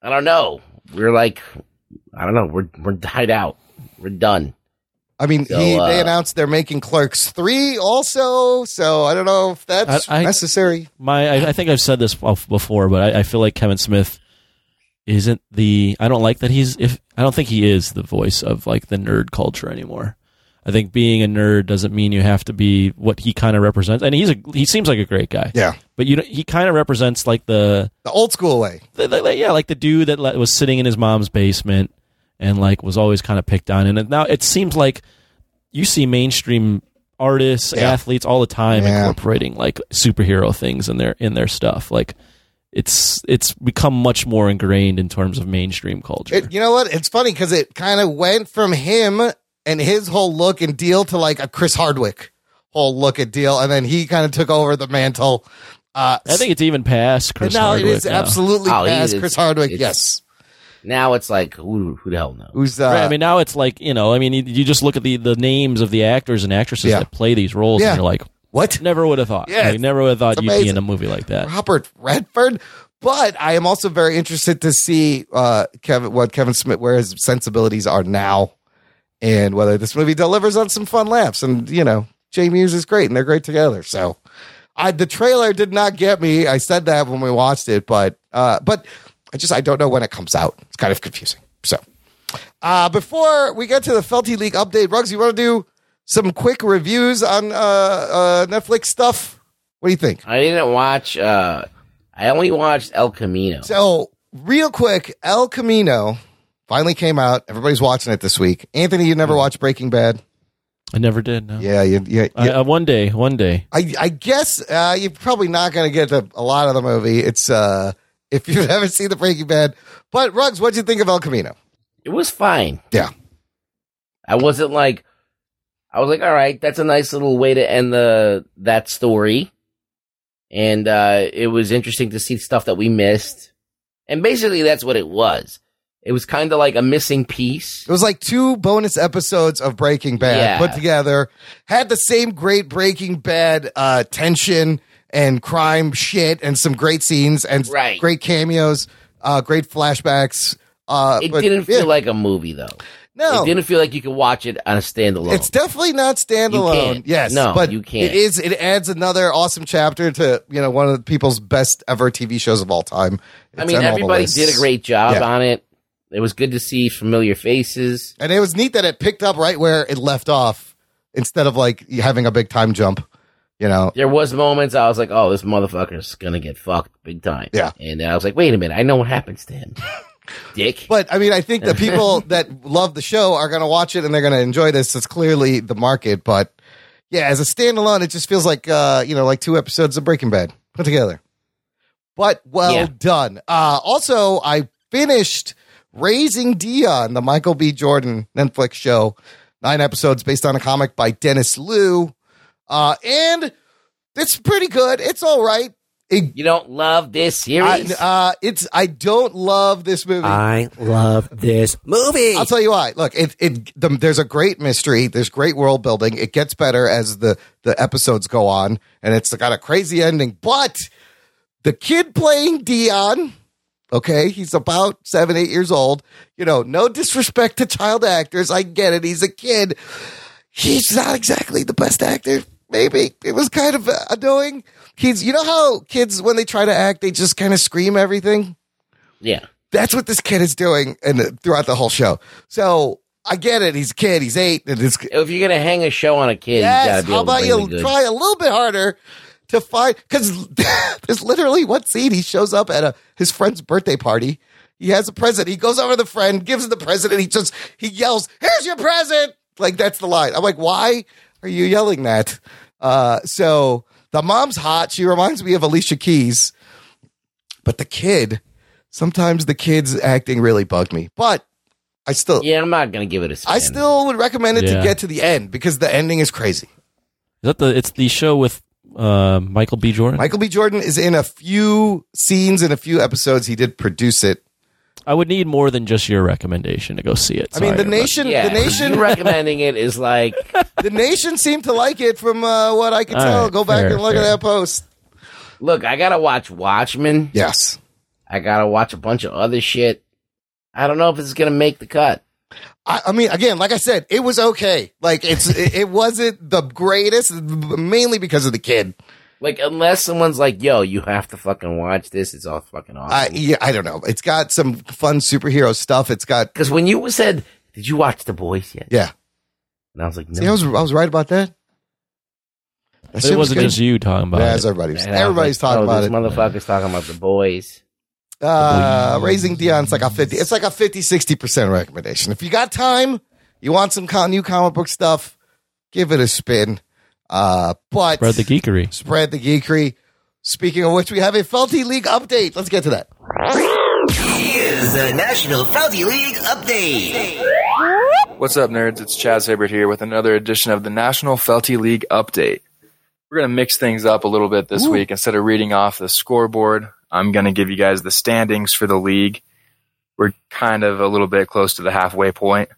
Speaker 4: I don't know. We're like I don't know, we're we're died out. We're done.
Speaker 1: I mean,
Speaker 4: So,
Speaker 1: he, they
Speaker 4: uh,
Speaker 1: announced they're making Clerks three also, so I don't know if that's
Speaker 6: I- I-
Speaker 1: necessary.
Speaker 6: My, I, I think I've said this of- before, but I, I feel like Kevin Smith isn't the. I don't like that he's. If I don't think he is the voice of like the nerd culture anymore. I think being a nerd doesn't mean you have to be what he kind of represents. And he's a. He seems like a great guy.
Speaker 1: Yeah.
Speaker 6: But you know, he kind of represents like the
Speaker 1: The old school way.
Speaker 6: the- the- the- yeah, like the dude that le- was sitting in his mom's basement and like was always kind of picked on. And it- now it seems like you see mainstream artists,
Speaker 1: Yeah.
Speaker 6: athletes all the time
Speaker 1: Yeah.
Speaker 6: incorporating like superhero things in their in their stuff. Like it's it's become much more ingrained in terms of mainstream culture.
Speaker 1: It, you know what? It's funny because it kind of went from him and his whole look and deal to like a Chris Hardwick whole look and deal, and then he kind of took over the mantle. Uh,
Speaker 6: I think it's even past Chris.
Speaker 1: now it
Speaker 6: Hardwick
Speaker 1: is
Speaker 6: now.
Speaker 1: absolutely
Speaker 4: Oh, he
Speaker 1: past
Speaker 4: is-
Speaker 1: Chris Hardwick.
Speaker 4: it's-
Speaker 1: Yes,
Speaker 4: Now it's like who who the hell knows?
Speaker 1: who's uh,
Speaker 6: Right, I mean, now it's like you know. I mean, you, you just look at the, the names of the actors and actresses
Speaker 1: Yeah.
Speaker 6: that play these roles,
Speaker 1: Yeah.
Speaker 6: and you're like,
Speaker 1: what?
Speaker 6: Never would have thought.
Speaker 1: Yeah,
Speaker 6: like, never would have thought
Speaker 1: it's
Speaker 6: you'd be
Speaker 1: amazing.
Speaker 6: in a movie like that.
Speaker 1: Robert Redford. But I am also very interested to see uh, Kevin what Kevin Smith where his sensibilities are now, and whether this movie delivers on some fun laughs. And you know, Jay Muse is great, and they're great together. So, I the trailer did not get me. I said that when we watched it, but uh, but I just I don't know when it comes out. It's kind of confusing. So, uh, before we get to the Felty League update, Rugs, you want to do some quick reviews on uh, uh, Netflix stuff? What do you think?
Speaker 4: I didn't watch uh I only watched El Camino.
Speaker 1: So, real quick, El Camino finally came out. Everybody's watching it this week. Anthony, you
Speaker 4: Hmm.
Speaker 1: never watched Breaking Bad?
Speaker 6: I never did. No.
Speaker 1: Yeah, you, you, you-
Speaker 6: I, I, one day, one day.
Speaker 1: I, I guess uh, you're probably not going to get to a lot of the movie. It's uh, if you haven't seen the Breaking Bad. But Ruggs, what'd you think of El Camino?
Speaker 4: It was fine.
Speaker 1: Yeah.
Speaker 4: I wasn't like I was like, all right, that's a nice little way to end the that story. And uh it was interesting to see stuff that we missed. And basically that's what it was. It was kind of like a missing piece.
Speaker 1: It was like two bonus episodes of Breaking Bad
Speaker 4: Yeah.
Speaker 1: put together. Had the same great Breaking Bad uh, tension and crime shit, and some great scenes and
Speaker 4: Right.
Speaker 1: great cameos, uh, great flashbacks. Uh,
Speaker 4: It
Speaker 1: but,
Speaker 4: didn't feel
Speaker 1: yeah.
Speaker 4: like a movie though.
Speaker 1: No.
Speaker 4: It didn't feel like you could watch it on a standalone.
Speaker 1: It's definitely not standalone.
Speaker 4: You can't.
Speaker 1: Yes,
Speaker 4: No,
Speaker 1: but
Speaker 4: you can't.
Speaker 1: It is. It adds another awesome chapter to you know one of the people's best ever TV shows of all time.
Speaker 4: I
Speaker 1: It's
Speaker 4: mean,
Speaker 1: on all the
Speaker 4: everybody
Speaker 1: lists.
Speaker 4: did a great job
Speaker 1: Yeah.
Speaker 4: on it. It was good to see familiar faces.
Speaker 1: and it was neat that it picked up right where it left off instead of like having a big time jump. You know,
Speaker 4: There was moments I was like, "Oh, this motherfucker's gonna get fucked big time."
Speaker 1: Yeah.
Speaker 4: and I was like, "Wait a minute, I know what happens to him, dick."
Speaker 1: But I mean, I think the people that love the show are going to watch it and they're going to enjoy this. It's clearly the market, but yeah, as a standalone, it just feels like uh, you know, like two episodes of Breaking Bad put together. But well
Speaker 2: Yeah.
Speaker 1: done. Uh, also, I finished Raising Dion, the Michael B. Jordan Netflix show, nine episodes based on a comic by Dennis Liu, uh, and it's pretty good. It's all right.
Speaker 4: you don't love this series?
Speaker 1: I, uh, it's I don't love this movie.
Speaker 4: I
Speaker 1: love this
Speaker 4: movie.
Speaker 1: I'll tell you why. Look, it it the, there's a great mystery. There's great world building. It gets better as the the episodes go on, and it's got a crazy ending. But the kid playing Dion, okay, he's about seven, eight years old. You know, no disrespect to child actors. I get it. He's a kid. He's not exactly the best actor. Maybe it was kind of annoying. Kids, you know how kids when they try to act, they just kind of scream everything.
Speaker 4: yeah.
Speaker 1: That's what this kid is doing and throughout the whole show. So I get it. He's a kid. He's eight. And it's,
Speaker 4: If you're gonna hang a show on a kid, you gotta
Speaker 1: yes.
Speaker 4: be
Speaker 1: How
Speaker 4: able
Speaker 1: about
Speaker 4: to
Speaker 1: you
Speaker 4: bring the
Speaker 1: try a little bit harder to find? Because there's literally one scene. He shows up at a his friend's birthday party. He has a present. He goes over to the friend, gives him the present, and he just he yells, "Here's your present!" Like that's the line. I'm like, why are you yelling that? Uh, so the mom's hot. She reminds me of Alicia Keys, but the kid. Sometimes the kid's acting really bugged me, but I still
Speaker 4: yeah, I'm not gonna give it a
Speaker 1: I still would recommend it
Speaker 6: Yeah.
Speaker 1: to get to the end because the ending is crazy.
Speaker 6: Is that the? It's the show with uh, Michael B. Jordan.
Speaker 1: Michael B. Jordan is in a few scenes in a few episodes. He did produce it.
Speaker 6: I would need more than just your recommendation to go see it.
Speaker 1: I mean, the
Speaker 6: Sorry, but-
Speaker 1: nation,
Speaker 4: Yeah,
Speaker 1: the nation
Speaker 4: you recommending it is like
Speaker 1: the nation seemed to like it from uh, what I could
Speaker 4: All
Speaker 1: tell.
Speaker 4: right,
Speaker 1: Go back
Speaker 4: fair,
Speaker 1: and look at
Speaker 4: fair.
Speaker 1: that post.
Speaker 4: Look, I gotta watch Watchmen.
Speaker 1: Yes.
Speaker 4: I gotta watch a bunch of other shit. I don't know if it's gonna make the cut.
Speaker 1: I, I mean, again, like I said, it was okay. Like it's, it, it wasn't the greatest, mainly because of the kid.
Speaker 4: Like unless someone's like, "Yo, you have to fucking watch this. It's all fucking awesome."
Speaker 1: I, yeah, I don't know. It's got some fun superhero stuff. It's got
Speaker 4: because when you said, "Did you watch The Boys yet?"
Speaker 1: yeah,
Speaker 4: and I was like, "No."
Speaker 1: see, I was, I was right about that. That
Speaker 6: But
Speaker 1: shit
Speaker 6: it
Speaker 1: was
Speaker 6: wasn't
Speaker 1: good.
Speaker 6: just you talking about
Speaker 1: Yeah,
Speaker 6: it.
Speaker 1: it's everybody.
Speaker 4: And I was
Speaker 1: Everybody's
Speaker 4: like,
Speaker 1: talking
Speaker 4: "Oh,
Speaker 1: about
Speaker 4: this
Speaker 1: it.
Speaker 4: Motherfuckers talking about The Boys.
Speaker 1: Uh, raising Dion's like a 50, it's like a 50, 60% recommendation. If you got time, you want some co- new comic book stuff, give it a spin. Uh, but
Speaker 6: Spread the geekery.
Speaker 1: spread the geekery. Speaking of which, we have a Felty League update. Let's get to that.
Speaker 2: Here's the National Fuzzy League update.
Speaker 21: What's up, nerds? It's Chaz Hibbert here with another edition of the National Felty League Update. We're going to mix things up a little bit this
Speaker 2: Ooh.
Speaker 21: week. Instead of reading off the scoreboard, I'm going to give you guys the standings for the league. We're kind of a little bit close to the halfway point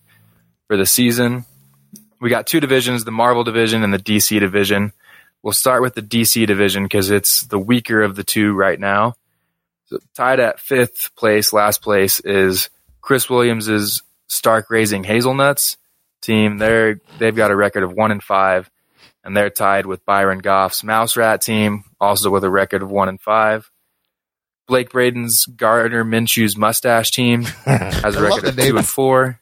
Speaker 21: for the season. We got two divisions the Marvel division and the DC division. We'll start with the DC division because it's the weaker of the two right now. So tied at fifth place, last place is Chris Williams's Stark Raising Hazelnuts team. They're they've got a record of one and five, and they're tied with Byron Goff's Mouse Rat team, also with a record of one and five. Blake Braden's Gardner Minshew's Mustache team has a
Speaker 2: I love
Speaker 21: record
Speaker 2: the
Speaker 21: of two
Speaker 2: name.
Speaker 21: and four,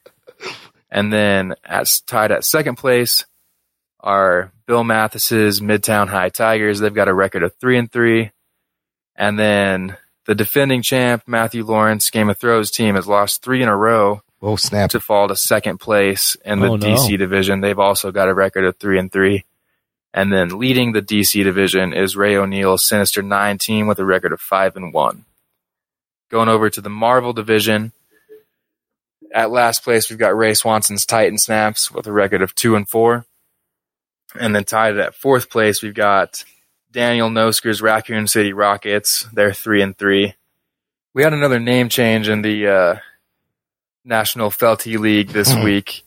Speaker 21: and then as tied at second place are Bill Mathis's Midtown High Tigers. They've got a record of three and three. And then the defending champ, Matthew Lawrence, Game of Thrones team has lost three in a row.
Speaker 1: Oh, snap.
Speaker 21: To fall to second place in the
Speaker 1: Oh, no.
Speaker 21: DC division. They've also got a record of three and three. And then leading the DC division is Ray O'Neill's Sinister Nine team with a record of five and one. Going over to the Marvel division. At last place, we've got Ray Swanson's Titan Snaps with a record of two and four. And then tied at fourth place, we've got Daniel Nosker's Raccoon City Rockets. They're three and three. We had another name change in the uh, National Felty League this
Speaker 1: Hmm.
Speaker 21: week.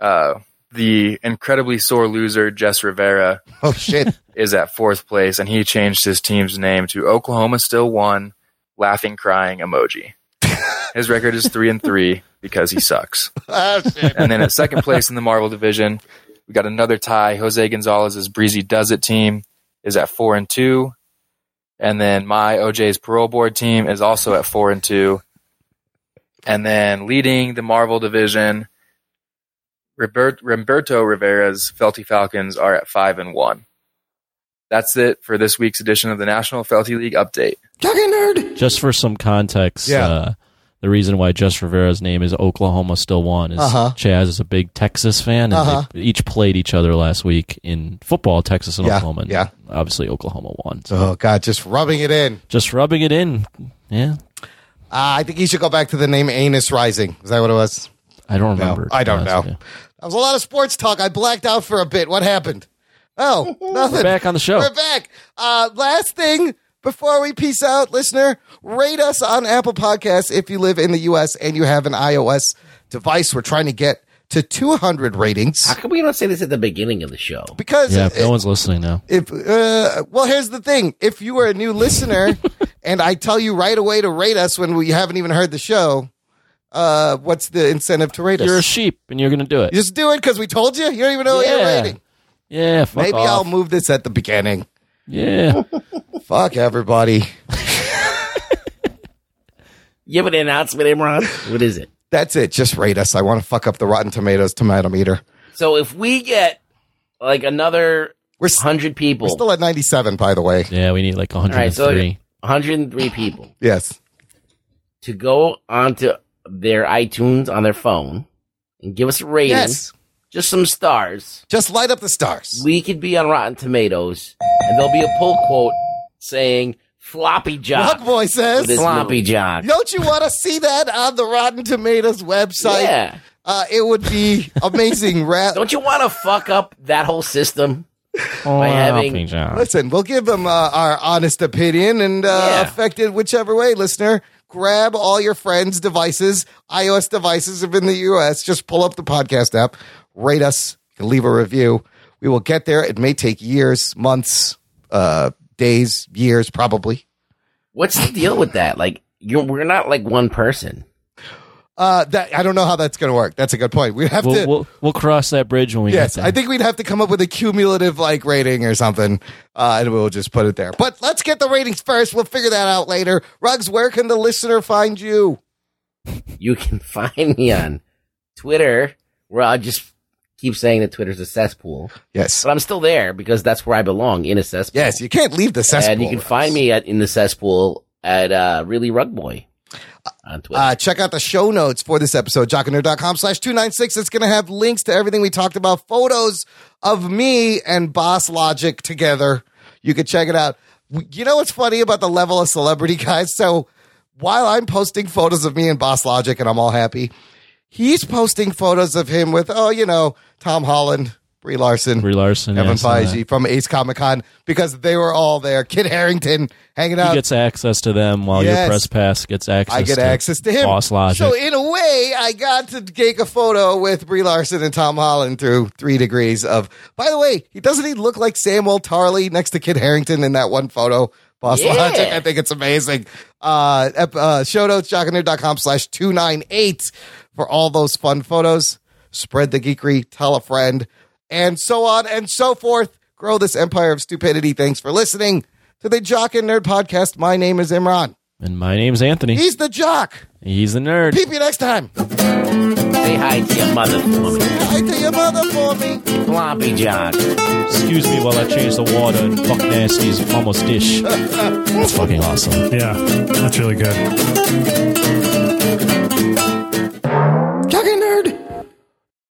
Speaker 21: Uh, the incredibly sore loser Jess Rivera.
Speaker 1: Oh shit!
Speaker 21: Is at fourth place, and he changed his team's name to Oklahoma Still Won. Laughing, crying emoji. His record is three and three because he sucks.
Speaker 1: Ah,
Speaker 21: And then at second place in the Marvel division, we got another tie. Jose Gonzalez's Breezy Does It team is at four and two. And then my OJ's parole board team is also at four and two. And then leading the Marvel division Robert, Roberto Rivera's Felty Falcons are at five and one. That's it for this week's edition of the National Felty League update.
Speaker 6: Just for some context,
Speaker 21: Yeah.
Speaker 6: uh, the reason why Jess Rivera's name is Oklahoma still won is
Speaker 1: Uh-huh.
Speaker 6: Chaz is a big Texas fan, and
Speaker 1: Uh-huh.
Speaker 6: they each played each other last week in football, Texas and
Speaker 1: Yeah,
Speaker 6: Oklahoma. and
Speaker 1: yeah.
Speaker 6: obviously Oklahoma won. So
Speaker 1: Oh God, just rubbing it in.
Speaker 6: Just rubbing it in. Yeah.
Speaker 1: Uh, I think he should go back to the name Anus Rising. Is that what it was?
Speaker 6: I don't
Speaker 1: No,
Speaker 6: remember.
Speaker 1: I don't know. That was a lot of sports talk. I blacked out for a bit. What happened? Oh, nothing.
Speaker 6: We're back on the show.
Speaker 1: We're back. Uh, last thing before we peace out, listener, rate us on Apple Podcasts if you live in the U.S. and you have an iOS device. We're trying to get to 200 ratings. How
Speaker 4: come we don't say this at the beginning of the show?
Speaker 1: Because
Speaker 6: Yeah, if no one's listening now.
Speaker 1: if uh, well, here's the thing: if you are a new listener, and I tell you right away to rate us when we haven't even heard the show, uh, what's the incentive to rate us?
Speaker 6: You're a sheep, and you're going to do it.
Speaker 1: You just do it because we told you. You don't even know what
Speaker 6: Yeah.
Speaker 1: you're rating.
Speaker 6: Yeah, fuck
Speaker 1: maybe
Speaker 6: off.
Speaker 1: I'll move this at the beginning.
Speaker 6: Yeah.
Speaker 1: fuck everybody.
Speaker 4: You have an announcement, Imran? What is it?
Speaker 1: That's it. Just rate us. I want to fuck up the Rotten Tomatoes tomato meter.
Speaker 4: So if we get like another hundred people,
Speaker 1: We're still at 97, by the way.
Speaker 6: Yeah, we need like
Speaker 4: all right, so 103 people
Speaker 1: yes.
Speaker 4: to go onto their iTunes on their phone and give us a rating,
Speaker 1: Yes.
Speaker 4: just some stars,
Speaker 1: just light up the stars.
Speaker 4: We could be on Rotten Tomatoes, and there'll be a pull quote saying "floppy jock."
Speaker 1: Rock boy says
Speaker 4: This floppy jock.
Speaker 1: Don't you want to see that on the Rotten Tomatoes website?
Speaker 4: Yeah.
Speaker 1: Uh, it would be amazing. Ra-
Speaker 4: Don't you want to fuck up that whole system
Speaker 6: Oh,
Speaker 4: by having?
Speaker 1: Listen, we'll give them uh, our honest opinion and uh, affect it whichever way, listener. Grab all your friends' devices, iOS devices if in the US. Just pull up the podcast app, rate us, you can leave a review. We will get there. It may take years, months, uh, days, years, probably.
Speaker 4: What's the deal with that? Like, you're, we're not like one person.
Speaker 1: Uh, that I don't know how that's going to work. That's a good point. We have
Speaker 6: We'll,
Speaker 1: to.
Speaker 6: we'll, we'll cross that bridge when we
Speaker 1: yes,
Speaker 6: get there.
Speaker 1: I think we'd have to come up with a cumulative like rating or something, uh, and we'll just put it there. But let's get the ratings first. We'll figure that out later. Rugs, where can the listener find you?
Speaker 4: You can find me on Twitter, where I just keep saying that Twitter's a cesspool.
Speaker 1: Yes.
Speaker 4: But I'm still there because that's where I belong in a cesspool.
Speaker 1: Yes, you can't leave the cesspool.
Speaker 4: And you can find me at, in the cesspool at uh, Really Rug Boy on Twitter.
Speaker 1: Uh, check out the show notes for this episode, jockanerd.com slash 296. It's going to have links to everything we talked about, photos of me and Boss Logic together. You can check it out. W- You know what's funny about the level of celebrity, guys? So while I'm posting photos of me and Boss Logic and I'm all happy, he's posting photos of him with, oh, you know, Tom Holland, Brie Larson,
Speaker 6: Brie Larson,
Speaker 1: Evan
Speaker 6: yeah, I saw that.
Speaker 1: Feige from Ace Comic Con because they were all there. Kid Harrington hanging out.
Speaker 6: He gets access to them while
Speaker 1: Yes.
Speaker 6: your press pass gets access.
Speaker 1: I get
Speaker 6: to
Speaker 1: access to him.
Speaker 6: Boss Logic.
Speaker 1: So in a way, I got to take a photo with Brie Larson and Tom Holland through three degrees of. By the way, he doesn't he look like Samuel Tarley next to Kid Harrington in that one photo? Boss
Speaker 2: Yeah.
Speaker 1: Logic. I think it's amazing. Uh, ep- uh, show notes, com slash 298 for all those fun photos. Spread the geekery, tell a friend, and so on and so forth. Grow this empire of stupidity. Thanks for listening to the Jock and Nerd podcast. My name is Imran.
Speaker 6: and my name's Anthony.
Speaker 1: He's the jock.
Speaker 6: He's the nerd.
Speaker 1: Peep you next time.
Speaker 4: Say hi to your mother for me.
Speaker 1: Hi to your mother for me.
Speaker 4: Floppy John.
Speaker 6: Excuse me while I change the water and fuck Nasty's almost dish. It's fucking awesome.
Speaker 3: Yeah, that's really good.